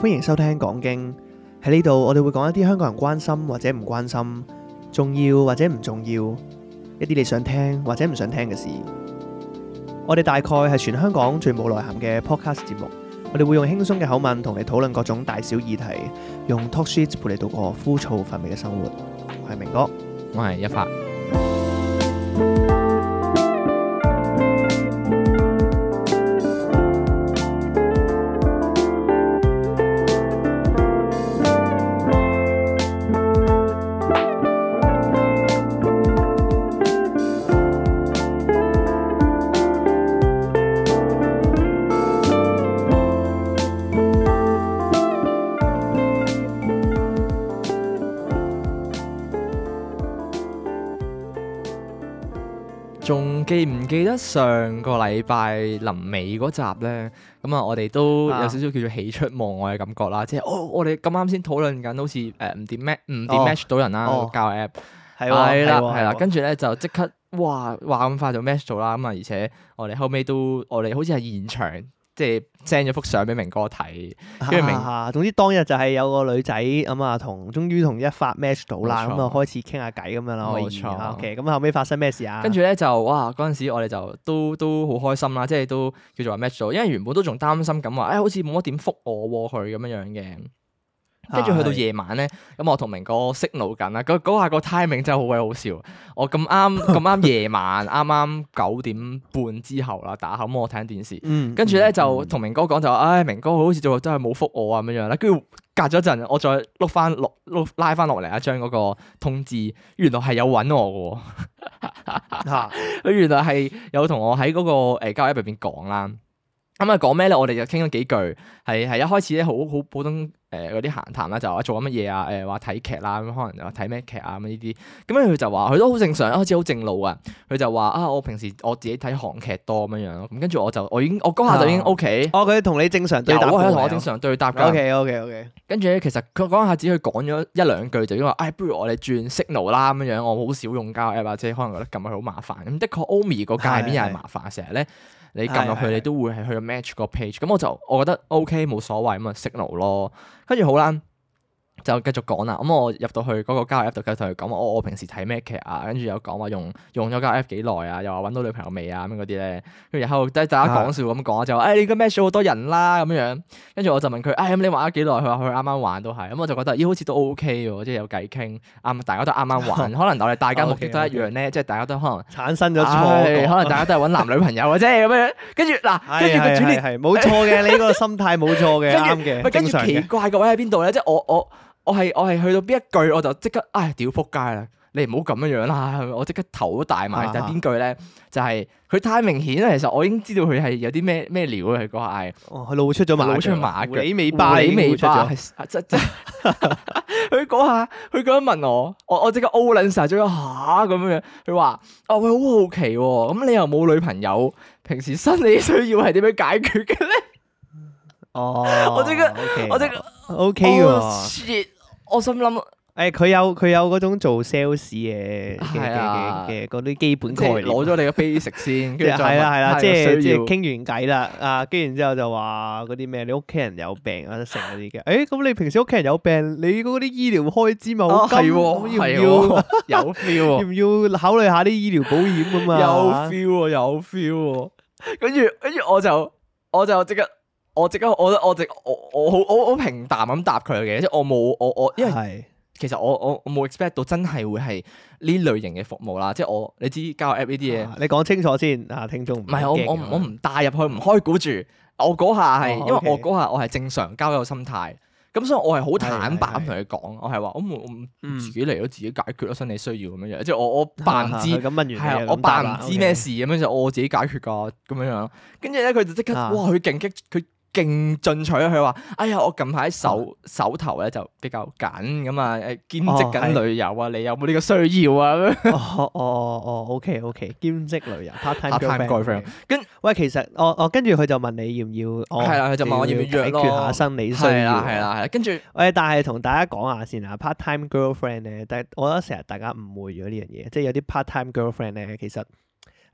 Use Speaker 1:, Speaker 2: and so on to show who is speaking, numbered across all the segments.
Speaker 1: 歡迎收聽講經喺呢度，我哋會講一啲香港人關心或者唔關心，重要或者唔重要，一啲你想聽或者唔想聽嘅事。我哋大概係全香港最冇內涵嘅 podcast 節目，我哋會用輕鬆嘅口吻同你討論各種大小議題，用 talk shit 陪你度過枯燥乏味嘅生活。我係明哥，
Speaker 2: 我係一發，仲記唔記得上個禮拜臨尾嗰集咧？咁啊，我哋都有
Speaker 1: 啊
Speaker 2: 少少叫做喜出望外嘅感覺啦，即係哦，我哋咁啱先討論緊，好似誒唔掂 match 唔
Speaker 1: 哦
Speaker 2: 掂 match 到人啦，
Speaker 1: 哦
Speaker 2: 個交友 app
Speaker 1: 係
Speaker 2: 係啦係
Speaker 1: 係
Speaker 2: 啦，跟住咧就即刻哇話咁快就 match 咗啦，咁啊而且我哋後尾都我哋好似係現場即係 send 咗幅相俾明哥睇，跟住明
Speaker 1: 啊，總之當日就係有個女仔咁啊，同終於同一發 match 到啦，
Speaker 2: 冇錯
Speaker 1: 咁啊開始傾下偈咁樣啦，可以
Speaker 2: 冇錯
Speaker 1: 啊 OK，咁後尾發生咩事啊？
Speaker 2: 跟住咧就哇嗰陣時我哋就都都好開心啦，即係都叫做話 match 咗，因為原本都仲擔心咁話，誒、哎好似冇乜點覆我喎佢咁樣樣嘅。跟住去到
Speaker 1: 啊
Speaker 2: 夜晚咧，咁我同明哥 signal 緊啦，嗰嗰下個 timing 真係好鬼好笑。我咁啱咁啱夜晚， 啱啱九點半之後啦，打後咁我睇緊電視，
Speaker 1: 嗯，
Speaker 2: 跟住咧就
Speaker 1: 嗯
Speaker 2: 同明哥講就話，唉，明哥好似就真係冇覆我啊咁樣樣啦。跟住隔咗一陣，我再碌翻落碌拉翻落嚟一張嗰個通知，原來係有揾我嘅喎。
Speaker 1: 嚇
Speaker 2: 佢原來係有同我喺嗰、個誒交友 app 入邊講啦。咁啊講咩咧？我哋就傾咗幾句，係係一開始咧好好普通誒嗰啲閒談啦，就話做緊乜嘢啊？誒話睇劇啦，咁可能就話睇咩劇啊咁呢啲。咁樣佢就話佢都好正常，一開始好正路啊。佢就話啊，我平時我自己睇韓劇多咁樣樣咯。咁跟住我就我已經我嗰下就已經
Speaker 1: 啊
Speaker 2: O K。
Speaker 1: 哦，佢同你正常對
Speaker 2: 有啊，
Speaker 1: 答
Speaker 2: 佢
Speaker 1: 嘅
Speaker 2: 同我
Speaker 1: 喎
Speaker 2: 正常對答㗎。
Speaker 1: OK，OK，OK，
Speaker 2: 跟住咧，其實佢嗰下只佢講咗一兩句就已經話，唉、不如我哋轉 Signal 啦咁樣。我好少用交友 app 啊，即係可能覺得撳落去好麻煩。咁的確 Omi 個界面又係麻煩，成日咧你撳落
Speaker 1: 係
Speaker 2: 去
Speaker 1: 係係
Speaker 2: 你都會係去到 match 個 page。咁我就我覺得 OK 冇所謂咁啊 Signal 咯。跟住好啦。就繼續講啦，咁我入到去嗰個交友 app 度，繼續同佢講話，哦我我平時睇咩劇啊，跟住有講話用用咗交友 app 幾耐啊，又話揾到女朋友未啊咁嗰啲咧，跟住然後即係大家講笑咁講，就話誒、哎、你應該 match 咗好多人啦咁樣，跟住我就問佢，誒、哎、咁你玩咗幾耐？佢話佢啱啱玩都係，咁我就覺得咦好似都 OK 喎，即係有偈傾，啱大家都啱啱 玩，可能我哋大家目的都一樣咧，即係大家都可能，
Speaker 1: 產生咗錯
Speaker 2: 唉
Speaker 1: 覺，
Speaker 2: 可能大家都係揾男女朋友嘅啫咁樣，跟住嗱，哦跟住個
Speaker 1: 係
Speaker 2: 主
Speaker 1: 係
Speaker 2: 列
Speaker 1: 係係冇錯嘅， 你呢個心態冇錯嘅，啱
Speaker 2: 咪
Speaker 1: 嘅，
Speaker 2: 跟
Speaker 1: 正
Speaker 2: 住
Speaker 1: 常
Speaker 2: 奇
Speaker 1: 嘅。
Speaker 2: 怪嘅位喺邊度咧？即係我我我係我係去到邊一句我就即刻唉屌仆街啦！你唔好咁樣樣啦，我即刻頭都大埋。
Speaker 1: 啊
Speaker 2: 就係邊句咧？就係佢太明顯啦。其實我已經知道佢係有啲咩咩料啊！佢嗰下係
Speaker 1: 哦，佢露出咗馬腳，
Speaker 2: 露出馬腳
Speaker 1: 狐狸尾巴，
Speaker 2: 狐狸尾巴，
Speaker 1: 出咗。
Speaker 2: 係即即 佢嗰下佢咁樣問我，我我即刻 O 撚晒咗一下咁樣樣。佢話：哦，喂，好好奇喎，咁你又冇女朋友，平時生理需要係點樣解決嘅咧？
Speaker 1: 哦，
Speaker 2: 我即刻
Speaker 1: OK
Speaker 2: 我即刻
Speaker 1: OK
Speaker 2: 哦
Speaker 1: 喎。
Speaker 2: shit，我心諗。
Speaker 1: 誒，佢有佢有嗰種做 sales 嘅嘅
Speaker 2: 係啊
Speaker 1: 嘅嘅嗰啲基本
Speaker 2: 即
Speaker 1: 概
Speaker 2: 係
Speaker 1: 念。啊
Speaker 2: 攞咗你個 basic
Speaker 1: 即係
Speaker 2: 先，跟住再
Speaker 1: 係啊啦係啦，
Speaker 2: 問
Speaker 1: 即
Speaker 2: 有
Speaker 1: 係
Speaker 2: 需
Speaker 1: 即係
Speaker 2: 要
Speaker 1: 傾完偈啦，啊，跟住之後就話嗰啲咩，你屋企人有病啊，成嗰啲嘅。誒，咁你平時屋企人有病，你嗰啲醫療開支咪好
Speaker 2: 哦，
Speaker 1: 金，咁
Speaker 2: 係喎，係
Speaker 1: 要唔要
Speaker 2: 喎， 有 feel 喎。
Speaker 1: 要唔要考慮下啲醫療保險咁嘛？
Speaker 2: 有 feel 喎，有 feel 喎。跟住跟住我就我就即刻我即刻我我即我我好我好平淡咁答佢嘅，即係我冇我我因為
Speaker 1: 係
Speaker 2: 其實我我我冇 expect 到真係會係呢類型嘅服務啦，即係我你知交友 app 呢啲嘢，
Speaker 1: 啊你講清楚先啊，聽眾唔
Speaker 2: 唔係我我唔我
Speaker 1: 唔
Speaker 2: 唔帶入去，唔開估住。我嗰下係
Speaker 1: 哦
Speaker 2: 因為
Speaker 1: OK
Speaker 2: 我嗰下我係正常交友心態，咁所以我係好坦白
Speaker 1: 係係
Speaker 2: 咁同佢講，我係話我唔我唔
Speaker 1: 嗯
Speaker 2: 自己嚟咗自己解決咯，生理需要咁樣樣，即係我我扮唔知
Speaker 1: 咁問完你
Speaker 2: 係啊
Speaker 1: 就，
Speaker 2: 我
Speaker 1: 咁答
Speaker 2: 扮
Speaker 1: 啦
Speaker 2: 唔知咩
Speaker 1: OK
Speaker 2: 事咁樣就哦我自己解決㗎咁樣樣咯。跟住咧佢就即刻
Speaker 1: 啊
Speaker 2: 哇，佢勁激佢。勁進取啊！佢話：哎呀，我近排
Speaker 1: 啊
Speaker 2: 手手頭咧就比較緊咁啊，誒兼職
Speaker 1: 哦係
Speaker 2: 緊旅遊啊，你有冇呢個需要啊？咁樣
Speaker 1: 哦哦哦，OK OK，兼職旅遊 part time
Speaker 2: Part-time
Speaker 1: girlfriend
Speaker 2: girlfriend。
Speaker 1: 跟喂，其實我我跟住佢就問你要唔要？
Speaker 2: 係啦佢就問我要唔要約
Speaker 1: 解決下
Speaker 2: 咯
Speaker 1: 生理需要。啊
Speaker 2: 係啦，係。啦，係啦。跟住
Speaker 1: 喂，但係同大家講下先啊，part time girlfriend 咧，但係我呃覺得成日大家誤會咗呢樣嘢，即係有啲 part time girlfriend 咧，其實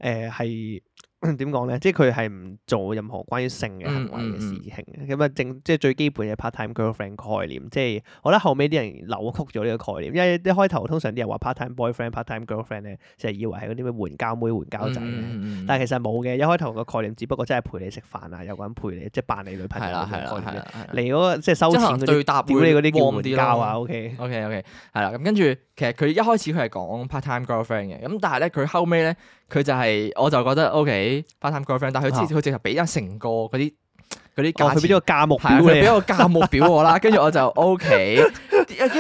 Speaker 1: 誒係點講咧？即係佢係唔做任何關於性嘅
Speaker 2: 嗯
Speaker 1: 行為嘅事情嘅。咁啊、正即係最基本嘅 part time girlfriend 概念。即係我覺得後尾啲人扭曲咗呢個概念，因為一開頭通常啲人話 part time boyfriend、part time girlfriend 咧，就係以為係嗰啲咩援交妹、援交仔咧。
Speaker 2: 嗯嗯嗯嗯
Speaker 1: 但係其實冇嘅，一開頭個概念只不過真係陪你食飯啊，有個人陪你，即係扮你女朋
Speaker 2: 係
Speaker 1: 友
Speaker 2: 啦
Speaker 1: 咁
Speaker 2: 係
Speaker 1: 嘅
Speaker 2: 啦
Speaker 1: 概
Speaker 2: 係
Speaker 1: 念
Speaker 2: 啦係啦
Speaker 1: 啫。你嗰個即係收
Speaker 2: 即
Speaker 1: 錢
Speaker 2: 係可
Speaker 1: 嗰
Speaker 2: 能
Speaker 1: 啲，
Speaker 2: 對答
Speaker 1: 屌你嗰啲叫
Speaker 2: warm 啲
Speaker 1: 援
Speaker 2: 咯
Speaker 1: 交啊！OK，
Speaker 2: O K O K，係啦，咁跟住其實佢一開始佢係講 part time girlfriend 嘅，咁但係咧佢後尾咧佢就係、我就覺得 O K part time girlfriend，但係佢之前佢直頭俾咗成個嗰啲嗰啲
Speaker 1: 啊哦，佢俾
Speaker 2: 價
Speaker 1: 咗
Speaker 2: 錢。
Speaker 1: 個價目
Speaker 2: 係啊
Speaker 1: 表
Speaker 2: 佢俾
Speaker 1: 你啊，
Speaker 2: 個價目表我 啦，跟住我就 O K，因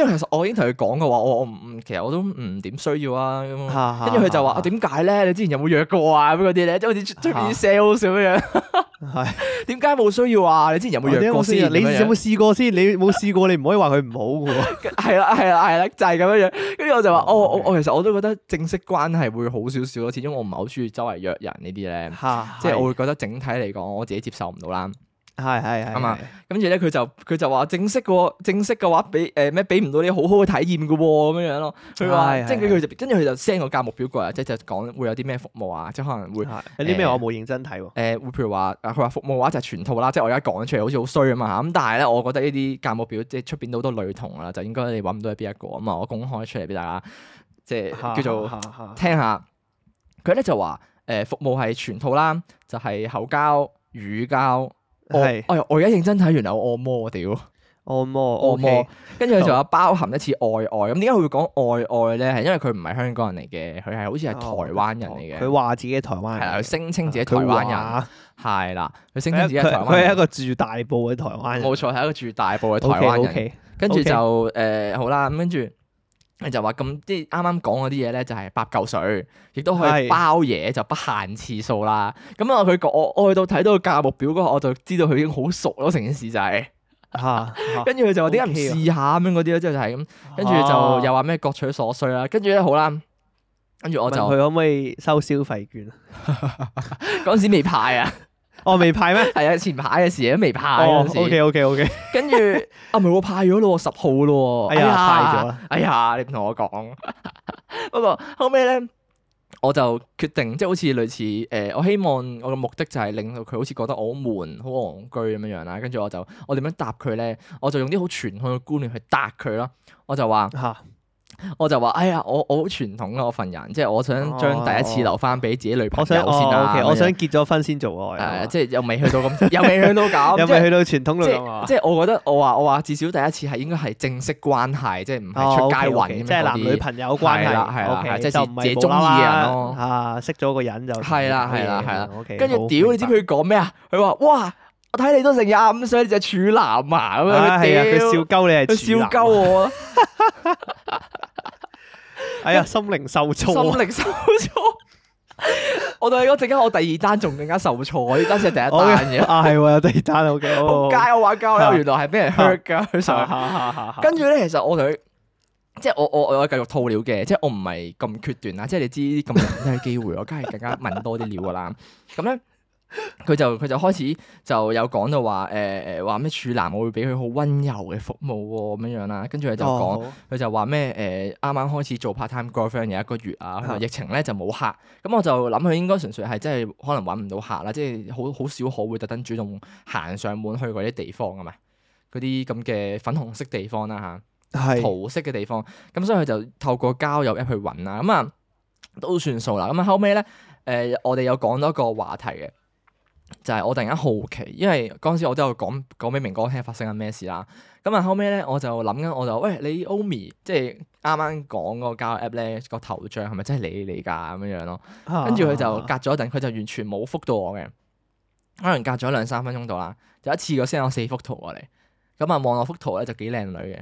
Speaker 2: 為其實我已經同佢講嘅話，我我唔其實我都唔點需要啊咁樣 跟住佢就話：啊點解咧？你之前有冇約過啊？咁嗰啲咧，即係好似出出面啲 sales 咁樣。
Speaker 1: 係
Speaker 2: 點解冇需要啊？你之前有冇約過先？
Speaker 1: 你
Speaker 2: 咁樣
Speaker 1: 有冇試過先？你冇試過，你唔可以話佢唔好嘅 喎。
Speaker 2: 係啦，係啦，係啦，就係咁樣樣。跟住我就話，
Speaker 1: 哦
Speaker 2: 哦，我
Speaker 1: ，OK
Speaker 2: 我其實我都覺得正式關係會好少少咯，始終我唔係好中意周圍約人呢啲咧，
Speaker 1: 嚇，
Speaker 2: 即係我會覺得整體嚟講我自己接受唔到啦。
Speaker 1: 係係係
Speaker 2: 啱啊跟住咧佢就佢就話正式嘅喎，正式嘅話俾誒咩俾唔到你好好嘅體驗嘅喎咁樣樣咯。佢話
Speaker 1: 係
Speaker 2: 即係
Speaker 1: 係
Speaker 2: 佢就跟住佢就 send 個價目表過嚟，即係就講會有啲咩服務啊，即係可能會。
Speaker 1: 係有啲咩我冇認真睇喎。
Speaker 2: 誒、會譬如話，啊佢話服務嘅話就係全套啦，即係我而家講出嚟好似好衰咁啊嘛咁但係咧，我覺得呢啲價目表即係出邊都好多類同啊啦，就應該你揾唔到係邊一個啊嘛，我公開出嚟俾大家即係叫做
Speaker 1: 嚇嚇
Speaker 2: 聽下。佢咧就話誒、服務係全套啦，就係、口交、乳膠。我
Speaker 1: 係
Speaker 2: 哎呀我而家認真睇，原來有按摩 喎屌！
Speaker 1: 按摩
Speaker 2: 按
Speaker 1: 按摩
Speaker 2: 摩，跟住佢就
Speaker 1: 哦
Speaker 2: 話包含一次愛愛，咁點解佢會講愛愛咧？係因為佢唔係香港人嚟嘅，佢係好似係台灣人嚟嘅。
Speaker 1: 哦佢話自己係台灣
Speaker 2: 係啦，
Speaker 1: 人
Speaker 2: 佢，聲稱自己
Speaker 1: 佢
Speaker 2: 台灣人。
Speaker 1: 話
Speaker 2: 係啦，佢聲
Speaker 1: 佢係
Speaker 2: 稱自
Speaker 1: 一
Speaker 2: 己係台灣
Speaker 1: 佢係一
Speaker 2: 人，
Speaker 1: 個住大埔嘅台灣人
Speaker 2: 冇。錯係一個住大埔嘅台灣人。
Speaker 1: OK，
Speaker 2: 跟住
Speaker 1: OK
Speaker 2: 就誒好啦，咁跟住就話咁啲啱啱講嗰啲嘢咧，就係八嚿水，亦都可以
Speaker 1: 係
Speaker 2: 包嘢，就不限次數啦。咁啊，佢講我我去到睇到個價目表嗰下，我就知道佢已經好熟咯，成件事就係。
Speaker 1: 嚇嚇
Speaker 2: 跟住佢就話點解
Speaker 1: 哦
Speaker 2: 唔
Speaker 1: OK 啊
Speaker 2: 試下咁樣嗰啲咧，之後就係咁，跟住
Speaker 1: 哦
Speaker 2: 就又話咩各取所需啦。跟住咧好啦，跟住我
Speaker 1: 問
Speaker 2: 就
Speaker 1: 佢可唔可以收消費券啊？
Speaker 2: 嗰陣時未派啊，
Speaker 1: 哦，未派咩？
Speaker 2: 係啊，前排嘅事都未派
Speaker 1: 哦
Speaker 2: 嗰陣時。
Speaker 1: ，OK OK OK，
Speaker 2: 跟住啊，唔係喎，派咗咯喎，十號咯
Speaker 1: 哎
Speaker 2: 喎，
Speaker 1: 呀 派咗啦，
Speaker 2: 哎呀，你唔同我講。 不過後尾咧，我就決定即係好似類似誒、呃我希望我嘅目的就係令到佢好似覺得我好悶、好戇居咁樣樣啦。跟住我就我點樣答佢咧？我就用啲好傳統嘅觀念去答佢啦。我就話
Speaker 1: 嚇
Speaker 2: 我就話，哎呀，我我好傳統啊，我份人，即係我想將第一次留翻俾自己女朋
Speaker 1: 哦我
Speaker 2: 友
Speaker 1: 想
Speaker 2: 先
Speaker 1: 哦
Speaker 2: 啦。
Speaker 1: ，OK，我想
Speaker 2: 咁樣
Speaker 1: 結咗婚先做愛
Speaker 2: 誒
Speaker 1: 啊。
Speaker 2: 即係又未去到 咁，又未去到咁，
Speaker 1: 又
Speaker 2: 即係
Speaker 1: 咪去到傳統
Speaker 2: 即
Speaker 1: 路啊？
Speaker 2: 即係我覺得我話我話至少第一次係應該係正式關係，即係唔係出街
Speaker 1: 哦
Speaker 2: 揾
Speaker 1: ，OK，OK，
Speaker 2: 咁樣
Speaker 1: 即係
Speaker 2: 嗰
Speaker 1: 男女
Speaker 2: 啲。
Speaker 1: 朋友關係
Speaker 2: 係啦係啦係
Speaker 1: OK，
Speaker 2: 即係
Speaker 1: 就
Speaker 2: 自
Speaker 1: 唔係
Speaker 2: 自己
Speaker 1: 無
Speaker 2: 中意嘅人咯
Speaker 1: 啦啦啊，識咗個人就
Speaker 2: 係啦係啦係啦
Speaker 1: ，OK，
Speaker 2: 跟
Speaker 1: 好
Speaker 2: 住屌，你知唔知佢講咩啊？佢話：哇，我睇你都成廿五歲，你就處男啊咁
Speaker 1: 明
Speaker 2: 樣。
Speaker 1: 白啊係啊，佢
Speaker 2: 屌
Speaker 1: 笑鳩你係處
Speaker 2: 佢笑
Speaker 1: 男啊
Speaker 2: 鳩， 我，啊
Speaker 1: 哎呀，心靈受 挫啊
Speaker 2: 心力受挫。我同你講，陣間我第二單仲更加受挫，呢單先係第一
Speaker 1: 我
Speaker 2: 單
Speaker 1: 嘅
Speaker 2: 嘅。
Speaker 1: 啊係喎，有第二單 OK，好
Speaker 2: 仆街，我玩
Speaker 1: 哦
Speaker 2: 交友，原來係俾人 hurt 㗎，佢
Speaker 1: 好
Speaker 2: 上
Speaker 1: 好哈哈哈哈
Speaker 2: 跟住咧，其實我同佢。即係我我我有繼續套料嘅，即係我唔係咁決斷啦。啊即係你知咁難得嘅機會，我梗係更加問多啲料噶啦。咁咧，佢就佢就開始就有講到話誒誒話咩處男，我會俾佢好温柔嘅服務喎、咁樣樣啦。跟住佢就講。
Speaker 1: 哦
Speaker 2: 佢就話咩誒啱啱開始做 part time girlfriend 有一個月啊，佢話
Speaker 1: 啊
Speaker 2: 疫情咧就冇客，咁我就諗佢應該純粹係真係可能揾唔到客啦，即係好好少可會特登主動行上門去嗰啲地方啊嘛，嗰啲咁嘅粉紅色地方啦嚇。
Speaker 1: 好係
Speaker 2: 桃色嘅地方，咁所以佢就透過交友 app 去揾啦，咁啊都算數啦。咁啊後尾咧，誒、我哋有講到一個話題嘅，就係、我突然間好奇，因為嗰陣時我都有講講俾明哥聽發生緊咩事啦。咁啊後尾咧，我就諗緊，我就喂你 Omi，即係啱啱講嗰個交友 app 咧個頭像係咪真係你嚟㗎咁樣樣咯？
Speaker 1: 啊
Speaker 2: 跟住佢就隔咗一陣，佢就完全冇覆到我嘅，可能隔咗兩三分鐘到啦，就一次過 send 我四幅圖過嚟，咁啊望落幅圖咧就幾靚女嘅，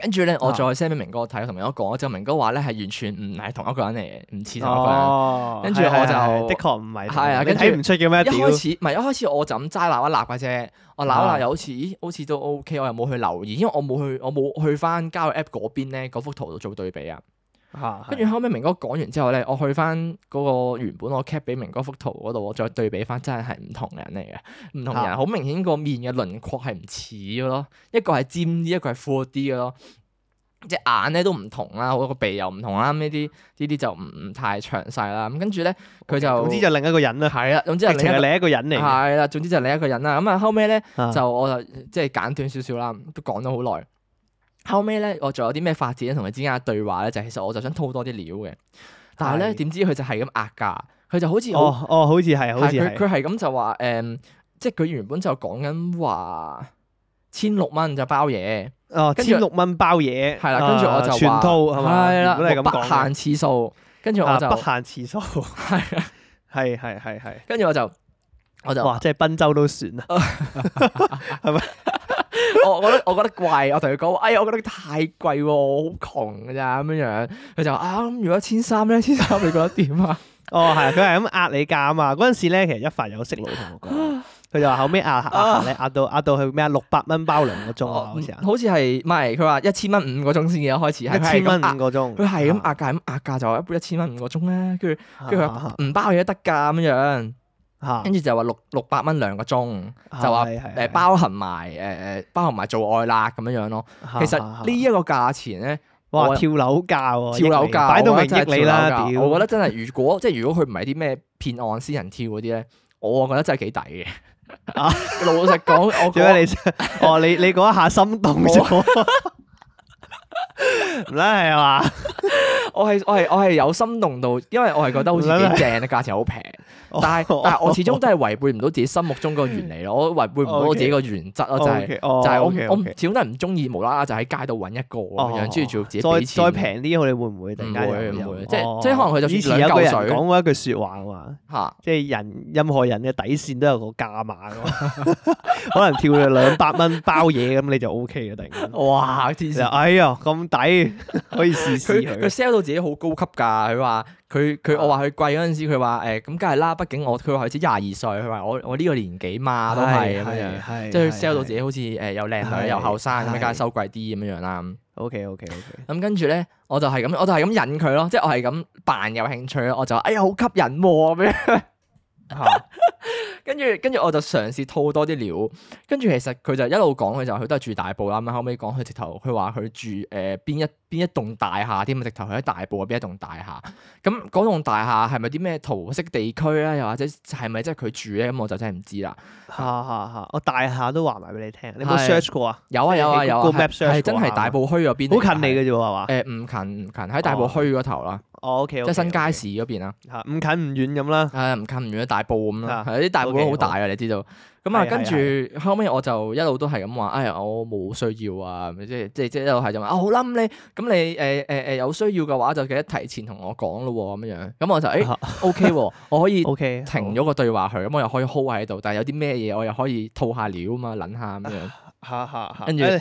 Speaker 2: 跟住咧我
Speaker 1: 啊
Speaker 2: 再 send 俾明哥睇，同明哥講之後，明哥話咧係完全唔係同一個人嚟嘅，唔似同一個人。
Speaker 1: 哦，
Speaker 2: 跟住
Speaker 1: 係係
Speaker 2: 我
Speaker 1: 係
Speaker 2: 就
Speaker 1: 的確唔係同
Speaker 2: 係啊
Speaker 1: 人
Speaker 2: 跟
Speaker 1: 你
Speaker 2: 住
Speaker 1: 睇唔出嘅咩？
Speaker 2: 一
Speaker 1: 屌
Speaker 2: 開始唔係一開始我就咁齋鬧一鬧嘅啫，我鬧一鬧又好似咦好似都 OK，我又冇去留意，因為我冇去我冇去翻交友 app 嗰邊咧嗰幅圖度做對比啊。
Speaker 1: 嚇
Speaker 2: 跟住後尾明哥講完之後咧，我去翻嗰個原本我 cap 俾明哥幅圖嗰度，我再對比翻，真係係唔同人嚟嘅，唔同人
Speaker 1: 啊
Speaker 2: 好明顯個面嘅輪廓係唔似嘅咯，一個係尖啲，一個係闊啲嘅咯。隻眼咧都唔同啦，好個鼻又唔同啦，咁呢啲呢啲就唔唔太詳細啦。咁跟住咧，佢就
Speaker 1: 總之就另一個人啦，
Speaker 2: 係啦，總之
Speaker 1: 直
Speaker 2: 係
Speaker 1: 情
Speaker 2: 另一
Speaker 1: 係
Speaker 2: 個啊
Speaker 1: 另一個人嚟嘅。
Speaker 2: 係啦，總之就係另一個人啦。咁啊後尾咧。
Speaker 1: 啊
Speaker 2: 就我就即係簡短少少啦，都講咗好耐。後尾咧，我仲有啲咩發展同佢之間嘅對話咧，就其實我就想套多啲料嘅，但係咧
Speaker 1: 係
Speaker 2: 點知佢就係咁壓價，佢就好似好
Speaker 1: 哦哦，好似係，好似
Speaker 2: 係佢
Speaker 1: 係，
Speaker 2: 佢係咁就話誒、嗯即係佢原本就講緊話千六蚊就包嘢，
Speaker 1: 哦，
Speaker 2: 跟住
Speaker 1: 千六蚊包嘢，
Speaker 2: 係啦，跟住我就
Speaker 1: 啊
Speaker 2: 話
Speaker 1: 全套係嘛，
Speaker 2: 係啦，
Speaker 1: 原本係咁
Speaker 2: 不
Speaker 1: 講嘅
Speaker 2: 限次數，跟住我
Speaker 1: 啊
Speaker 2: 就
Speaker 1: 不限次數，
Speaker 2: 係啊，
Speaker 1: 係係係係，
Speaker 2: 跟住我就我就
Speaker 1: 哇，即係賓州都算啊，
Speaker 2: 我我覺得我覺得貴，我同佢講話，哎呀，我覺得太貴喎，我好窮㗎咋咁樣樣。佢就話啊，咁如果千三 咧，千三你覺得 點啊？
Speaker 1: 哦係，佢係咁壓你價啊嘛，嗰陣時咧其實一發有息佬同我 講，佢就話後尾呃啊壓壓壓咧壓到壓到去咩啊六百蚊包兩個鐘啊，
Speaker 2: 哦
Speaker 1: 好似啊，
Speaker 2: 好似啊係唔係？佢話一千蚊五個鐘先嘅，開始係呃
Speaker 1: 一千蚊五
Speaker 2: 佢
Speaker 1: 個鐘，啊
Speaker 2: 係咁壓佢係咁壓價，咁壓價就話一杯一千蚊五個鐘啦。跟住
Speaker 1: 啊，
Speaker 2: 跟住佢
Speaker 1: 啊
Speaker 2: 唔包嘢都得㗎咁樣，
Speaker 1: 啊
Speaker 2: 跟住就話六六百蚊兩個鐘，
Speaker 1: 啊
Speaker 2: 就話
Speaker 1: 係係
Speaker 2: 誒
Speaker 1: 係
Speaker 2: 包含埋誒誒包含埋做愛啦咁樣樣咯。
Speaker 1: 啊
Speaker 2: 其實
Speaker 1: 啊啊
Speaker 2: 呢一個價錢咧。
Speaker 1: 哇
Speaker 2: 我
Speaker 1: 跳樓價喎，
Speaker 2: 跳樓價，
Speaker 1: 擺到明
Speaker 2: 我覺得真
Speaker 1: 益
Speaker 2: 係
Speaker 1: 你啦，
Speaker 2: 跳樓價
Speaker 1: 屌，
Speaker 2: 我覺得真係，如果即係如果佢唔係啲咩騙案、私人跳嗰啲咧，我覺得真係幾抵嘅
Speaker 1: 啊。
Speaker 2: 老實講，我
Speaker 1: 點解
Speaker 2: 你
Speaker 1: 你哦你你嗰一下心動咗？唔啦係嘛？
Speaker 2: 我係我係我係有心動到，因為我係覺得好似幾正嘅價錢好平，
Speaker 1: 哦
Speaker 2: 但係但係我始終都係違背唔到自己心目中個原理咯，我違背唔到我自己個原則咯，就係
Speaker 1: OK，
Speaker 2: 就
Speaker 1: 哦
Speaker 2: 係我
Speaker 1: OK，
Speaker 2: 我
Speaker 1: OK
Speaker 2: 始終都係唔中意無啦啦就喺街度揾一個咁樣，
Speaker 1: 哦
Speaker 2: 跟住仲要自己
Speaker 1: 再
Speaker 2: 俾錢
Speaker 1: 再平啲，我哋會唔會突然間
Speaker 2: 唔會
Speaker 1: 又
Speaker 2: 唔會
Speaker 1: 有
Speaker 2: 即係
Speaker 1: 哦
Speaker 2: 即係可能佢就算
Speaker 1: 以前有個人
Speaker 2: 兩嚿水
Speaker 1: 講過一句説話嘛，
Speaker 2: 嚇，
Speaker 1: 即係人任何人嘅底線都有個價碼㗎嘛，可能跳到兩百蚊包嘢咁你就 O K 嘅突然間。
Speaker 2: 哇！天
Speaker 1: 你
Speaker 2: 使
Speaker 1: 就哎呀咁抵，可以試試
Speaker 2: 佢佢啊
Speaker 1: 佢。
Speaker 2: sell 到自己好高級㗎，佢話佢佢我話佢貴嗰陣時，佢話誒咁梗係啦，畢竟我佢話佢先廿二歲，佢話我我呢個年紀嘛都係咁樣，
Speaker 1: 係
Speaker 2: 即係佢 sell 到自己好似誒又靚
Speaker 1: 係
Speaker 2: 女又後生咁，
Speaker 1: 係
Speaker 2: 梗係收貴啲咁樣樣啦。
Speaker 1: O K O K O K。
Speaker 2: 咁跟住咧，我就係咁，我就係咁引佢咯，即係我係咁扮有興趣咯，我就話哎呀好吸引喎咁樣，
Speaker 1: 啊
Speaker 2: 跟住跟住我就嘗試套多啲料，跟住其實佢就一路講佢就話佢都係住大埔啦，咁後尾講佢直頭佢話佢住誒邊、一邊一棟大廈添啊，直頭佢喺大埔嘅邊一棟大廈，咁嗰棟大廈係咪啲咩桃色地區咧？又或者係咪即係佢住咧？咁我就真係唔知啦。
Speaker 1: 嚇嚇嚇！我大廈都話埋俾你聽，你有冇
Speaker 2: 係
Speaker 1: search 過啊？
Speaker 2: 有啊有啊
Speaker 1: 你
Speaker 2: 有啊，
Speaker 1: Google
Speaker 2: 係
Speaker 1: Map search
Speaker 2: 係真
Speaker 1: 過下
Speaker 2: 係大埔墟嗰邊嚟，
Speaker 1: 好近你嘅啫喎，係嘛？
Speaker 2: 係。誒唔近唔近，喺大埔墟嗰頭啦，
Speaker 1: 哦，OK，
Speaker 2: 即係新街市嗰 邊啦。
Speaker 1: 嚇，唔近唔遠咁啦。
Speaker 2: 係唔近唔遠，大埔咁啦
Speaker 1: 啊，
Speaker 2: 係啲大埔
Speaker 1: OK，
Speaker 2: 都好大啊，你知道。咁啊，
Speaker 1: 係
Speaker 2: 跟住後尾我就一路都係咁話，哎呀，我冇需要啊，即係即係即係一路係咁話，啊好啦，咁你咁你誒誒誒有需要嘅話就記得提前同我講咯喎，咁樣。咁我就誒 OK 喎，我可以
Speaker 1: OK，
Speaker 2: 停咗個對話佢，咁我又可以 hold 喺度，但係有啲咩嘢我又可以套下料啊嘛，撚下咁 樣。
Speaker 1: 嚇嚇嚇，
Speaker 2: 跟住
Speaker 1: 哎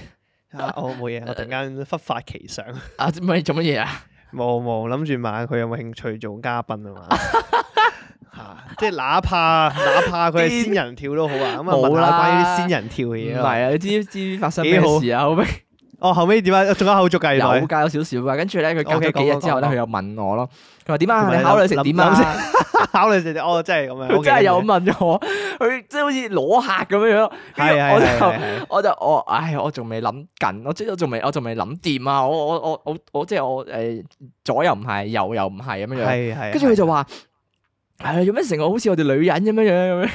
Speaker 1: 嚇我冇嘢，我突然間忽發奇想，
Speaker 2: 啊，做乜做乜嘢啊？
Speaker 1: 冇冇諗住問下佢有冇興趣做嘉賓啊嘛。嚇！即係哪怕哪怕佢係仙人跳都好啊，咁啊
Speaker 2: 冇
Speaker 1: 問下
Speaker 2: 啦
Speaker 1: 關於啲仙人跳嘅
Speaker 2: 唔
Speaker 1: 嘢
Speaker 2: 係
Speaker 1: 咯。
Speaker 2: 啊，你知知發生
Speaker 1: 幾
Speaker 2: 咩
Speaker 1: 好
Speaker 2: 事啊？後尾
Speaker 1: 哦，後尾點啊？仲有後續㗎，原來
Speaker 2: 有㗎有少少啊，跟住咧佢隔
Speaker 1: OK，
Speaker 2: 咗幾日之後
Speaker 1: 講講
Speaker 2: 咧，
Speaker 1: 講
Speaker 2: 佢又問我咯，佢話點啊？
Speaker 1: 同埋
Speaker 2: 你考慮成
Speaker 1: 諗
Speaker 2: 點 啊？
Speaker 1: 考慮就就哦，真係咁樣。
Speaker 2: 佢
Speaker 1: OK，
Speaker 2: 真係有
Speaker 1: 跟住
Speaker 2: 問我，佢即係好似攞客咁樣樣，跟
Speaker 1: 係係係
Speaker 2: 住
Speaker 1: 係係
Speaker 2: 我就我就我唉，我仲未諗緊，我即係我仲未我仲未諗掂啊！我我我我我即係我誒左又唔係，右又唔係咁樣樣，
Speaker 1: 係係。
Speaker 2: 跟住佢就話。係啊，做咩成個好似我哋女人咁樣樣咁樣？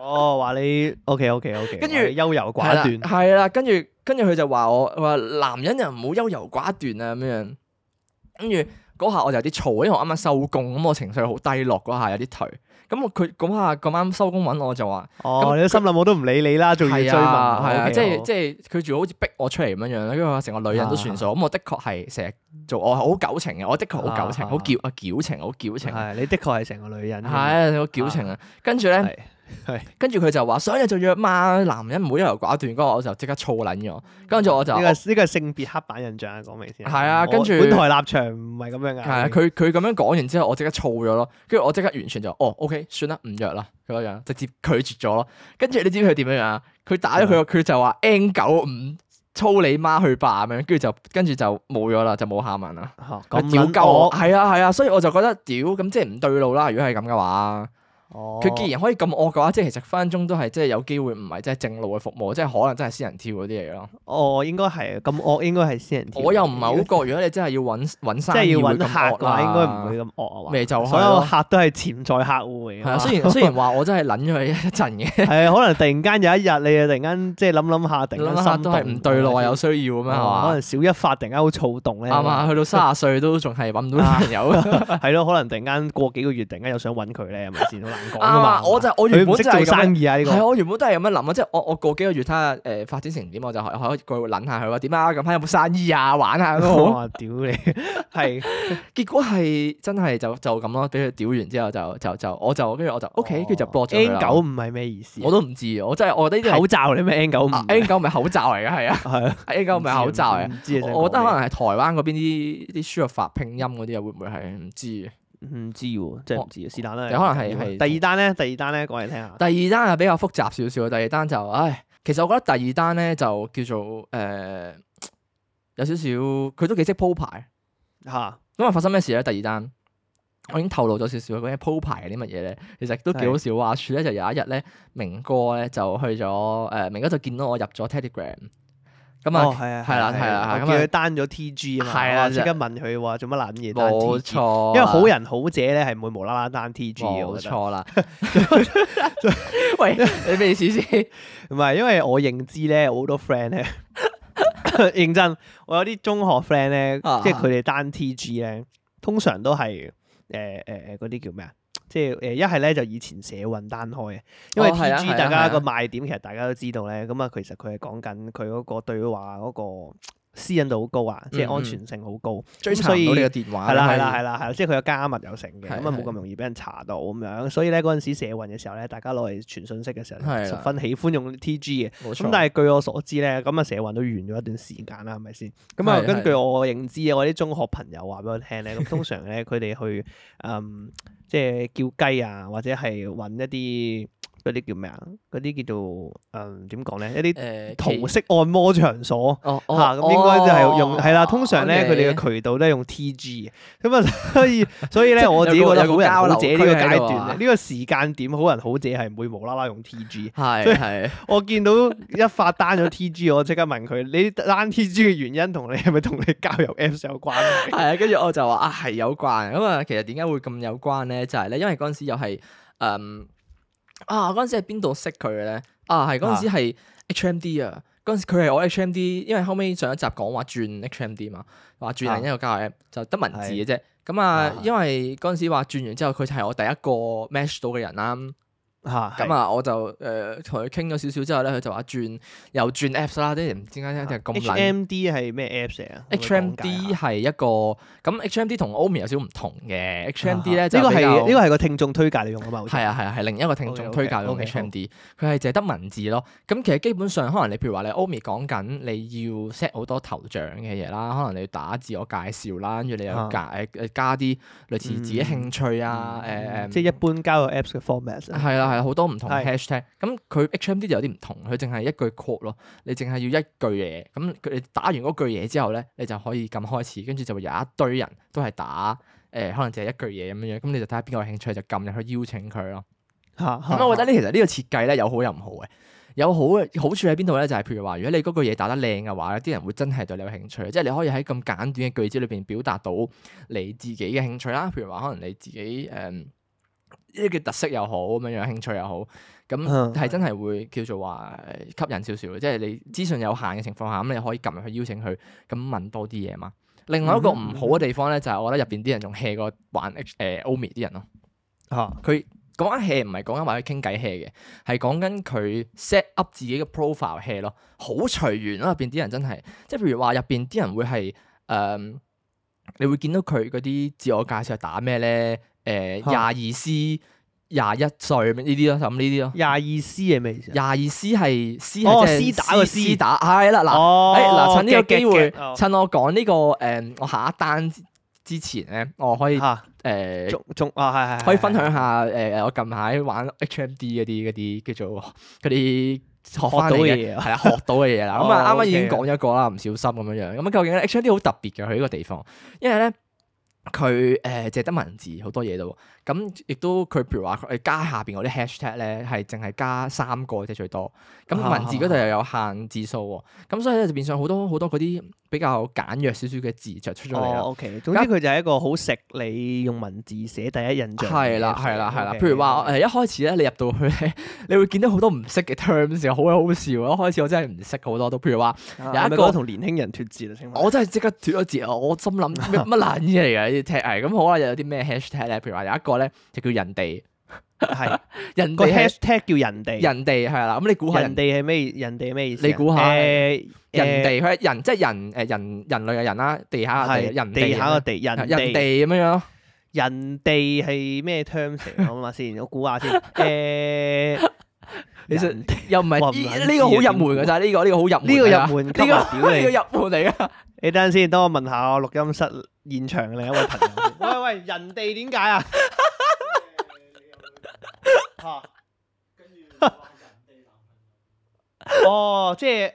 Speaker 1: 哦，話你 OK OK OK，
Speaker 2: 跟住
Speaker 1: 優柔寡斷，
Speaker 2: 係啦，跟住跟住佢就話我，佢話男人又唔好優柔寡斷啊咁樣。跟住嗰下我就有啲燥，因為我啱啱收工，咁我情緒好低落，嗰下有啲頹。咁我佢嗰下咁啱收工揾我就話。
Speaker 1: 哦，
Speaker 2: 咁
Speaker 1: 你都心諗我都唔理你啦，仲要追
Speaker 2: 係
Speaker 1: 問，
Speaker 2: 啊，係啊，
Speaker 1: OK，
Speaker 2: 即係
Speaker 1: 好
Speaker 2: 即係佢仲好似逼我出嚟咁樣樣咧，跟住話成個女人都算數，咁我的確係成日做，我好矯情嘅，我的確好矯情，
Speaker 1: 啊
Speaker 2: 好矯啊矯情，好矯情，係
Speaker 1: 係你的確係成個女人，
Speaker 2: 好矯情啊！跟住咧，
Speaker 1: 係係
Speaker 2: 跟住佢就話想約就約嘛，男人唔好優柔寡斷，嗰個我就即刻燥撚咗，跟住我就
Speaker 1: 呢個呢個係性別刻板印象啊，講明先。
Speaker 2: 係啊跟
Speaker 1: 我
Speaker 2: 住
Speaker 1: 本台立場唔係咁樣㗎。
Speaker 2: 係啊，佢佢咁樣講完之後，我即刻燥咗咯，跟住我即刻完全就哦，OK，算啦，唔約啦，佢嗰樣直接拒絕咗咯。跟住你知唔知佢點樣樣啊？佢打咗佢個，佢就話 N 九五操你媽去吧咁樣，跟住就跟住就冇咗啦，就冇下文啦。
Speaker 1: 嚇
Speaker 2: 佢
Speaker 1: 哦咁
Speaker 2: 屌
Speaker 1: 撚
Speaker 2: 鳩我，
Speaker 1: 我
Speaker 2: 係啊係啊，所以我就覺得屌咁即係唔對路啦。如果係咁嘅話，
Speaker 1: 哦，
Speaker 2: 佢既然可以咁惡嘅話，即係其實分分鐘都係即係有機會唔係即係正路嘅服務，即係可能真係私人跳嗰啲嘢咯。
Speaker 1: 哦，應該係咁惡，應該係私人跳。
Speaker 2: 我又唔係好覺，如果你真係要揾揾
Speaker 1: 即
Speaker 2: 生
Speaker 1: 係
Speaker 2: 意
Speaker 1: 要
Speaker 2: 會
Speaker 1: 揾
Speaker 2: 咁
Speaker 1: 客
Speaker 2: 惡
Speaker 1: 嘅話，
Speaker 2: 啦，
Speaker 1: 應該唔會咁惡啊嘛。
Speaker 2: 咪就係
Speaker 1: 所有
Speaker 2: 咯
Speaker 1: 客都係潛在客戶嚟㗎
Speaker 2: 係
Speaker 1: 嘛。
Speaker 2: 啊，雖然 雖然話我真係撚咗佢一陣 嘅，
Speaker 1: 係啊，可能突然間有一日你啊，突然間即係諗諗下，突然
Speaker 2: 諗
Speaker 1: 間
Speaker 2: 下
Speaker 1: 心
Speaker 2: 都係
Speaker 1: 動
Speaker 2: 唔對路啊，有需要咁
Speaker 1: 哦
Speaker 2: 樣
Speaker 1: 可
Speaker 2: 係嘛？
Speaker 1: 能少一發，突然間好躁動咧。啊
Speaker 2: 啱啊， 去到卅歲都仲係揾唔到男朋 友。
Speaker 1: 係咯，可能突然間過幾個月，突然間又想揾佢咧，係咪先？好難講
Speaker 2: 啱
Speaker 1: 噶嘛
Speaker 2: 啊，。我就我原
Speaker 1: 佢
Speaker 2: 本
Speaker 1: 唔識
Speaker 2: 就
Speaker 1: 做
Speaker 2: 係咁樣
Speaker 1: 生意啊，呢個
Speaker 2: 係啊，我原本都係咁樣諗啊，即係我我過幾個月睇下誒發展成點，我就可可以過去諗下佢話點啊，咁睇下有冇生意啊，玩下 都好。
Speaker 1: 哇！屌你，係
Speaker 2: 結果係真係就就咁咯，俾佢屌完之後就就就我就跟住我就 OK，跟住就 block 咗佢
Speaker 1: 哦 N 九
Speaker 2: 啦。
Speaker 1: 唔係咩意思啊？
Speaker 2: 我都唔知，我真係我覺得呢啲
Speaker 1: 口罩你咩 N 九唔
Speaker 2: 係 N 九唔係口罩嚟嘅，係啊
Speaker 1: 係啊
Speaker 2: ，N 九唔係口罩嚟嘅。
Speaker 1: 唔知啊，
Speaker 2: 我覺得可能係台灣嗰邊啲啲輸入法拼音嗰啲啊，會唔會係唔知？
Speaker 1: 能唔知喎，真係唔知啊，是但啦。
Speaker 2: 有可能係係
Speaker 1: 第二單咧，第二單咧，講嚟聽下。
Speaker 2: 第二單係比較複雜少少，第二單就唉，其實我覺得第二單咧就叫做誒、呃有少少佢都幾識鋪排。
Speaker 1: 嚇
Speaker 2: 咁啊發生咩事咧？第二單我已經透露咗少少關於鋪排係啲乜嘢咧，其實都幾好笑。話説咧，就有一日咧，明哥咧就去咗誒、呃明哥就見到我入咗 Telegram，咁
Speaker 1: 哦
Speaker 2: 啊
Speaker 1: 係啊
Speaker 2: 係啦係啦
Speaker 1: 我
Speaker 2: 咁啊
Speaker 1: 見佢單咗 T G 啊嘛，
Speaker 2: 係啊
Speaker 1: 我話即
Speaker 2: 就
Speaker 1: 刻問佢話做乜撚嘢單
Speaker 2: 冇
Speaker 1: T G，因
Speaker 2: 錯，
Speaker 1: 為好人好姐咧係唔會無啦啦單 T G 嘅，我
Speaker 2: 冇
Speaker 1: 覺得。
Speaker 2: 錯啦。喂，你咩意思先？
Speaker 1: 唔係，因為我認知咧，我好多 friend 咧，認真，我有啲中學 friend 咧，
Speaker 2: 啊
Speaker 1: 即係佢哋單 T.G 咧，通常都係誒誒誒嗰啲叫咩啊？即係誒一係咧就以前社運單開嘅，因為
Speaker 2: 哦係啊
Speaker 1: T.G
Speaker 2: 係啊
Speaker 1: 大
Speaker 2: 係
Speaker 1: 家
Speaker 2: 啊
Speaker 1: 個賣點其實大家都知道咧，咁啊其實佢係講緊佢嗰個對話嗰個呃私隱度好高啊，即
Speaker 2: 嗯
Speaker 1: 係
Speaker 2: 嗯
Speaker 1: 安全性好高，
Speaker 2: 追查
Speaker 1: 所以
Speaker 2: 唔到你嘅電話
Speaker 1: 係啦係啦
Speaker 2: 可以
Speaker 1: 係啦係啦，即係佢有加密有成嘅，
Speaker 2: 係
Speaker 1: 咁啊冇
Speaker 2: 係
Speaker 1: 咁容易俾人查到咁樣，所以咧嗰陣時社運嘅時候咧，大家攞嚟傳信息嘅時候就
Speaker 2: 係啦
Speaker 1: 十分喜歡用 T.G 嘅。
Speaker 2: 冇
Speaker 1: 咁
Speaker 2: 錯，
Speaker 1: 但係據我所知咧，咁啊社運都完咗一段時間啦，係咪先？咁啊
Speaker 2: 係
Speaker 1: 根
Speaker 2: 係
Speaker 1: 據我認知啊，我啲中學朋友話俾我聽 咧，咁通常咧佢哋去嗯即係叫雞啊，或者係揾一啲嗰啲叫咩啊？嗰啲叫做嗯點講咧？一啲
Speaker 2: 誒
Speaker 1: 桃式按摩場所。
Speaker 2: 哦
Speaker 1: 嚇
Speaker 2: 哦，
Speaker 1: 咁應該就係用
Speaker 2: 哦
Speaker 1: 係啦，通常咧佢哋
Speaker 2: OK
Speaker 1: 嘅渠道都係用 T.G. 嘅，咁啊 所以所以咧我自己
Speaker 2: 有
Speaker 1: 覺
Speaker 2: 個
Speaker 1: 得好人
Speaker 2: 有個
Speaker 1: 好姐呢
Speaker 2: 交
Speaker 1: 個
Speaker 2: 流區
Speaker 1: 階
Speaker 2: 喺度啊
Speaker 1: 段呢個時間點，好人好姐係唔會無啦啦用 T.G. 即
Speaker 2: 係係
Speaker 1: 我見到一發單咗 TG，我即刻問佢：你單 TG 嘅原因同你係咪同你交友 Apps 有關係？
Speaker 2: 係啊，跟住我就話啊係有關咁啊，其實點解會咁有關咧？就係咧，因為嗰陣時又係嗯啊嗰陣時喺邊度識佢嘅咧？啊係嗰陣時係 HMD 啊，嗰陣時佢係我 HMD，因為後尾上一集講話轉 HMD 嘛，話轉另一個交友 app 就得文字嘅啫。咁啊
Speaker 1: 啊，
Speaker 2: 因為嗰陣時話轉完之後，佢就係我第一個 match 到嘅人啦。
Speaker 1: 嚇
Speaker 2: 咁啊，我就誒同佢傾咗少少之後咧，佢就話轉又轉 apps 啦，啲人唔知
Speaker 1: 啊
Speaker 2: 點解一定係咁撚。
Speaker 1: HMD 係咩 Apps 嚟啊
Speaker 2: HMD 係一個咁 HMD 同 Omi 有少少唔同嘅，HMD 咧
Speaker 1: 啊呢個
Speaker 2: 係
Speaker 1: 係呢個係個聽眾推介你用啊嘛，好似
Speaker 2: 係啊係啊係另一個聽眾
Speaker 1: OK，OK，
Speaker 2: 推介用
Speaker 1: OK，好
Speaker 2: HMD，佢係淨係得文字咯。咁其實基本上可能你譬如話你 Omi 講緊你要 set 好多頭像嘅嘢啦，可能你要打自我介紹啦，跟住你
Speaker 1: 啊嗯
Speaker 2: 又加誒誒加啲類似自己興趣啊誒誒，
Speaker 1: 即係一般交友 Apps 嘅 format 啊。
Speaker 2: 係啦係啦，好多唔同
Speaker 1: 係
Speaker 2: hashtag。咁佢 HMD 就有啲唔同，佢淨係一句 quote 咯，你淨係要一句嘢。咁佢你打完嗰句嘢之後咧，你就可以撳開始，跟住就會有一堆人都係打誒、呃可能就係一句嘢咁樣樣。咁你就睇下邊個有興趣就撳入去邀請佢咯。
Speaker 1: 嚇
Speaker 2: 咁、啊我覺得呢其實呢個設計咧有好有唔好嘅。有好嘅好處喺邊度咧？就係、譬如話，如果你嗰句嘢打得靚嘅話咧，啲人會真係對你有興趣，即係你可以喺咁簡短嘅句子裏邊表達到你自己嘅興趣啦。譬如話，可能你自己誒呢啲叫特色又好，咁樣樣興趣又好，
Speaker 1: 嗯
Speaker 2: 咁係真係會叫做話呃吸引少少嘅。即係你資訊有限嘅情況下，咁你可以撳入去邀請佢，咁問多啲嘢嘛。另外一個
Speaker 1: 嗯
Speaker 2: 唔好嘅地方咧，就係我覺得入邊啲人仲 hea 過玩 H 誒 Omi 啲人咯。
Speaker 1: 嚇
Speaker 2: 佢講緊 hea 唔係講緊話佢傾偈 hea 嘅，係講緊佢 set up 自己嘅 profile hea 咯，好隨緣咯。入邊啲人真係，即係譬如話入邊啲人會係誒、嗯你會見到佢嗰啲自我介紹係打咩咧？誒廿
Speaker 1: 嚇
Speaker 2: 二 C、廿一歲呢啲咯，就咁呢啲咯。
Speaker 1: 廿二 C 係咩意思啊？
Speaker 2: 廿二 C 係 C
Speaker 1: 哦
Speaker 2: 係即
Speaker 1: 絲打個絲
Speaker 2: 絲打係啦嗱。
Speaker 1: 哦
Speaker 2: 誒嗱，趁呢個機會
Speaker 1: 夾夾，哦
Speaker 2: 趁我講呢個誒，我下一單之前咧，我可以
Speaker 1: 夾嚇
Speaker 2: 誒
Speaker 1: 仲仲啊係係係
Speaker 2: 可以分享下誒、我近排玩 HMD 嗰啲嗰啲叫做嗰啲學翻嚟
Speaker 1: 學到
Speaker 2: 嘅，
Speaker 1: 嘅嘢啊
Speaker 2: 係啦學到嘅嘢啦。咁啊
Speaker 1: 哦
Speaker 2: 啱啱已經
Speaker 1: OK
Speaker 2: 啊講咗一個啦，唔小心咁樣樣。咁究竟咧 HMD 好特別嘅佢呢個地方，因為咧佢誒淨係得文字好多嘢咯喎，咁亦都佢譬如話佢加下邊嗰啲 hashtag 咧，係淨係加三個啫最多，咁
Speaker 1: 啊
Speaker 2: 文字嗰度又有限字數喎，咁所以咧就變相好多好多嗰啲比較簡約少少嘅字就出咗嚟啦
Speaker 1: 哦。
Speaker 2: 啊
Speaker 1: ，OK，總之佢就係一個好食你用文字寫第一印象嘅
Speaker 2: 係啦，
Speaker 1: 嘢
Speaker 2: 係啦，係啦。
Speaker 1: OK，
Speaker 2: 譬如話呃
Speaker 1: OK
Speaker 2: 誒，一開始咧，你入到去咧，你會見到好多唔識嘅 terms，又好好笑。一開始我真係唔識好多都，譬如話，
Speaker 1: 啊
Speaker 2: 有一
Speaker 1: 係咪
Speaker 2: 個
Speaker 1: 覺得同年輕人脱節啊，請問
Speaker 2: 我真係即刻脱咗節啊！我 心諗乜乜撚嘢嚟㗎呢啲 tag 係咁好啦，又有啲咩 hashtag 咧？譬如話有一個咧就叫人哋，
Speaker 1: 係
Speaker 2: 人
Speaker 1: 個
Speaker 2: 哋 hash
Speaker 1: hashtag 叫人哋，
Speaker 2: 啊人哋係啦。咁你估下
Speaker 1: 人
Speaker 2: 人
Speaker 1: 哋係咩？人哋係咩意思啊？
Speaker 2: 你估下
Speaker 1: 誒
Speaker 2: 人
Speaker 1: 誒
Speaker 2: 哋佢係人即係人誒人人類嘅人啦，地下嘅地
Speaker 1: 呃係
Speaker 2: 人
Speaker 1: 地
Speaker 2: 哋啊
Speaker 1: 下個地，人
Speaker 2: 人
Speaker 1: 哋
Speaker 2: 哋咁樣樣咯。
Speaker 1: 人哋係咩 terms 嚟啊？諗下先，我估下 先。誒，
Speaker 2: 你想
Speaker 1: 人哋
Speaker 2: 又唔係
Speaker 1: 哇唔撚
Speaker 2: 呢呢個好入門㗎咋？呢個呢個好入門
Speaker 1: 呢個
Speaker 2: 㗎咋
Speaker 1: 入門級
Speaker 2: 呢
Speaker 1: 啊，
Speaker 2: 個
Speaker 1: 屌
Speaker 2: 呢
Speaker 1: 你！
Speaker 2: 個入門嚟㗎。
Speaker 1: 你等陣先，等我問下我錄音室現場嘅另一位朋友先。喂喂，人哋點解 啊？嚇！ 哦，即係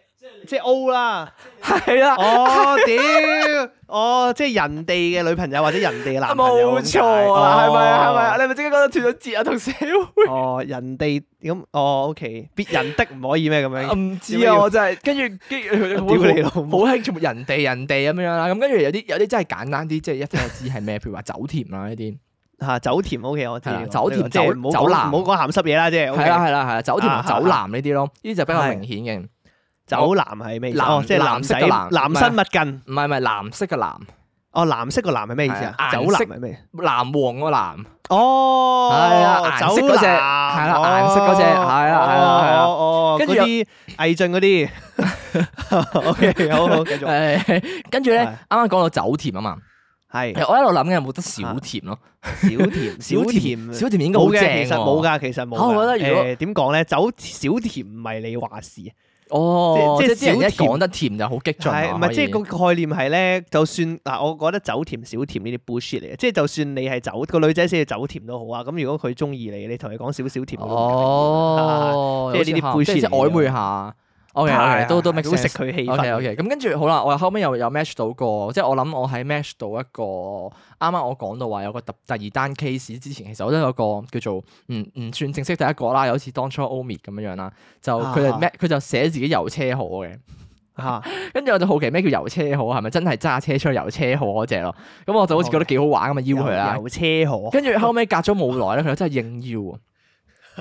Speaker 1: 即係 O 啦。
Speaker 2: 係啦。
Speaker 1: 哦，屌！哦，即係人哋嘅女朋友或者人哋嘅男朋友
Speaker 2: 冇
Speaker 1: 咁解。
Speaker 2: 錯啦，係咪啊？係咪啊？
Speaker 1: 哦
Speaker 2: 你係咪即刻覺得斷咗節啊？同社會
Speaker 1: 哦，人哋咁哦，OK，別人的唔可以咩咁樣？
Speaker 2: 唔知
Speaker 1: 點解
Speaker 2: 啊！
Speaker 1: 要
Speaker 2: 我真係跟住跟住
Speaker 1: 我屌你老
Speaker 2: 好
Speaker 1: 母
Speaker 2: 興全部人哋人哋咁樣啦。咁跟住有啲有啲真係簡單啲，即係一聽就知係咩，譬如話酒甜啦呢啲，
Speaker 1: 嚇酒甜 OK，我知
Speaker 2: 係啦酒甜
Speaker 1: 即係
Speaker 2: 酒
Speaker 1: 唔好
Speaker 2: 酒
Speaker 1: 講唔
Speaker 2: 男
Speaker 1: 好講鹹濕嘢啦，即係 OK
Speaker 2: 係啦係啦係啦，酒甜
Speaker 1: 啊
Speaker 2: 同
Speaker 1: 啊
Speaker 2: 酒男呢啲咯，呢啲就比較
Speaker 1: 係
Speaker 2: 明顯嘅。
Speaker 1: 酒男係咩意思？
Speaker 2: 藍
Speaker 1: 哦，即係
Speaker 2: 藍
Speaker 1: 男
Speaker 2: 色
Speaker 1: 仔
Speaker 2: 嘅藍
Speaker 1: 男身勿近。
Speaker 2: 唔係唔係藍色嘅藍，
Speaker 1: 哦，藍色個藍係咩意思
Speaker 2: 係啊
Speaker 1: 啊？酒
Speaker 2: 顏
Speaker 1: 男
Speaker 2: 色
Speaker 1: 係咩？
Speaker 2: 藍黃個 藍，
Speaker 1: 哦，
Speaker 2: 係啊顏色嗰隻
Speaker 1: 酒男
Speaker 2: 係啦顏色嗰隻
Speaker 1: 哦
Speaker 2: 係啦係啦係啦
Speaker 1: 哦哦，
Speaker 2: 跟
Speaker 1: 跟
Speaker 2: 住
Speaker 1: 住
Speaker 2: 又
Speaker 1: 啲魏晉 嗰啲。OK，好好繼續。
Speaker 2: 誒跟住咧
Speaker 1: 係
Speaker 2: 啱啱講到酒甜啊嘛，
Speaker 1: 係
Speaker 2: 其實我一路諗緊有冇得小甜咯，
Speaker 1: 小甜，小甜，
Speaker 2: 小甜應該好
Speaker 1: 冇
Speaker 2: 正
Speaker 1: 嘅，
Speaker 2: 喎。
Speaker 1: 其實冇㗎，其實冇
Speaker 2: 啊
Speaker 1: 㗎。
Speaker 2: 我覺得如果
Speaker 1: 誒點講咧，酒小甜唔係你話事，
Speaker 2: 哦，
Speaker 1: 即
Speaker 2: 即
Speaker 1: 係
Speaker 2: 係啲人
Speaker 1: 小
Speaker 2: 一
Speaker 1: 甜
Speaker 2: 講得甜就好激進啊，
Speaker 1: 係唔
Speaker 2: 可
Speaker 1: 係
Speaker 2: 以
Speaker 1: 即係個概念係咧？就算嗱，我覺得酒甜小甜呢啲 bullshit 嚟嘅，即係就算你係酒個女仔先係酒甜都好啊。咁如果佢中意你，你同佢講少少甜都冇
Speaker 2: 哦，
Speaker 1: 即係呢啲
Speaker 2: 好似
Speaker 1: pushy
Speaker 2: 即
Speaker 1: 嚟
Speaker 2: 係
Speaker 1: 嘅
Speaker 2: 曖昧下。
Speaker 1: 問
Speaker 2: O
Speaker 1: 題
Speaker 2: K，
Speaker 1: 係啊
Speaker 2: 都都 make
Speaker 1: 會食
Speaker 2: sense。
Speaker 1: 佢氣
Speaker 2: O K
Speaker 1: 氛。
Speaker 2: O K，咁跟住好啦，我後尾又有 match 到個，即係我諗我喺 match 到一個，啱啱我講到話有個特第二單 case 之前，其實我都有個叫做唔唔算正式第一個啦，有似當初 Omi 咁樣樣啦，就佢就
Speaker 1: 啊
Speaker 2: match 佢就寫自己遊車河嘅，
Speaker 1: 嚇
Speaker 2: 跟住我就好奇咩叫遊車河，係咪真係揸車出去遊車河嗰只咯？咁我就好似覺得幾好玩咁啊，邀佢啦，
Speaker 1: 遊車河，
Speaker 2: 跟住後尾隔咗冇耐咧，佢真係應邀啊！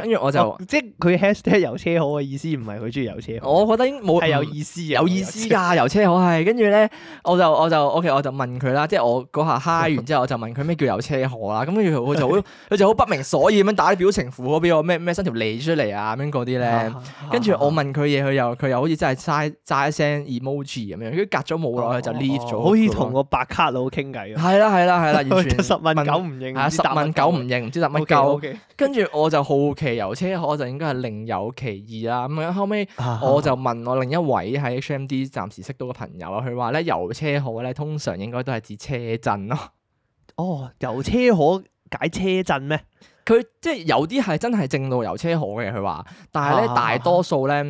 Speaker 2: 跟住我就，
Speaker 1: 哦即係佢 hashtag 遊車河嘅意思唔係佢中意遊車河，
Speaker 2: 我覺得已經冇
Speaker 1: 哦係有意思嘅，
Speaker 2: 有意思㗎，遊車河係。跟住咧，我就我就 OK，我就問佢啦，即係我嗰下嗨完之後，我就問佢咩叫遊車河啊啦。咁跟住佢就好，佢就好不明所以咁樣打啲表情符號俾我，咩咩伸條脷出嚟啊咁樣嗰啲咧。跟
Speaker 1: 啊
Speaker 2: 住我問佢嘢，佢又佢又好似真係齋齋聲 emoji 咁樣。跟住隔咗冇耐，佢就 leave 咗個 group 咯。
Speaker 1: 哦好似同個白卡佬傾偈啊，
Speaker 2: 係啦係 啦係啦， 完全
Speaker 1: 得十問九唔
Speaker 2: 係啊
Speaker 1: 應，
Speaker 2: 十問九唔應，唔知答乜鳩。
Speaker 1: 鳩，
Speaker 2: 跟住我就好奇遊車河就應該係另有其意啦。咁樣後尾 我
Speaker 1: 我
Speaker 2: 就問我另一位喺 HMD 暫時識到嘅朋友啊，佢話咧遊車河咧通常應該都係指車震咯。
Speaker 1: 哦遊車河解車震咩？
Speaker 2: 佢即係有啲係真係正路遊車河嘅，佢話，但係咧
Speaker 1: 啊
Speaker 2: 大多數咧，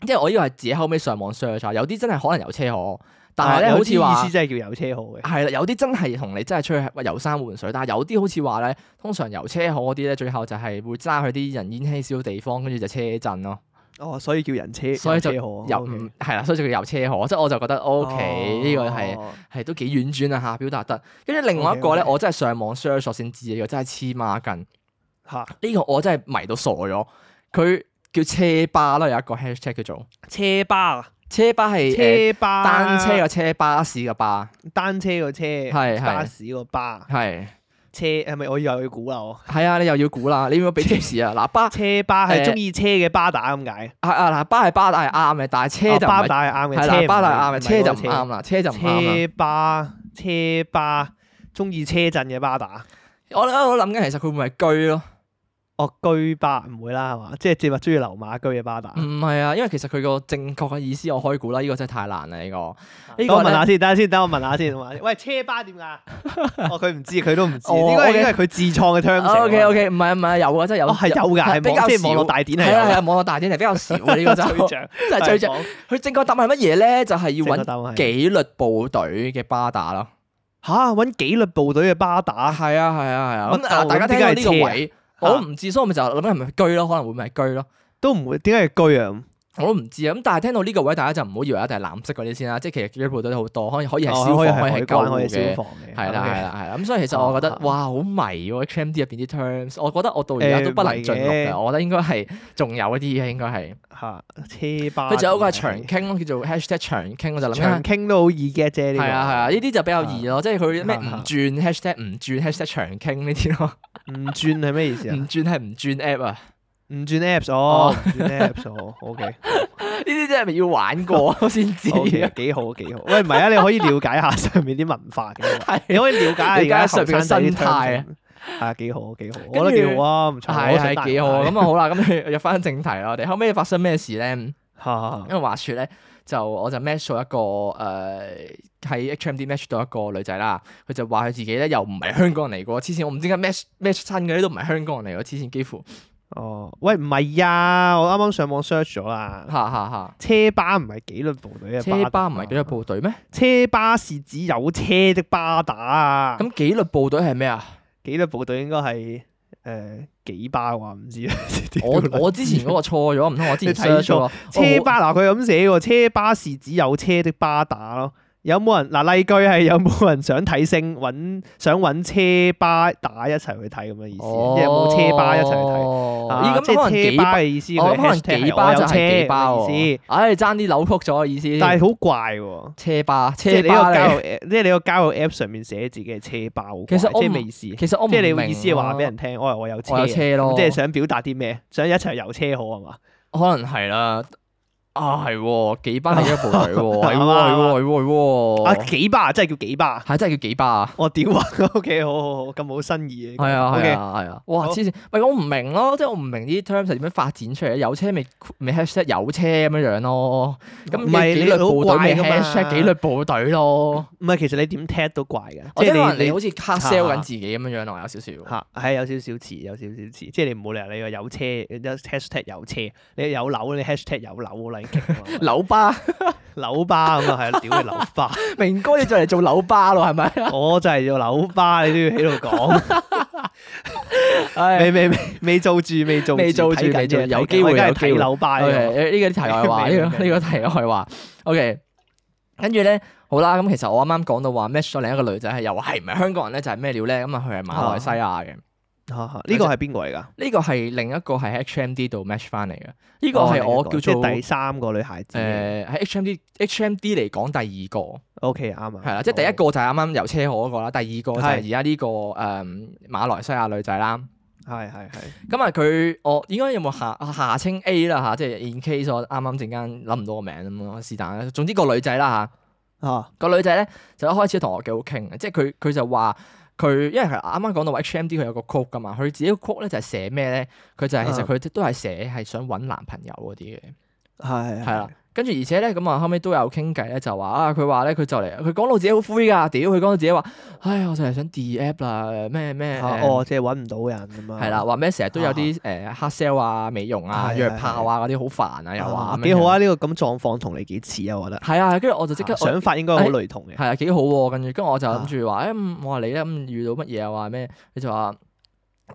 Speaker 2: 即係我呢個係自己後尾上網 search 啊，有啲真係可能遊車河，但係咧
Speaker 1: 啊有
Speaker 2: 好
Speaker 1: 啲
Speaker 2: 似
Speaker 1: 意
Speaker 2: 話啊
Speaker 1: 思。真係叫遊車河嘅。
Speaker 2: 係啦，有啲真係同你真係出去遊山玩水，但係有啲好似話咧，通常遊車河嗰啲咧，最後就係會揸去啲人煙稀少嘅地方，跟住就車震咯。
Speaker 1: 哦，所以叫人車，
Speaker 2: 所以就
Speaker 1: 遊車河
Speaker 2: 遊
Speaker 1: 哦，OK
Speaker 2: 唔係啦，所以就叫遊車河，即係我就覺得 O K 呢個係
Speaker 1: 哦
Speaker 2: 係都幾婉轉啊嚇，表達得。跟住另外一個咧，
Speaker 1: OK，OK
Speaker 2: 我真係上網 search 咗先知嘅，呢個真係黐孖筋。
Speaker 1: 嚇
Speaker 2: 呢個我真係迷到傻咗。佢叫車巴啦，有一個 hashtag 叫做
Speaker 1: 車巴啊，
Speaker 2: 車巴係誒
Speaker 1: 車巴
Speaker 2: 單車嘅車，巴士嘅巴，
Speaker 1: 單車個車，
Speaker 2: 係係
Speaker 1: 巴士個巴，
Speaker 2: 係
Speaker 1: 車係咪我以為要估啦 我？
Speaker 2: 係啊！你又要估啦，你要唔要俾 tips 啊？嗱巴
Speaker 1: 車巴
Speaker 2: 誒
Speaker 1: 係中意車嘅巴打咁解，
Speaker 2: 啊啊嗱巴係巴打係啱嘅，但係車
Speaker 1: 哦
Speaker 2: 就唔
Speaker 1: 巴
Speaker 2: 係
Speaker 1: 打係啱嘅，
Speaker 2: 係
Speaker 1: 車
Speaker 2: 啦，
Speaker 1: 唔
Speaker 2: 巴打
Speaker 1: 係
Speaker 2: 係啱嘅，車就
Speaker 1: 唔
Speaker 2: 唔
Speaker 1: 係嗰
Speaker 2: 啱啦，車就唔啱啊
Speaker 1: 個
Speaker 2: 啦。
Speaker 1: 車車巴車巴中意車震嘅巴打，
Speaker 2: 我我諗緊其實佢會唔會係居咯？
Speaker 1: 哦居巴唔會啦係嘛？即係接話中意流馬居嘅巴打。
Speaker 2: 唔係啊，因為其實佢個正確嘅意思我可以估啦，呢、個真係太難啦呢、個。呢
Speaker 1: 等
Speaker 2: 個
Speaker 1: 我問
Speaker 2: 咧
Speaker 1: 下先，等下先，等我問下先。 喂，車巴點㗎？哦，佢唔知，佢都唔知。
Speaker 2: 哦
Speaker 1: 呢個
Speaker 2: OK 哦
Speaker 1: 應該係佢自創嘅 term 嚟㗎。
Speaker 2: O K O K，唔係唔係有啊，真係有。
Speaker 1: 啊哦，係有㗎，係
Speaker 2: 比
Speaker 1: 網
Speaker 2: 較
Speaker 1: 即係網
Speaker 2: 少
Speaker 1: 絡大典係
Speaker 2: 係啊係
Speaker 1: 有
Speaker 2: 啊，網絡大典係比較少嘅 呢個
Speaker 1: 㗎。
Speaker 2: 就
Speaker 1: 象
Speaker 2: 真係最正。
Speaker 1: 網
Speaker 2: 佢正確答案係乜嘢咧？就
Speaker 1: 正
Speaker 2: 係、
Speaker 1: 確
Speaker 2: 要揾
Speaker 1: 答案係
Speaker 2: 紀律部隊嘅巴打咯。
Speaker 1: 吓揾紀律部隊嘅巴打，
Speaker 2: 係啊係啊係啊，
Speaker 1: 乜
Speaker 2: 咁啊
Speaker 1: 鬥
Speaker 2: 大家
Speaker 1: 咁點
Speaker 2: 聽
Speaker 1: 解係
Speaker 2: 到呢個
Speaker 1: 車啊
Speaker 2: 位，我都唔知，所以我咪就諗緊係咪居咯，可能會咪居咯，
Speaker 1: 都唔會點解係居啊？
Speaker 2: 我都唔知啊。咁但係聽到呢個位，大家就唔好以為一定係藍色嗰啲先啦，即係其實紀律部隊都好多，可以可以係
Speaker 1: 哦
Speaker 2: 消
Speaker 1: 可以
Speaker 2: 防，
Speaker 1: 係
Speaker 2: 以
Speaker 1: 海
Speaker 2: 係救
Speaker 1: 關，可
Speaker 2: 護
Speaker 1: 以係
Speaker 2: 嘅
Speaker 1: 消。防嘅，
Speaker 2: 係啦
Speaker 1: OK
Speaker 2: 係啦係啦，咁所以其實我覺得
Speaker 1: 啊
Speaker 2: 哇好迷喎 HMD 入邊啲 terms，我覺得我到而家
Speaker 1: 誒
Speaker 2: 都不能
Speaker 1: 迷
Speaker 2: 進入
Speaker 1: 嘅
Speaker 2: 嘅，我覺得應該係仲有一啲嘅應該係，
Speaker 1: 嚇車巴，啊
Speaker 2: 佢仲有一個係長傾咯，叫做 hashtag 長傾，我就諗緊
Speaker 1: 長傾都好易嘅啫，呢個
Speaker 2: 係啊係啊，呢啲就比較易咯，即係佢咩
Speaker 1: 啊
Speaker 2: 唔
Speaker 1: 啊
Speaker 2: 轉 hashtag 唔轉 hashtag 長傾呢啲咯，
Speaker 1: 唔轉係咩意思啊
Speaker 2: 唔？轉係唔轉 app 啊，
Speaker 1: 唔轉 apps 哦
Speaker 2: 哦，
Speaker 1: 唔轉 apps 哦，OK
Speaker 2: 呢啲真係咪要 玩過先知
Speaker 1: OK，
Speaker 2: 啊？
Speaker 1: 幾好幾好。喂，唔係啊，你可以了解下上面啲文化 嘅，你可以了解下而家
Speaker 2: 了解上面嘅生態啊
Speaker 1: 啊。係啊，幾好幾好，
Speaker 2: 跟
Speaker 1: 我覺得幾好啊，唔錯，
Speaker 2: 係係幾好啊！
Speaker 1: 咁
Speaker 2: 咁啊好啦，咁入翻正題啦，我哋後尾發生咩事咧？
Speaker 1: 嚇
Speaker 2: 因為話説咧，就我就 match 咗一個誒喺、HMD match 到一個女仔啦，佢就話佢自己咧又唔係香港人嚟過，黐線我唔知點解 match match 親嘅呢都唔係香港人嚟過，黐線幾乎
Speaker 1: 哦，喂，唔係啊，我啱啱上網 search 咗
Speaker 2: 嚇
Speaker 1: 啦，
Speaker 2: 嚇嚇。
Speaker 1: 車巴唔係啊紀律部隊嘅
Speaker 2: 車巴
Speaker 1: 打
Speaker 2: 唔係紀律，部隊咩？
Speaker 1: 車巴是指有車的巴打啊，
Speaker 2: 咁紀律部隊係咩啊？
Speaker 1: 紀律部隊應該係誒幾巴話唔知啊，
Speaker 2: 我我之前嗰個錯咗，唔通我
Speaker 1: 你
Speaker 2: 之前
Speaker 1: 睇
Speaker 2: search
Speaker 1: 錯
Speaker 2: 咗
Speaker 1: 車巴嗱，佢咁寫喎，車巴是指有車的巴打咯。有冇人嗱？例句係有冇人想睇星，揾想揾車巴打一齊去睇咁嘅意思，啊即係有冇車巴一齊去睇。
Speaker 2: 睇
Speaker 1: 啊
Speaker 2: 哦咦，
Speaker 1: 即
Speaker 2: 咁可能
Speaker 1: 係
Speaker 2: 幾
Speaker 1: 車巴
Speaker 2: 巴，
Speaker 1: 嘅意思，
Speaker 2: 我
Speaker 1: 佢
Speaker 2: 可能
Speaker 1: hashtag
Speaker 2: 幾
Speaker 1: 係
Speaker 2: 巴
Speaker 1: 我
Speaker 2: 就
Speaker 1: 有車
Speaker 2: 係幾巴
Speaker 1: 嘅意
Speaker 2: 喎
Speaker 1: 思。。
Speaker 2: 唉，爭啲扭曲咗嘅意思。
Speaker 1: 但係好怪喎，
Speaker 2: 車巴，
Speaker 1: 即係
Speaker 2: 車
Speaker 1: 你個交
Speaker 2: 巴嚟。
Speaker 1: 友 app，即係你個交友 app 上面寫自己係車巴好怪，
Speaker 2: 其實我
Speaker 1: 即係
Speaker 2: 唔
Speaker 1: 咩意思？即
Speaker 2: 其實我唔
Speaker 1: 係你
Speaker 2: 明
Speaker 1: 嘅意思係話
Speaker 2: 咯
Speaker 1: 俾人聽，我我有車
Speaker 2: 我有
Speaker 1: 啊，
Speaker 2: 車哦咯
Speaker 1: 咁即係想表達啲咩？想一齊遊車好啊嘛？
Speaker 2: 可能係啦。啊，係喎，幾巴係一部 隊喎，係喎，
Speaker 1: 啱啊
Speaker 2: 係喎，
Speaker 1: 啊
Speaker 2: 係喎，
Speaker 1: 幾巴真係叫幾巴。
Speaker 2: 係真係叫幾巴啊！
Speaker 1: 我屌啊 ！OK，好好好，咁好新意嘅。
Speaker 2: 係啊，
Speaker 1: OK
Speaker 2: 係啊，係啊！哇，
Speaker 1: 好
Speaker 2: 黐線，喂，我唔明咯，即係我唔明呢啲 terms 係點樣發展出嚟嘅，有車咪咪 hashtag 有車咁樣樣咯，咁
Speaker 1: 唔係
Speaker 2: 你紀
Speaker 1: 你
Speaker 2: 律
Speaker 1: 好
Speaker 2: 部隊咪
Speaker 1: 怪㗎嘛
Speaker 2: hashtag 紀律部隊咯，
Speaker 1: 唔係，其實你點踢都怪嘅，
Speaker 2: 哦即係可能
Speaker 1: 你
Speaker 2: 你好似卡 sell 緊自己咁樣樣咯，有少少。
Speaker 1: 嚇係有少少似，有少少似，即係你唔好理由你話有車，有 hashtag 有車，你有樓你 hashtag 有樓好撚勁啊嘛
Speaker 2: 扭巴，
Speaker 1: 樓巴咁啊，係啊屌你樓 巴，
Speaker 2: 明哥你就嚟做扭巴咯，係咪？
Speaker 1: 我就係要樓巴，你都要喺度
Speaker 2: 啊
Speaker 1: 講，
Speaker 2: 唉
Speaker 1: 未未未未做住，未做
Speaker 2: 未做住
Speaker 1: 睇緊嘅
Speaker 2: 未做住有
Speaker 1: 睇緊
Speaker 2: 機會
Speaker 1: 我而家係啊
Speaker 2: 有機會
Speaker 1: 睇樓 巴呢個
Speaker 2: ，OK，呢個啲題外話，呢個呢個題外話，OK。跟住咧，好啦，咁其實我啱啱講到話 match 咗另一個女仔係又係唔係香港人咧，就係咩料咧？咁啊，佢係馬來西亞
Speaker 1: 哦
Speaker 2: 嘅。
Speaker 1: 嚇嚇呢個係邊個嚟㗎？
Speaker 2: 呢個係另一個喺 HMD 度 match 翻嚟嘅，呢個
Speaker 1: 哦
Speaker 2: 係我
Speaker 1: 另一個
Speaker 2: 叫
Speaker 1: 即
Speaker 2: 做
Speaker 1: 係第
Speaker 2: 誒
Speaker 1: 三個女孩子
Speaker 2: 喺 HMD HMD 嚟講第二個
Speaker 1: ，OK 啱啊，
Speaker 2: 係啦，即係第一個就係啱啱遊車河嗰個啦，第二個就係
Speaker 1: 係
Speaker 2: 而家呢個誒馬來西亞女仔啦。
Speaker 1: 好哦係係係。
Speaker 2: 咁啊，佢我應該有冇下下稱 A 啦嚇，即係 in case 我啱啱陣間諗唔到個名咁咯，是但啦。總之個女仔啦嚇。
Speaker 1: 啊，
Speaker 2: 個女仔咧就一開始同我幾好傾嘅，即係佢佢就話佢，因為佢啱啱講到話 HMD 佢有個 quote 噶嘛，佢自己個 quote 咧就係寫咩咧？佢就係、其實佢都係寫係想揾男朋友嗰啲嘅，
Speaker 1: 係
Speaker 2: 係啦。跟住而且咧咁啊，後尾都有傾偈咧，就話啊，佢話咧佢就嚟，佢講到自己好灰㗎，屌佢講到自己話，唉，我就係想 D app 啦，咩咩
Speaker 1: 啊
Speaker 2: 誒
Speaker 1: 哦，即係揾唔到人咁啊。
Speaker 2: 係啦，話咩成日都有啲誒黑 sell 啊、美容啊、
Speaker 1: 係
Speaker 2: 約炮啊嗰啲好煩啊，又話
Speaker 1: 啊
Speaker 2: 咁樣
Speaker 1: 幾好啊！呢個咁狀況同你幾似啊，我覺得。
Speaker 2: 係啊，跟住我就即刻
Speaker 1: 啊
Speaker 2: 我
Speaker 1: 想法應該好雷同嘅。
Speaker 2: 係啊，幾好喎！跟住，跟住我就
Speaker 1: 啊
Speaker 2: 諗住話，誒、嗯我話你咧，咁遇到乜嘢啊？話咩？你就話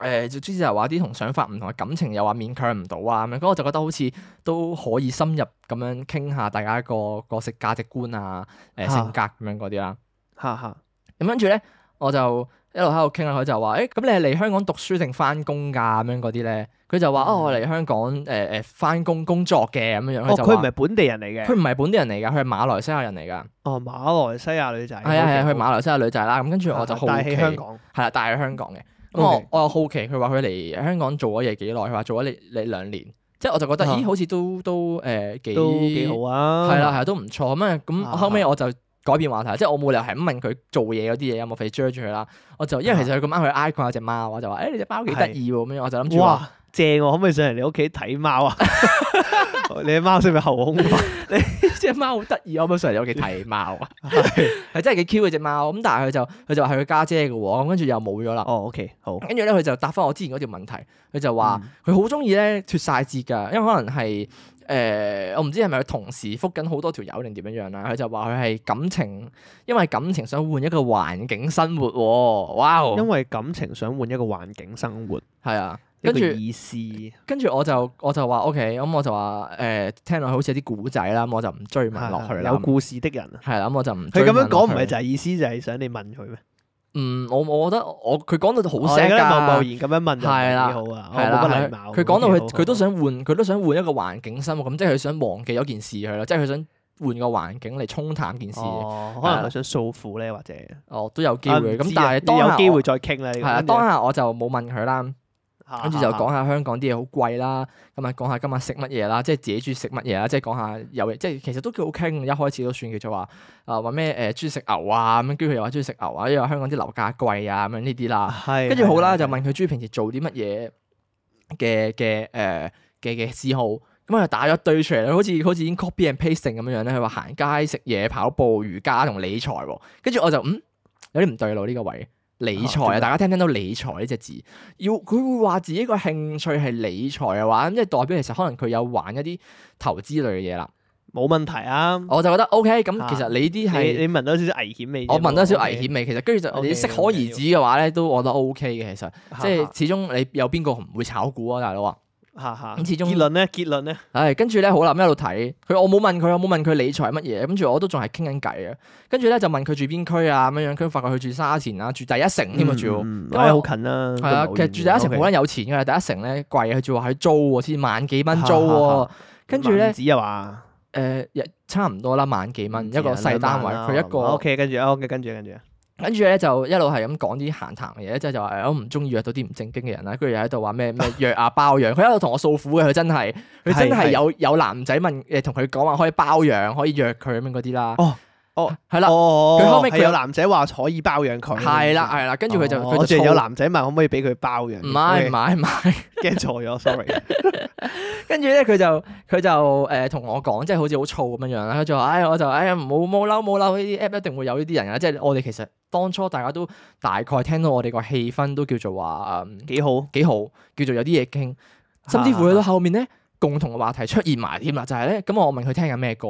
Speaker 2: 誒，總之就係話啲同想法唔同嘅感情，又話勉強唔到啊咁樣。咁我就覺得好似都可以深入咁樣傾下大家個個食價值觀啊、誒、
Speaker 1: 啊
Speaker 2: 性格咁樣嗰啲啦。
Speaker 1: 哈哈，
Speaker 2: 咁跟住咧，我就一路喺度傾啦。佢就話：，誒、咁你係嚟香港讀書定翻工㗎？咁樣嗰啲咧，佢
Speaker 1: 嗯
Speaker 2: 就話：，哦，我嚟香港誒誒翻工工作嘅咁樣樣。
Speaker 1: 哦，
Speaker 2: 就
Speaker 1: 佢唔
Speaker 2: 話
Speaker 1: 係本地人嚟嘅
Speaker 2: 佢。唔係本地人嚟㗎，佢係馬來西亞人嚟㗎。
Speaker 1: 哦，馬來西亞女仔。係
Speaker 2: 係啊係啊，佢馬來西亞女仔啦，咁跟住我就好
Speaker 1: 啊但
Speaker 2: 奇，
Speaker 1: 係喺香港。
Speaker 2: 係啦，帶去香港嘅。咁
Speaker 1: OK
Speaker 2: 我我又好奇，佢話佢嚟香港做咗嘢幾耐？佢話做咗你你兩年，即係我就覺得，
Speaker 1: 啊
Speaker 2: 咦，好似都都誒幾
Speaker 1: 都幾好啊！
Speaker 2: 係啦，係啦，都唔錯咁啊。咁
Speaker 1: 啊
Speaker 2: 後尾我就改變話題，即係我冇理由係咁問佢做嘢嗰啲嘢有冇肥追住佢啦。我就因為其實佢咁啱佢 icon 有隻貓，我就話誒你隻貓幾得意喎咁樣，我就諗住話
Speaker 1: 哇，正喎！可唔可以上嚟你屋企睇貓啊？你嘅貓識唔識後空翻？
Speaker 2: 只貓好得意，我咪上嚟屋企睇貓啊，係真係幾 Q 嘅只貓。咁但係佢就佢就話係佢家姐嘅喎，咁跟住又冇咗啦。
Speaker 1: 哦，OK，好，
Speaker 2: 跟住咧，佢就答翻我之前嗰條問題，佢就話佢好中意咧脱晒節㗎，因為可能係誒、呃我唔知係咪佢同時覆緊好多條友定點樣樣啦。佢就話佢係感情，因為感情想換一個環境生活喎、哇哦！
Speaker 1: 嗯因為感情想換一個環境生活，
Speaker 2: 係啊，
Speaker 1: 一
Speaker 2: 跟
Speaker 1: 個
Speaker 2: 住
Speaker 1: 意思
Speaker 2: 跟住我就我就話 OK，咁我就話誒、呃、聽落好似有啲古仔啦，咁我就唔追問落去啦。
Speaker 1: 啊有故事的人啊。
Speaker 2: 係啦，咁我就唔
Speaker 1: 佢
Speaker 2: 追
Speaker 1: 咁樣
Speaker 2: 問
Speaker 1: 講
Speaker 2: 落
Speaker 1: 唔係
Speaker 2: 去
Speaker 1: 就係意思就係想你問佢咩？
Speaker 2: 嗯，我我覺得我佢講到好
Speaker 1: 我覺
Speaker 2: sad
Speaker 1: 得貿貿
Speaker 2: 㗎。
Speaker 1: 然咁樣問就唔係
Speaker 2: 係啦
Speaker 1: 幾好啊，我
Speaker 2: 係啦，
Speaker 1: 冇乜
Speaker 2: 係
Speaker 1: 禮貌。
Speaker 2: 佢講到
Speaker 1: 好啊
Speaker 2: 佢
Speaker 1: 好
Speaker 2: 佢都
Speaker 1: 好
Speaker 2: 想換，佢都想換一個環境生活，咁即係佢想忘記咗件事去啦，即係佢想換個環境嚟沖淡件事。哦，
Speaker 1: 哦，可
Speaker 2: 係
Speaker 1: 能
Speaker 2: 啦
Speaker 1: 佢想訴苦咧，或者
Speaker 2: 都有機
Speaker 1: 啊唔
Speaker 2: 會。咁
Speaker 1: 知啊
Speaker 2: 但係當下
Speaker 1: 有機會
Speaker 2: 我
Speaker 1: 再傾啦。呢個啊
Speaker 2: 係啊，
Speaker 1: 跟住
Speaker 2: 當下我就冇問佢啦，
Speaker 1: 下
Speaker 2: 跟住
Speaker 1: 下
Speaker 2: 就
Speaker 1: 下
Speaker 2: 講下香港啲嘢好貴啦，咁啊講下今日食乜嘢啦，即係自己中意食乜嘢啦，即係講下有即係其實都幾好傾。一開始都算叫做話啊話咩誒中意食牛啊咁樣，跟住佢又話中意食牛啊，因為香港啲樓價貴啊咁樣呢啲啦。
Speaker 1: 係
Speaker 2: 跟住好啦，
Speaker 1: 係
Speaker 2: 就問佢中意平時做啲乜嘢嘅嘅誒嘅嘅嗜好，咁啊打咗一堆出嚟啦，好似好似已經 copy and pasting 咁樣樣咧。佢話行街、食嘢、跑步、瑜伽同理財喎。跟住我就嗯有啲唔對路呢個位。理財
Speaker 1: 啊點
Speaker 2: 啊！
Speaker 1: 解
Speaker 2: 大家聽唔聽到理財呢隻字？要佢會話自己個興趣係理財嘅啊話，咁即係代表其實可能佢有玩一啲投資類嘅嘢啦。
Speaker 1: 冇問題啊。
Speaker 2: 我就覺得 OK，
Speaker 1: 啊
Speaker 2: 咁其實你啲哦係
Speaker 1: 你你聞到少少危險味啫喎，
Speaker 2: 我問得少危
Speaker 1: OK，
Speaker 2: 險味，其實跟住就
Speaker 1: OK，
Speaker 2: 你適可而
Speaker 1: OK，
Speaker 2: 止嘅話咧，都我覺得 OK 嘅。其實
Speaker 1: 下
Speaker 2: 即係始終你有邊個唔會炒股啊，大佬啊！
Speaker 1: 下下
Speaker 2: 咁始終
Speaker 1: 結論咧，結論咧，
Speaker 2: 唉，跟住咧好啦，咁一路睇佢，我冇問佢，我冇問佢理財乜嘢，跟住我都仲係傾緊偈嘅。跟住咧就問佢住邊區啊咁樣樣，佢發覺佢住沙田啦，住第一城添啊，住
Speaker 1: 住
Speaker 2: 喎。
Speaker 1: 因
Speaker 2: 因為
Speaker 1: 好近啦，
Speaker 2: 係啊，
Speaker 1: 嗯都唔係好
Speaker 2: 其實
Speaker 1: 遠
Speaker 2: 住第一城
Speaker 1: ，OK
Speaker 2: 冇得有錢㗎，第一城咧貴，佢仲話佢租喎，先萬幾蚊租
Speaker 1: 哈哈
Speaker 2: 喎
Speaker 1: 哈。
Speaker 2: 跟住咧
Speaker 1: 萬子啊嘛，
Speaker 2: 誒，一差唔多啦，萬幾蚊
Speaker 1: 唔
Speaker 2: 一
Speaker 1: 知啊
Speaker 2: 個細單
Speaker 1: 兩
Speaker 2: 位，
Speaker 1: 萬啦
Speaker 2: 佢一個。
Speaker 1: OK，跟住 OK，跟住跟住，
Speaker 2: 跟住咧就一路係咁講啲閒談嘅嘢，即係就話誒哎我唔中意約到啲唔正經嘅人啦，跟住又喺度 話咩咩約啊包養，佢一路同我訴苦嘅，佢真係佢真
Speaker 1: 係係
Speaker 2: 係有有男仔問誒同佢講話可以包養，可以約佢咁樣嗰啲啦。
Speaker 1: 哦哦，
Speaker 2: 係啦，
Speaker 1: 哦，
Speaker 2: 佢後尾佢
Speaker 1: 係有男仔話可以包養佢，
Speaker 2: 係啦，係啦，跟住佢就
Speaker 1: 哦
Speaker 2: 佢
Speaker 1: 我
Speaker 2: 就
Speaker 1: 仲有
Speaker 2: 燥
Speaker 1: 男仔問可唔可以俾佢包養，
Speaker 2: 唔係唔
Speaker 1: OK，
Speaker 2: 係唔係，
Speaker 1: 驚錯咗，sorry，
Speaker 2: 跟住咧佢就佢就誒同我講，即係好似好燥咁樣樣啦。佢就話：哎唉，我就唉唔好冇嬲冇嬲，呢啲 app 一定會有呢啲人啊！即係我哋其實當初大家都大概聽到我哋個氣氛都叫做話 嗯
Speaker 1: 幾好，
Speaker 2: 幾好，叫做有啲嘢 傾，甚至乎去到後面咧，共同嘅話題出現埋添啦，就係咧，咁我問佢聽緊咩歌，